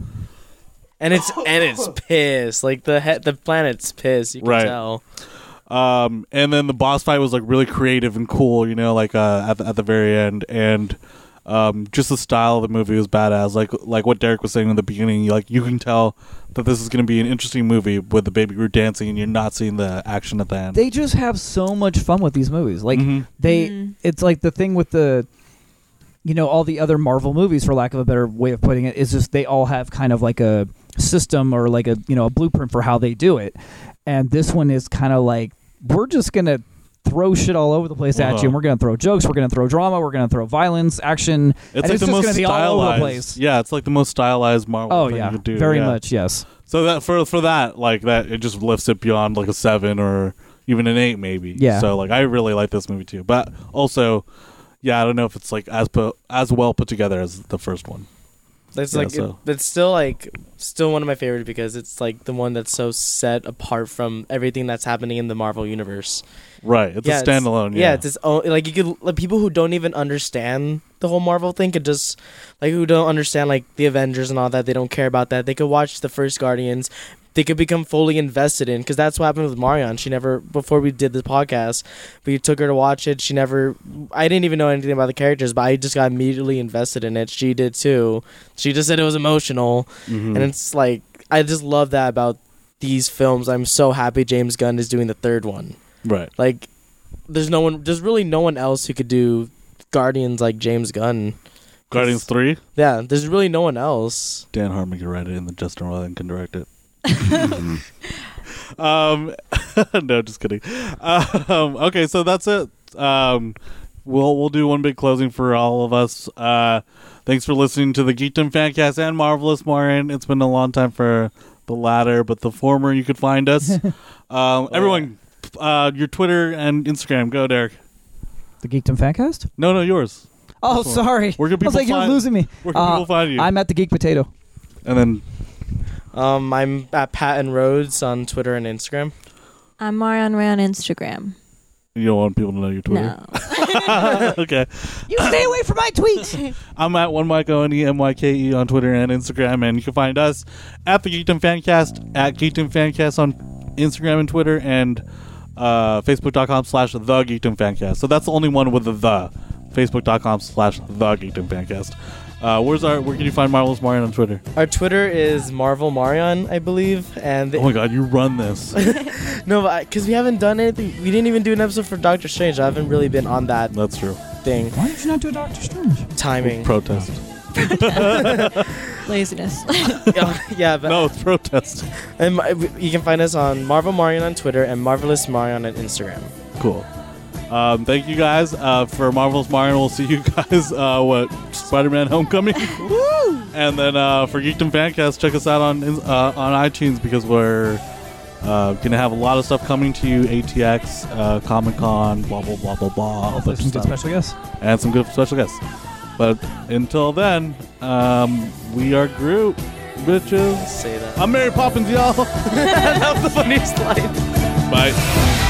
Speaker 3: And it's and it's pissed. Like the he- the planet's pissed. You can
Speaker 1: Right.
Speaker 3: tell.
Speaker 1: Um, and then the boss fight was like really creative and cool, you know, like uh, at the, at the very end. And Um, just the style of the movie was badass. Like like what Derek was saying in the beginning, like you can tell that this is going to be an interesting movie with the baby Groot dancing, and you're not seeing the action at the end.
Speaker 5: they just have so much fun with these movies. Like
Speaker 1: Mhm.
Speaker 5: they,
Speaker 2: Mm.
Speaker 5: it's like the thing with the, you know, all the other Marvel movies, for lack of a better way of putting it, is just they all have kind of like a system or like a you know a blueprint for how they do it, and this one is kind of like we're just gonna throw shit all over the place at
Speaker 1: Uh-huh.
Speaker 5: you, and we're gonna throw jokes, we're gonna throw drama, we're gonna throw violence, action.
Speaker 1: it's
Speaker 5: and
Speaker 1: like the
Speaker 5: just
Speaker 1: most
Speaker 5: gonna be
Speaker 1: stylized.
Speaker 5: all over the place.
Speaker 1: Yeah, it's like the most stylized Marvel.
Speaker 5: Oh
Speaker 1: thing you
Speaker 5: yeah,
Speaker 1: could do.
Speaker 5: very
Speaker 1: yeah.
Speaker 5: much yes.
Speaker 1: So that for for that like that it just lifts it beyond like a seven or even an eight maybe.
Speaker 5: Yeah.
Speaker 1: So like I really like this movie too, but also, yeah, I don't know if it's like as put, as well put together as the first one.
Speaker 3: That's
Speaker 1: Yeah,
Speaker 3: like
Speaker 1: so-
Speaker 3: it, it's still like still one of my favorites because it's like the one that's so set apart from everything that's happening in the Marvel universe.
Speaker 1: Right. It's a standalone.
Speaker 3: It's,
Speaker 1: yeah.
Speaker 3: it's its own. Like you could like people who don't even understand the whole Marvel thing could just like who don't understand like the Avengers and all that. They don't care about that. They could watch the first Guardians. They could become fully invested in because that's what happened with Marion. She never before we did the podcast, we took her to watch it. She never. I didn't even know anything about the characters, but I just got immediately invested in it. She did too. She just said it was emotional,
Speaker 1: Mm-hmm.
Speaker 3: and it's like I just love that about these films. I'm so happy James Gunn is doing the third one.
Speaker 1: right.
Speaker 3: Like, there's no one. There's really no one else who could do Guardians like James Gunn.
Speaker 1: Guardians three.
Speaker 3: Yeah, there's really no one else.
Speaker 1: Dan Harmon can write it, and then Justin Roiland can direct it. um, (laughs) no, just kidding. Um, okay, so that's it. Um, we'll we'll do one big closing for all of us. Uh, thanks for listening to the Geekdom Fancast and Marvelous Marin. It's been a long time for the latter, but the former you could find us. um, everyone, uh, your Twitter and Instagram. Go, Derek.
Speaker 5: The Geekdom Fancast.
Speaker 1: No, no, yours.
Speaker 5: Oh,
Speaker 1: This one.
Speaker 5: sorry.
Speaker 1: Where can
Speaker 5: I
Speaker 1: people
Speaker 5: was like,
Speaker 1: find-
Speaker 5: you're losing me. Uh,
Speaker 1: where can people find you?
Speaker 5: I'm at the Geek Potato.
Speaker 1: And then
Speaker 3: Um, I'm at Pat and Rhodes on Twitter and Instagram.
Speaker 2: I'm Marion Ray on Instagram.
Speaker 1: you don't want people to know your Twitter.
Speaker 2: No.
Speaker 1: (laughs) okay.
Speaker 5: You stay away from my tweets.
Speaker 1: (laughs) I'm at one Mike O N E M Y K E on Twitter and Instagram, and you can find us at the Geekdom Fancast at Geekdom Fancast on Instagram and Twitter and uh, Facebook.com slash the Geekdom Fancast. So that's the only one with the the Facebook.com slash the Geekdom Fancast. Uh, where's our where can you find Marvelous Marion on Twitter?
Speaker 3: Our Twitter is Marvel Marion, I believe, and
Speaker 1: Oh my god, you run
Speaker 5: (laughs)
Speaker 1: this.
Speaker 3: no, because we haven't done anything. We didn't even do an episode for Doctor Strange. I haven't really been on that
Speaker 1: That's true.
Speaker 3: thing
Speaker 5: Why did you not do a Doctor Strange?
Speaker 3: timing.
Speaker 1: Protest.
Speaker 2: Laziness.
Speaker 3: (laughs) yeah, but
Speaker 1: No, it's protest.
Speaker 3: and my- you can find us on Marvel Marion on Twitter and Marvelous Marion on Instagram.
Speaker 1: Cool. Um, thank you guys uh, for Marvelous Mario. We'll see you guys, uh, what, Spider Man
Speaker 5: (laughs)
Speaker 1: Homecoming? And then uh, for Geekdom Fancast, check us out on uh, on iTunes because we're uh, going to have a lot of stuff coming to you ATX, uh, Comic Con, blah, blah, blah, blah, blah. a bunch of
Speaker 5: Some good
Speaker 1: stuff.
Speaker 5: special guests.
Speaker 1: And some good special guests. But until then, um, we are Groot, bitches.
Speaker 3: Say that.
Speaker 5: (laughs)
Speaker 1: I'm Mary Poppins, y'all. (laughs)
Speaker 3: that was the funniest line.
Speaker 1: Bye.